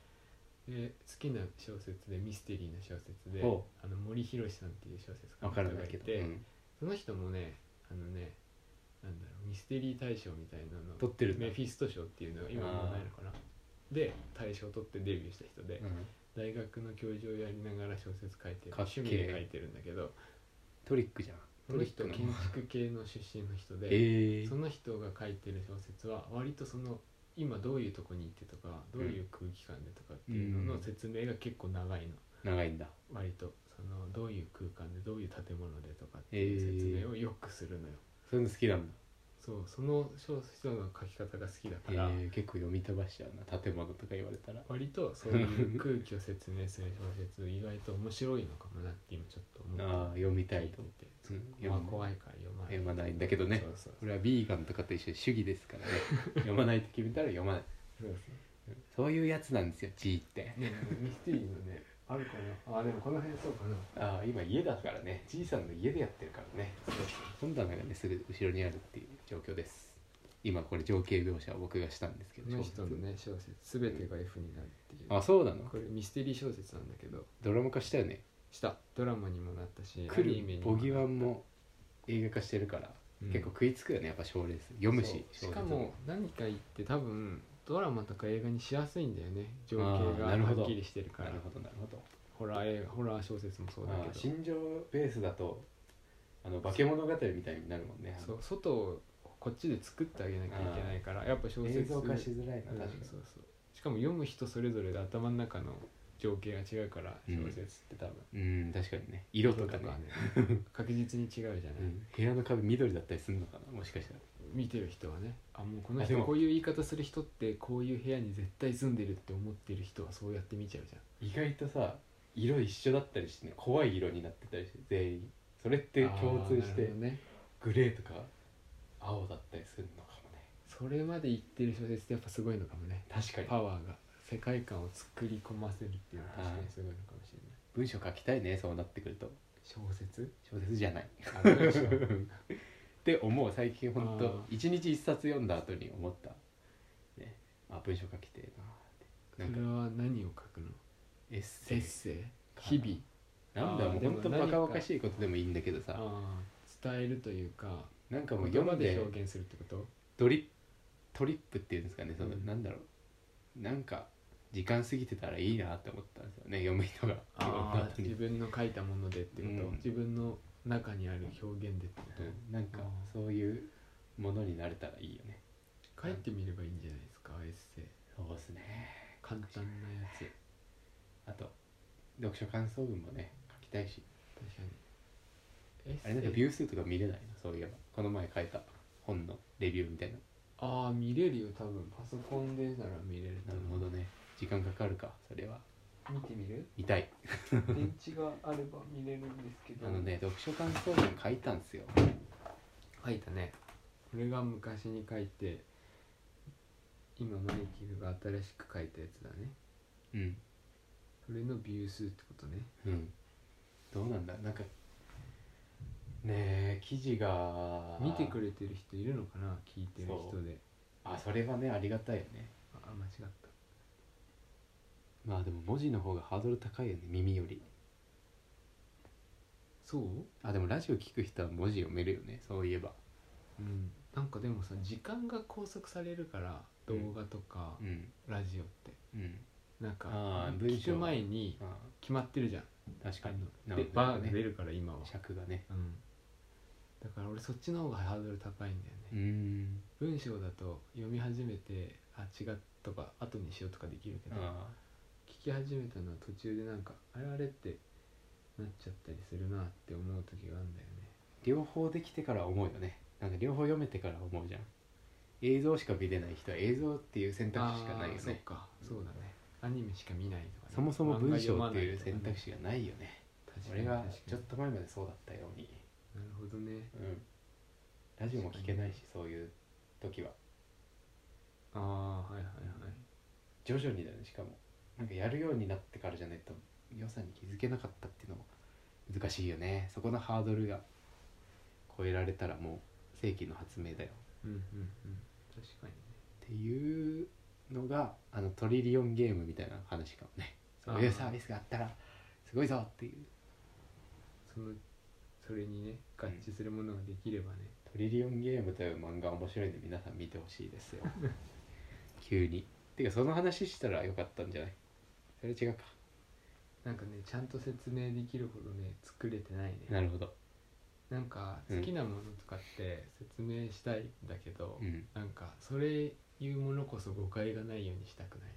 Speaker 2: で好きな小説でミステリーな小説で
Speaker 1: ほ
Speaker 2: あの森博さんっていう小説家
Speaker 1: わ
Speaker 2: の
Speaker 1: から
Speaker 2: 人
Speaker 1: な
Speaker 2: が
Speaker 1: い
Speaker 2: い
Speaker 1: けど、
Speaker 2: て。
Speaker 1: うん
Speaker 2: その人もねあのねなんだろうミステリー大賞みたいなの
Speaker 1: 取ってるんだ
Speaker 2: メフィスト賞っていうのが今もうないのかなで大賞取ってデビューした人で、
Speaker 1: うん
Speaker 2: 大学の教授をやりながら小説書いてる
Speaker 1: かっけ
Speaker 2: 趣
Speaker 1: ー
Speaker 2: 味で書いてるんだけど
Speaker 1: トリックじゃん
Speaker 2: この人
Speaker 1: トリック
Speaker 2: 建築系の出身の人で、
Speaker 1: ええ
Speaker 2: その人が書いてる小説は割とその今どういうとこに行ってとかどういう空気感でとかっていうの
Speaker 1: う
Speaker 2: の
Speaker 1: ん
Speaker 2: 説明が結構長いの
Speaker 1: 長いんだ
Speaker 2: 割とそのどういう空間でどういう建物でとかっていう説明をよくするのよ。
Speaker 1: そういうの好きなんだ
Speaker 2: そうその小人の書き方が好きだ
Speaker 1: え
Speaker 2: から、
Speaker 1: ー、結構読み飛ばしちゃうな建物とか言われたら
Speaker 2: 割とそういう空気を説明する小説意外と面白いのかもなって今ちょっと思って
Speaker 1: ああ読みたいと
Speaker 2: 聞いてて
Speaker 1: うん
Speaker 2: そうまあ
Speaker 1: 読む
Speaker 2: 怖いから読まない
Speaker 1: 読まないんだけどね
Speaker 2: そうそう
Speaker 1: これはビーガンとかと一緒に主義です からね読まないと決めたら読まない
Speaker 2: そう
Speaker 1: そういうやつなんですよ G って
Speaker 2: ねミステリーのねあるかなあでもこの辺そうかな
Speaker 1: ああ今家だからね G さんの家でやってるからね本棚がねすぐ後ろにあるっていう状況です今これ情景描写を僕がしたんですけ
Speaker 2: こ
Speaker 1: ど
Speaker 2: の人のね小説全てが F になるっていう
Speaker 1: あそうなの
Speaker 2: これミステリー小説なんだけど
Speaker 1: ドラマ化したよね
Speaker 2: したドラマにもなったし
Speaker 1: 来
Speaker 2: アニメ
Speaker 1: る
Speaker 2: にも
Speaker 1: ボ
Speaker 2: なった
Speaker 1: ギワンも映画化してるから、
Speaker 2: うん
Speaker 1: 結構食いつくよねやっぱ賞レース読むし賞レ
Speaker 2: そうし
Speaker 1: ース
Speaker 2: かも何か言って多分ドラマとか映画にしやすいんだよね情景が
Speaker 1: あーなるほど
Speaker 2: はっきりしてるか
Speaker 1: な
Speaker 2: ら
Speaker 1: るほどなるほど
Speaker 2: ホラー映画ホラー小説もそうだ
Speaker 1: ああ
Speaker 2: けど
Speaker 1: 心情ベースだとあの化け物語みたいになるもんね
Speaker 2: そう外をこっちで作ってあげなきゃいけないからやっぱ小説
Speaker 1: 映像化し
Speaker 2: うん
Speaker 1: づらいな確かに、
Speaker 2: そうそうしかも読む人それぞれで頭の中の情景が違うから
Speaker 1: う
Speaker 2: 小
Speaker 1: ん
Speaker 2: 説って多分、
Speaker 1: うん確かにね色とかね
Speaker 2: 色ね確実に違うじゃない、
Speaker 1: うん、部屋の壁緑だったりするのかなもしかしたら
Speaker 2: 見てる人はねあもうこ
Speaker 1: あ
Speaker 2: の
Speaker 1: で
Speaker 2: 人
Speaker 1: も
Speaker 2: こういう言い方する人ってこういう部屋に絶対住んでるって思ってる人はそうやって見ちゃうじゃん
Speaker 1: 意外とさ色一緒だったりしてね怖い色になってたりして全員それって共通し
Speaker 2: あーなる
Speaker 1: て
Speaker 2: ほどね
Speaker 1: グレーとか青だったりするのかもね
Speaker 2: それまで言ってる小説ってやっぱすごいのかもね
Speaker 1: 確かに
Speaker 2: パワーが世界観を作り込ませるっていうのは確かにすごいのかもしれない
Speaker 1: 文章書きたいねそうなってくると
Speaker 2: 小説
Speaker 1: 小説じゃない
Speaker 2: あ文章
Speaker 1: って思う最近ほんと
Speaker 2: あ
Speaker 1: 一日一冊読んだ後に思ったねあ文章書きてえなーっ
Speaker 2: そ
Speaker 1: て
Speaker 2: れ
Speaker 1: なんか
Speaker 2: は何を書くの
Speaker 1: エッセ
Speaker 2: エ
Speaker 1: イ
Speaker 2: ッセイ日々
Speaker 1: なんだ
Speaker 2: あー
Speaker 1: もう
Speaker 2: で
Speaker 1: ほ
Speaker 2: も
Speaker 1: んと
Speaker 2: 何か
Speaker 1: バカバカしいことでもいいんだけどさ
Speaker 2: あー伝えるというか
Speaker 1: なんかもう
Speaker 2: 言
Speaker 1: 読
Speaker 2: 葉
Speaker 1: ん
Speaker 2: で
Speaker 1: で
Speaker 2: 表現するってこと
Speaker 1: ドリトリップっていうんですかねその、
Speaker 2: うん
Speaker 1: なんだろうなんか時間過ぎてたらいいなって思ったんですよね読む人が読んだ
Speaker 2: あー
Speaker 1: 後に
Speaker 2: 自分の書いたものでってこと、
Speaker 1: うん
Speaker 2: 自分の中にある表現でってこと、
Speaker 1: うんなんか
Speaker 2: あー
Speaker 1: そういうものになれたらいいよね
Speaker 2: 書いてみればいいんじゃないですかエッセイ
Speaker 1: そうですね
Speaker 2: 簡単なやつ
Speaker 1: あと読書感想文もね書きたいし
Speaker 2: 確かにエッ
Speaker 1: あ
Speaker 2: セ
Speaker 1: れなんか
Speaker 2: イ
Speaker 1: ビュー数とか見れないなそういえばこの前書いた本のレビューみたいな
Speaker 2: ああ見れるよ多分パソコンでなら見れると
Speaker 1: なる
Speaker 2: 思
Speaker 1: ほ
Speaker 2: う
Speaker 1: どね時間かかるかそれは
Speaker 2: 見て みる
Speaker 1: 見たい
Speaker 2: 電池があれば見れるんですけど
Speaker 1: あのね読書感想文書いたんですよ
Speaker 2: 書いたねこれが昔に書いて今マイキルが新しく書いたやつだね
Speaker 1: うん
Speaker 2: それのビュー数ってことね
Speaker 1: うんどうなんだなんかねえ記事が
Speaker 2: 見てくれてる人いるのかな聞いてる人で
Speaker 1: あそれはねありがたいよね
Speaker 2: あ間違った
Speaker 1: まあでも文字の方がハードル高いよね耳より
Speaker 2: そう
Speaker 1: あでもラジオ聞く人は文字読めるよねそういえば
Speaker 2: うんなんかでもさ時間が拘束されるから
Speaker 1: うん
Speaker 2: 動画とか
Speaker 1: うん
Speaker 2: ラジオって
Speaker 1: うん
Speaker 2: なんか
Speaker 1: あー文
Speaker 2: 聞
Speaker 1: 章
Speaker 2: く前に
Speaker 1: あ
Speaker 2: 決まってるじゃん
Speaker 1: あ確かに
Speaker 2: あ
Speaker 1: なる
Speaker 2: ので
Speaker 1: ほど
Speaker 2: バーが出
Speaker 1: ね
Speaker 2: るから今は
Speaker 1: 尺がね
Speaker 2: うんだから俺そっちの方がハードル高いんだよね
Speaker 1: うーん
Speaker 2: 文章だと読み始めてあ違うとか後にしようとかできるけど
Speaker 1: あ
Speaker 2: 聞き始めたのは途中でなんかあれあれってなっちゃったりするなって思う時があるんだよね
Speaker 1: 両方できてから思うよねなんか両方読めてから思うじゃん映像しか見れない人は映像っていう選択肢しかないよ
Speaker 2: あーそっ
Speaker 1: ね
Speaker 2: かそうだねアニメしか見ないとかね、
Speaker 1: そもそも文章っていう選
Speaker 2: 漫画読まない
Speaker 1: 択肢がないよね
Speaker 2: とかね確か
Speaker 1: 俺
Speaker 2: に
Speaker 1: が
Speaker 2: 確かに
Speaker 1: ちょっと前までそうだったように
Speaker 2: なるほどね
Speaker 1: うんラジオも聞けないしそういう時は
Speaker 2: ああはいはいはい
Speaker 1: 徐々にだよねしかもなんかやるようになってからじゃないと良さに気づけなかったっていうのも難しいよねそこのハードルが超えられたらもう世紀の発明だよ
Speaker 2: うんうんうん確かにね
Speaker 1: っていうのがあのトリリオンゲームみたいな話かもねそういうサービスがあったらすごいぞっていう
Speaker 2: そのそれにね合致するものができればね、
Speaker 1: トリリオンゲームという漫画面白いんで皆さん見てほしい ですよ急にてかその話したらよかったんじゃないそれ違うか
Speaker 2: なんかねちゃんと説明できるほどね作れてないね
Speaker 1: なるほど
Speaker 2: なんか好きなものとかって説明したいんだけど、
Speaker 1: うん
Speaker 2: なんかそれ言うものこそ誤解がないようにしたくない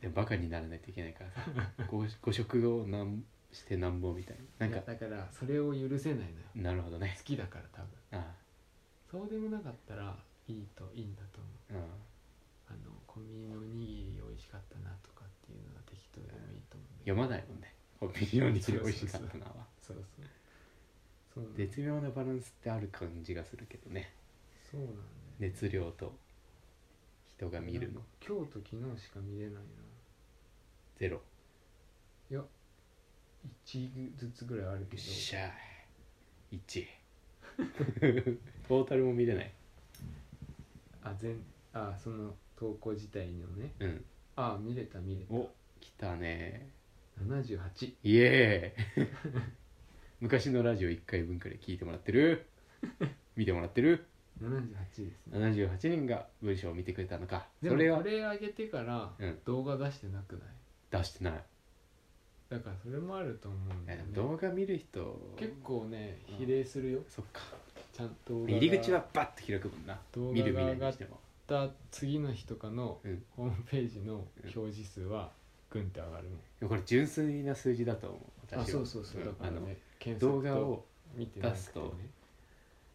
Speaker 1: でもバカにならないといけないからさ ご誤食をなんしてなんぼみたいな
Speaker 2: なんか
Speaker 1: なんか
Speaker 2: いやだからそれを許せないのよ
Speaker 1: なるほどね
Speaker 2: 好きだから多分
Speaker 1: あ
Speaker 2: そうでもなかったらいいといいんだと思う
Speaker 1: あうん
Speaker 2: あのコンビニのおにぎり美味しかったなとかっていうのは適当でもいいと思うんだけ
Speaker 1: 読
Speaker 2: ど
Speaker 1: まないもんねコンビニのおにぎり美味しかったなは
Speaker 2: そうそうそうなん
Speaker 1: 絶妙なバランスってある感じがするけどね
Speaker 2: そうなんだよね
Speaker 1: 熱量と人が見る
Speaker 2: な
Speaker 1: の
Speaker 2: んか今日と昨日しか見れないな
Speaker 1: ゼロ
Speaker 2: いや1ずつぐらいある
Speaker 1: よ
Speaker 2: け
Speaker 1: っ
Speaker 2: ど
Speaker 1: しゃ1トータルも見れない
Speaker 2: あ全あその投稿自体のね
Speaker 1: うん
Speaker 2: あ見れた見れた
Speaker 1: お来たね
Speaker 2: 78
Speaker 1: イエーイ 昔のラジオ1回分くらい聞いてもらって る見てもらってる
Speaker 2: 78ですね
Speaker 1: 78人が文章を見てくれたのか
Speaker 2: で
Speaker 1: そ
Speaker 2: も
Speaker 1: れ
Speaker 2: こ
Speaker 1: は
Speaker 2: れ上げてから
Speaker 1: うん
Speaker 2: 動画出してなくない、
Speaker 1: 出してない
Speaker 2: だからそれもあると思うん
Speaker 1: い
Speaker 2: だ
Speaker 1: や
Speaker 2: よ
Speaker 1: で
Speaker 2: ね
Speaker 1: も動画見る人
Speaker 2: 結構ね比例するよ
Speaker 1: そっか
Speaker 2: ちゃんと動画が
Speaker 1: 入り口はバッと開くもんな
Speaker 2: 動画が
Speaker 1: 見る見ないにしても
Speaker 2: 上がった次の日とかの
Speaker 1: うん
Speaker 2: ホームページの表示数はグンって上がるもん、
Speaker 1: でもこれ純粋な数字だと思う私は
Speaker 2: あそうそうそう、
Speaker 1: ん
Speaker 2: だから
Speaker 1: あの
Speaker 2: ね検
Speaker 1: 動
Speaker 2: 索
Speaker 1: 画
Speaker 2: と
Speaker 1: を
Speaker 2: 見てなくてね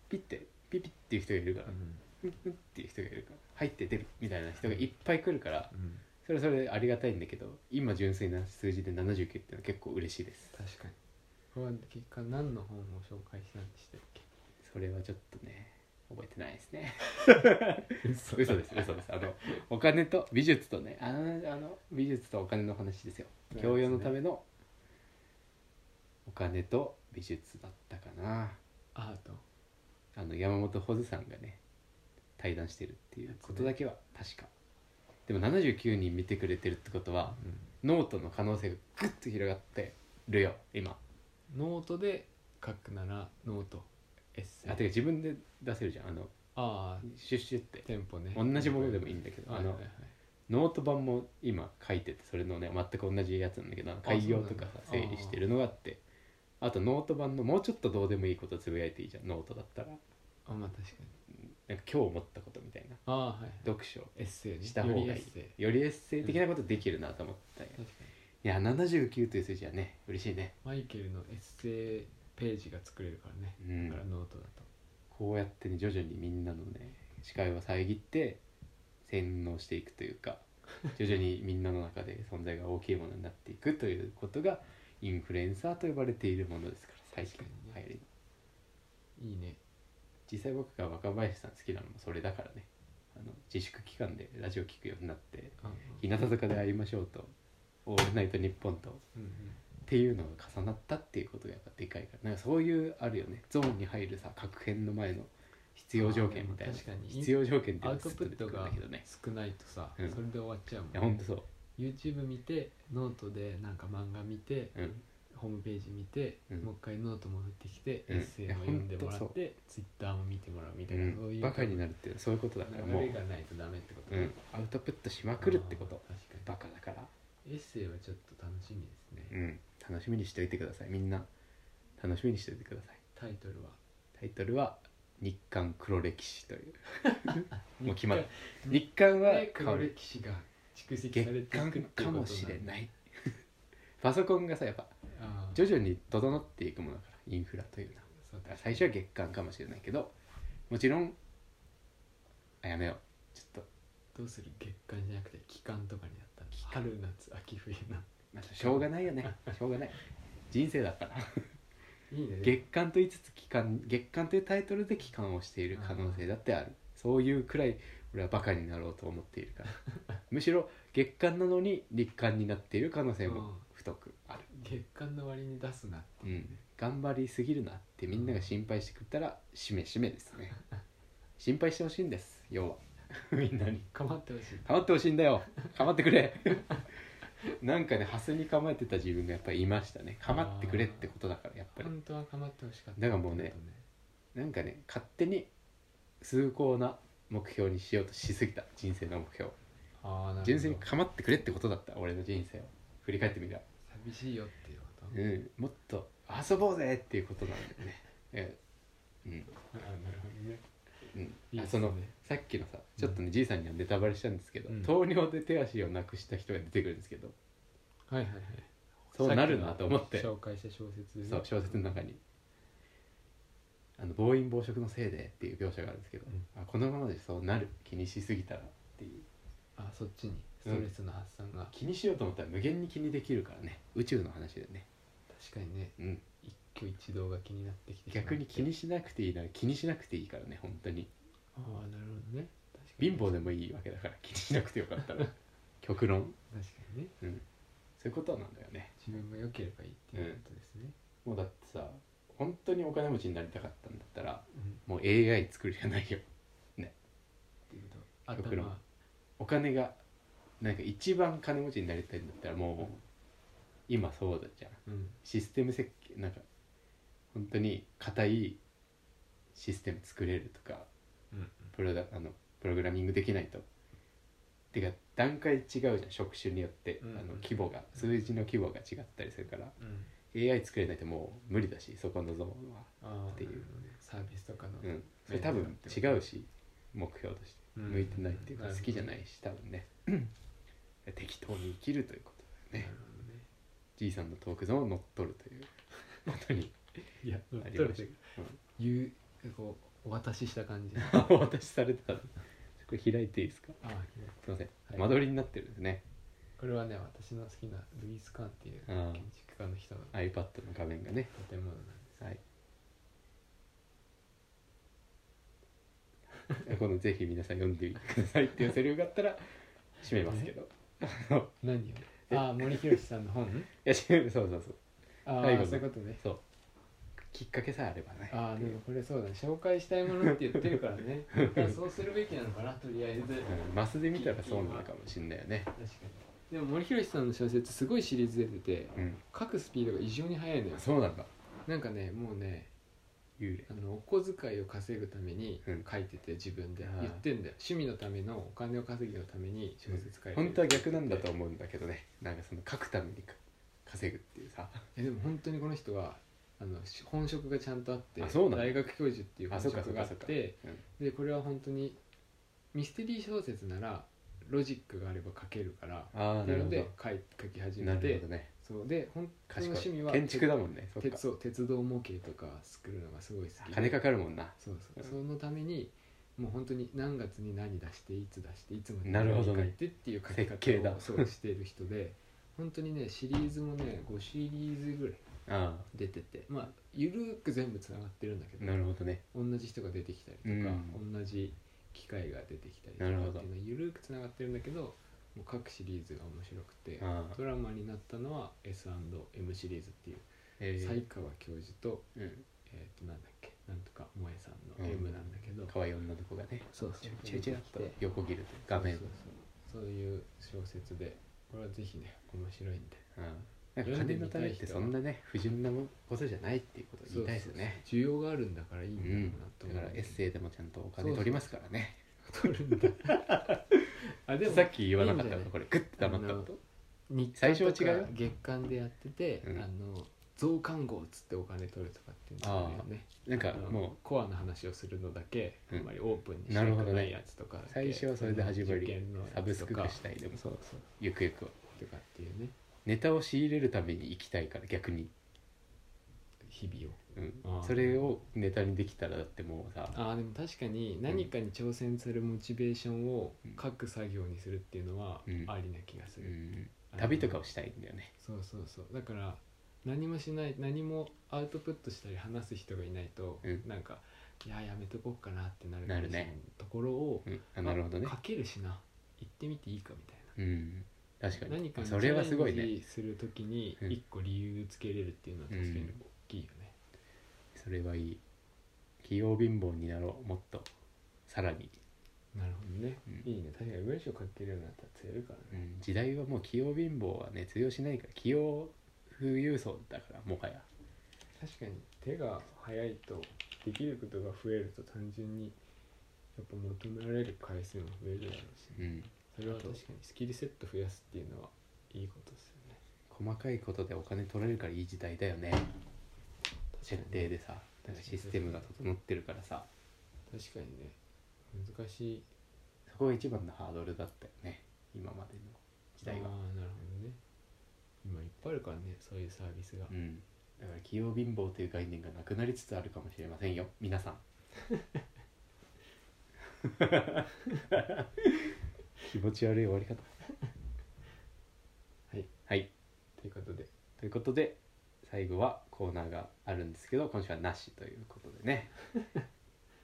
Speaker 1: 出、ピッてピピッっていう人がいるから、
Speaker 2: うん
Speaker 1: フッフッっていう人がいるから入って出るみたいな人がいっぱい来るから
Speaker 2: うん、
Speaker 1: それはそれでありがたいんだけど今純粋な数字で79っていうのは結構嬉しいです
Speaker 2: 確かにこれは結果何の本を紹介したんでしたっけ
Speaker 1: それはちょっとね覚えてないですね
Speaker 2: 嘘
Speaker 1: 嘘です嘘ですあのお金と美術とねあのあの美術とお金の話ですよ
Speaker 2: そうですね
Speaker 1: 教養のためのお金と美術だったかな
Speaker 2: アート
Speaker 1: あの山本穂津さんがね対談してるっていうことだけは確かでも79人見てくれてるってことはノートの可能性がグッと広がってるよ今
Speaker 2: ノートで書くならノートエッセイ
Speaker 1: あてか自分で出せるじゃんあの
Speaker 2: あ
Speaker 1: シュッシュって
Speaker 2: あ店舗ね
Speaker 1: 同じものでもいいんだけど
Speaker 2: は
Speaker 1: あ
Speaker 2: いは
Speaker 1: の
Speaker 2: いはい
Speaker 1: ノート版も今書いててそれのね全く同じやつなんだけど開業とかさ
Speaker 2: そうなん
Speaker 1: 整
Speaker 2: だ
Speaker 1: 理してるのがあってあとノート版のもうちょっとどうでもいいことつぶやいていいじゃんノートだったら
Speaker 2: あまあ確かに
Speaker 1: なんか今日思ったことみたいな
Speaker 2: ああはい
Speaker 1: 読書
Speaker 2: エッセイね
Speaker 1: した方がいい
Speaker 2: よりエッセイ
Speaker 1: よりエッセイ的なことできるなと思ったんや
Speaker 2: 確かに
Speaker 1: いや79という数字はね嬉しいね
Speaker 2: マイケルのエッセイページが作れるからね、
Speaker 1: うん
Speaker 2: だからノートだと
Speaker 1: こうやってね徐々にみんなのね視界を遮って洗脳していくという か徐々にみんなの中で存在が大きいものになっていくということがインフルエンサーと呼ばれているものですから最近
Speaker 2: 確かにね
Speaker 1: 流行りの
Speaker 2: いいね
Speaker 1: 実際僕が若林さん好きなのもそれだからねあの自粛期間でラジオ聞くようになって
Speaker 2: あ
Speaker 1: 日向坂で会いましょうと「オールナイトニッポン」とっ
Speaker 2: うんうん
Speaker 1: ていうのが重なったっていうことがやっぱでかいからなんかそういうあるよねゾーンに入るさ核変の前の必要条件みたいな
Speaker 2: あーでも確かに
Speaker 1: 必要条件って
Speaker 2: ア
Speaker 1: いうの
Speaker 2: ウ
Speaker 1: が
Speaker 2: ト
Speaker 1: すっ
Speaker 2: プ
Speaker 1: と
Speaker 2: ッ
Speaker 1: 出て
Speaker 2: ト
Speaker 1: くるん
Speaker 2: が
Speaker 1: だけどね
Speaker 2: 少ないとさ、
Speaker 1: うん
Speaker 2: それで終わっちゃうもん
Speaker 1: いやほんとそ
Speaker 2: YouTube 見てノートでなんか漫画見て
Speaker 1: ううん
Speaker 2: ホームページ見て、
Speaker 1: うん
Speaker 2: もう一回ノート戻ってきて、
Speaker 1: うん
Speaker 2: エッセイも読んでもら
Speaker 1: いやほん
Speaker 2: っ
Speaker 1: とそ
Speaker 2: て Twitter も見てもらうみた
Speaker 1: う
Speaker 2: いな、そうい
Speaker 1: ん
Speaker 2: う
Speaker 1: バカになるっていうのはそういうことだから
Speaker 2: 流
Speaker 1: もう
Speaker 2: れ、がないとダメってこと
Speaker 1: う
Speaker 2: ね
Speaker 1: ん、アウトプットしまくるってこ
Speaker 2: あ
Speaker 1: と
Speaker 2: ー確か
Speaker 1: バカだから
Speaker 2: にエッセイはちょっと楽しみですね、
Speaker 1: うん楽しみにしておいてくださいみんな楽しみにしておいてください
Speaker 2: タイトルは
Speaker 1: タイトルは「日韓黒歴史」というもう決まる日韓は
Speaker 2: ね
Speaker 1: 変わ
Speaker 2: 黒
Speaker 1: る
Speaker 2: 歴史が蓄積され
Speaker 1: 月
Speaker 2: てい
Speaker 1: 間
Speaker 2: くっていうこと
Speaker 1: かもしれ
Speaker 2: い
Speaker 1: ないパソコンがさやっぱ徐々に整っていくものだからインフラというのはだから最初は月間かもしれないけどもちろんあやめようちょっと
Speaker 2: どうする月間じゃなくて期間とかになったの
Speaker 1: 期間
Speaker 2: 春夏秋冬の
Speaker 1: まあしょうがないよねしょうがない人生だから
Speaker 2: いいね
Speaker 1: 月間と言いつつ期間月間というタイトルで期間をしている可能性だってあるそういうくらい俺はバカになろうと思っているからむしろ月間なのに日間になっている可能性も太くある、
Speaker 2: 月間の割に出すなって
Speaker 1: う
Speaker 2: いう、
Speaker 1: ん、頑張りすぎるなってみんなが心配してくれたらしめしめですね心配してほしいんです要はみんなに
Speaker 2: 構ってほしい
Speaker 1: 構ってほしいんだよ構ってくれなんかねハスに構えてた自分がやっぱりいましたね構ってくれってことだからやっぱり
Speaker 2: 本当は構ってほしかった
Speaker 1: だからもうね
Speaker 2: ってこと
Speaker 1: なんかね勝手に崇高な目標にしようとしすぎた人生の目標
Speaker 2: ああなる
Speaker 1: 純
Speaker 2: ほ
Speaker 1: 粋
Speaker 2: ど
Speaker 1: に構ってくれってことだった俺の人生を振り返ってみれば、
Speaker 2: 寂しいよっていうこと、
Speaker 1: う
Speaker 2: あ
Speaker 1: ん、もっと遊ぼうぜっていうことなんだよねえうん、
Speaker 2: あなるほどね
Speaker 1: うん
Speaker 2: いい
Speaker 1: あ
Speaker 2: です
Speaker 1: そ
Speaker 2: ね
Speaker 1: のさっきのさちょっとね、じいさんにはネタバレしたんですけど、
Speaker 2: うん
Speaker 1: 糖尿で手足をなくした人が出てくるんですけど
Speaker 2: はいはいはい
Speaker 1: そうなるなと思って
Speaker 2: さきの紹介した小説でね
Speaker 1: そう小説の中に「あの暴飲暴食のせいで」っていう描写があるんですけど、
Speaker 2: うん
Speaker 1: あこのままでそうなる気にしすぎたらっていう
Speaker 2: あそっちにストレスの発散が、
Speaker 1: 気にしようと思ったら無限に気にできるからね宇宙の話だよね、
Speaker 2: 確かにね
Speaker 1: うん、
Speaker 2: 一挙一動が気になってきてしまって
Speaker 1: 逆に気にしなくていいなら気にしなくていいからね本当に
Speaker 2: ああなるほどね確かに
Speaker 1: 貧乏でもいいわけだから気にしなくてよか ったら極論、
Speaker 2: 確かにね
Speaker 1: うん、そういうことなんだよね
Speaker 2: 自分が良ければいいっていうことですね、
Speaker 1: もうだってさ本当にお金持ちになりたかったんだったら
Speaker 2: うん
Speaker 1: もう AI 作るじゃないよ
Speaker 2: っていうこと
Speaker 1: 極論
Speaker 2: 頭
Speaker 1: お金がなんか一番金持ちになりたいんだったらもう今そうだじゃん
Speaker 2: うん
Speaker 1: システム設計なんか本当に硬いシステム作れるとか
Speaker 2: うん
Speaker 1: プロダあのプログラミングできないと。てか段階違うじゃん職種によって、
Speaker 2: うんうん
Speaker 1: あの規模が数字の規模が違ったりするから、
Speaker 2: うん、
Speaker 1: AI 作れないともう無理だしそこのゾーンは、
Speaker 2: ああ
Speaker 1: っていう
Speaker 2: サービスとかの、
Speaker 1: うん、それ多分違うし目標として
Speaker 2: うん
Speaker 1: 向いてないっていうか
Speaker 2: なるほ
Speaker 1: 好
Speaker 2: ど
Speaker 1: きじゃないし多分ね 適当に生きるということだよね
Speaker 2: なるほどね
Speaker 1: じいさんのトークゾーンを乗っ取るということに
Speaker 2: いや乗っ
Speaker 1: な
Speaker 2: 取
Speaker 1: りま
Speaker 2: る
Speaker 1: し
Speaker 2: と
Speaker 1: た
Speaker 2: いうか言うこうお渡しした 感じあ
Speaker 1: うんお渡しされてたのこれ開いていいですか
Speaker 2: あ
Speaker 1: すいません、
Speaker 2: はい
Speaker 1: 間取りになってるんですね
Speaker 2: これはね私の好きなルイス・カンっていう
Speaker 1: ああ
Speaker 2: 建築家の人の
Speaker 1: iPad の画面がね
Speaker 2: 建物なんです
Speaker 1: はい このぜひ皆さん読んでみてくださいっていうセリフがあったら閉め ますけどい
Speaker 2: 何を
Speaker 1: え
Speaker 2: ああ森博さんの本
Speaker 1: や閉めそうそうそう
Speaker 2: ああ
Speaker 1: 最後の
Speaker 2: そういうことね
Speaker 1: そうきっかけさえあればね
Speaker 2: ああでもこれそうだね紹介したいものって言ってるか らねだからそうするべきなのかなとりあえず確か
Speaker 1: うんマスで見たらそうなのかもしんないよね
Speaker 2: にでも森博さんの小説すごいシリーズ出てて
Speaker 1: うん
Speaker 2: 書くスピードが異常に速いのよ
Speaker 1: そうなんだ
Speaker 2: なんかねもうね
Speaker 1: 幽霊
Speaker 2: あのお小遣いを稼ぐために
Speaker 1: うん
Speaker 2: 書いてて自分で
Speaker 1: あー
Speaker 2: 言ってんだよ趣味のためのお金を稼ぎのために小説書いて
Speaker 1: 本当は逆なんだと
Speaker 2: 思う
Speaker 1: 思うんだけどねなんかその書くためにか稼ぐっていうさ
Speaker 2: えでも本当にこの人はああのし本職がちゃんとあって
Speaker 1: あそうなんだ
Speaker 2: 大学教授っていう
Speaker 1: あ
Speaker 2: 本
Speaker 1: そっかそ
Speaker 2: 職
Speaker 1: っ
Speaker 2: があ
Speaker 1: かそ
Speaker 2: っ
Speaker 1: っか
Speaker 2: て
Speaker 1: うん
Speaker 2: でこれは本当にミステリー小説ならロジックがあれば書けるから
Speaker 1: ああ
Speaker 2: って
Speaker 1: な
Speaker 2: いう
Speaker 1: るほ
Speaker 2: の
Speaker 1: ど
Speaker 2: で書い書き始
Speaker 1: な
Speaker 2: め
Speaker 1: る
Speaker 2: て
Speaker 1: ほどね
Speaker 2: そうで本当の
Speaker 1: 賢
Speaker 2: 趣味
Speaker 1: い
Speaker 2: は
Speaker 1: 建築だもんねそっか
Speaker 2: 鉄そう鉄道模型とか作るのがすごい好きで
Speaker 1: 金かかるもんな
Speaker 2: そうそううんそのためにもう本当に何月に何出していつ出していつまで
Speaker 1: なるほ
Speaker 2: 何
Speaker 1: どね
Speaker 2: 書いてっていう書き
Speaker 1: 設計
Speaker 2: 方
Speaker 1: だ
Speaker 2: をそうしている人で本当にねシリーズもね5シリーズぐらい
Speaker 1: あ
Speaker 2: 出ててまあゆるーく全部つながってるんだけ
Speaker 1: あ
Speaker 2: ど
Speaker 1: なるほどね
Speaker 2: 同じ人が出てきたりとか、
Speaker 1: うん
Speaker 2: 同じ機械が出てきたりとか
Speaker 1: なるほど
Speaker 2: っていうのはゆるーくつながってるんだけどもう各シリーズが面白くて
Speaker 1: ああ
Speaker 2: ドラマになったのは S&M シリーズっていう
Speaker 1: え
Speaker 2: 才
Speaker 1: ー
Speaker 2: 川教授と,、
Speaker 1: うん
Speaker 2: えー、となんだっけなんとか萌えさん
Speaker 1: う
Speaker 2: の
Speaker 1: ん
Speaker 2: M なんだけど、
Speaker 1: 可愛い女の子がね
Speaker 2: そう
Speaker 1: チュチュチュっと横切る画
Speaker 2: 画
Speaker 1: 面
Speaker 2: 面そうそうそうそういう小説でこれはぜひね面白いんで
Speaker 1: うんなんか金のためってそんなね不純なことじゃないっていうことを言いたいですよね
Speaker 2: そうそうそう需要があるんだからいい
Speaker 1: うんん
Speaker 2: だろう
Speaker 1: だ
Speaker 2: なと思う
Speaker 1: からエッセイでもちゃんとお金取りますからね
Speaker 2: 取るんだ あでも
Speaker 1: さっき言わなかった
Speaker 2: いい
Speaker 1: の
Speaker 2: んじゃない
Speaker 1: これグッて溜まったこと
Speaker 2: 日課
Speaker 1: 最初は
Speaker 2: とか
Speaker 1: 違うよ
Speaker 2: 月間でやってて、
Speaker 1: うん
Speaker 2: あの増刊号っつってお金取るとかっていうのがあるよね
Speaker 1: なんか
Speaker 2: あの
Speaker 1: も
Speaker 2: コアな話をするのだけ、
Speaker 1: うん
Speaker 2: あんまりオープンにして
Speaker 1: なるほどね
Speaker 2: ないやつとかだ
Speaker 1: う
Speaker 2: け
Speaker 1: 最初はそれで始ま
Speaker 2: 受
Speaker 1: り
Speaker 2: 験のやつとか
Speaker 1: サブスク化したいでも
Speaker 2: そうそう
Speaker 1: ゆくゆくは
Speaker 2: とかっていうね
Speaker 1: ネタを仕入れるために行きたいから逆に、
Speaker 2: 日々を
Speaker 1: うん
Speaker 2: あー
Speaker 1: それをネタにできたらだってもうさ
Speaker 2: ああでも確かに何かに挑戦するモチベーションを書く作業にするっていうのは
Speaker 1: うん
Speaker 2: ありな気がす
Speaker 1: う
Speaker 2: る、
Speaker 1: ん旅とかをしたいんだよね
Speaker 2: そうそうそうだから何もしない何もアウトプットしたり話す人がいないと、
Speaker 1: うん
Speaker 2: なんかいややめとこうかなってなる
Speaker 1: なるね
Speaker 2: かもしれないところを、
Speaker 1: うんあなるほどね
Speaker 2: あ書けるしな行ってみていいかみたいな
Speaker 1: うん確か
Speaker 2: 何
Speaker 1: に
Speaker 2: かにチ
Speaker 1: それはすごい
Speaker 2: ャレン
Speaker 1: ね
Speaker 2: ジするときに
Speaker 1: うん
Speaker 2: 一個理由つけれるっていうのは確かに大きいよね、
Speaker 1: それはいい器用貧乏になろうもっとさらに、
Speaker 2: なるほどね、
Speaker 1: うん
Speaker 2: いいね確かに文章書けるようになったら強いから
Speaker 1: う
Speaker 2: ね、
Speaker 1: ん、時代はもう器用貧乏はね通用しないから器用富裕層だからもはや
Speaker 2: 確かに手が早いとできることが増えると単純にやっぱ求められる回数も増えるだろうしね
Speaker 1: うん
Speaker 2: それは確かにスキルセット増やすっていうのはいいことですよね
Speaker 1: 細かいことでお金取れるからいい時代だよね設定でさなんかシステムが整ってるからさ
Speaker 2: 確かにね難しい
Speaker 1: そこが一番のハードルだったよね今までの時代は
Speaker 2: ああなるほどね今いっぱいあるからねそういうサービスが、
Speaker 1: うんだから器用貧乏という概念がなくなりつつあるかもしれませんよ皆さん 気持ち悪い終わり方
Speaker 2: はい
Speaker 1: はい
Speaker 2: ということで
Speaker 1: ということで最後はコーナーがあるんですけど今週はなしということで ね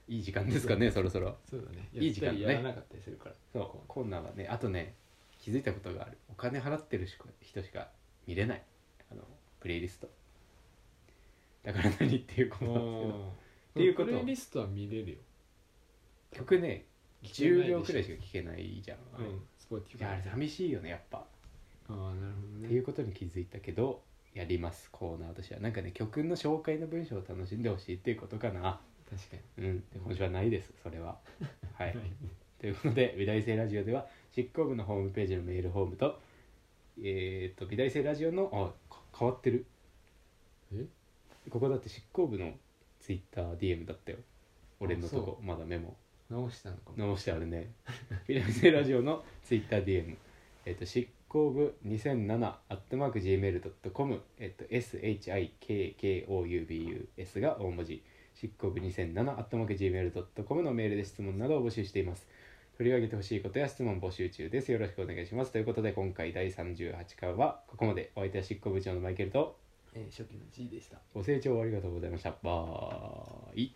Speaker 1: いい時間ですかねそろそろ
Speaker 2: そうだね
Speaker 1: いい時間だね
Speaker 2: やったりやらなかったりするから
Speaker 1: そうコーナーはねあとね気づいたことがあるお金払ってるしか人しか見れないあのプレイリストだから何っていうことなんですけどっていうこと
Speaker 2: プレイリストは見れるよ
Speaker 1: 曲ね
Speaker 2: 聞けない
Speaker 1: 10秒
Speaker 2: でしょ
Speaker 1: くらいしか聴けないじゃん、あ
Speaker 2: う
Speaker 1: れ
Speaker 2: んスポーティ
Speaker 1: いやあれ寂しいよねやっぱ、
Speaker 2: ああなるほどね
Speaker 1: っていうことに気づいたけどやりますコーナーとしてはなんかね曲の紹介の文章を楽しんでほしいっていうことかな
Speaker 2: 確かに
Speaker 1: うんで今週はないですそれははい
Speaker 2: はい
Speaker 1: ということで美大生ラジオでは執行部のホームページのメールフォームとえっ、と美大生ラジオのあか変わってる
Speaker 2: え
Speaker 1: ここだって執行部のツイッター DM だったよ俺のと
Speaker 2: あそ
Speaker 1: こまだメモ
Speaker 2: 直したのかも
Speaker 1: 直してあるね フィラミセラジオのツイッター DM えっと執行部2007アットマーク Gmail.com えっと SHIKKOUBUS が大文字執行部2007アットマーク Gmail.com のメールで質問などを募集しています取り上げてほしいことや質問募集中ですよろしくお願いしますということで今回第38回はここまでお相手は執行部長のマイケルと
Speaker 2: えー初期の G でした
Speaker 1: ご清聴ありがとうございましたバーイ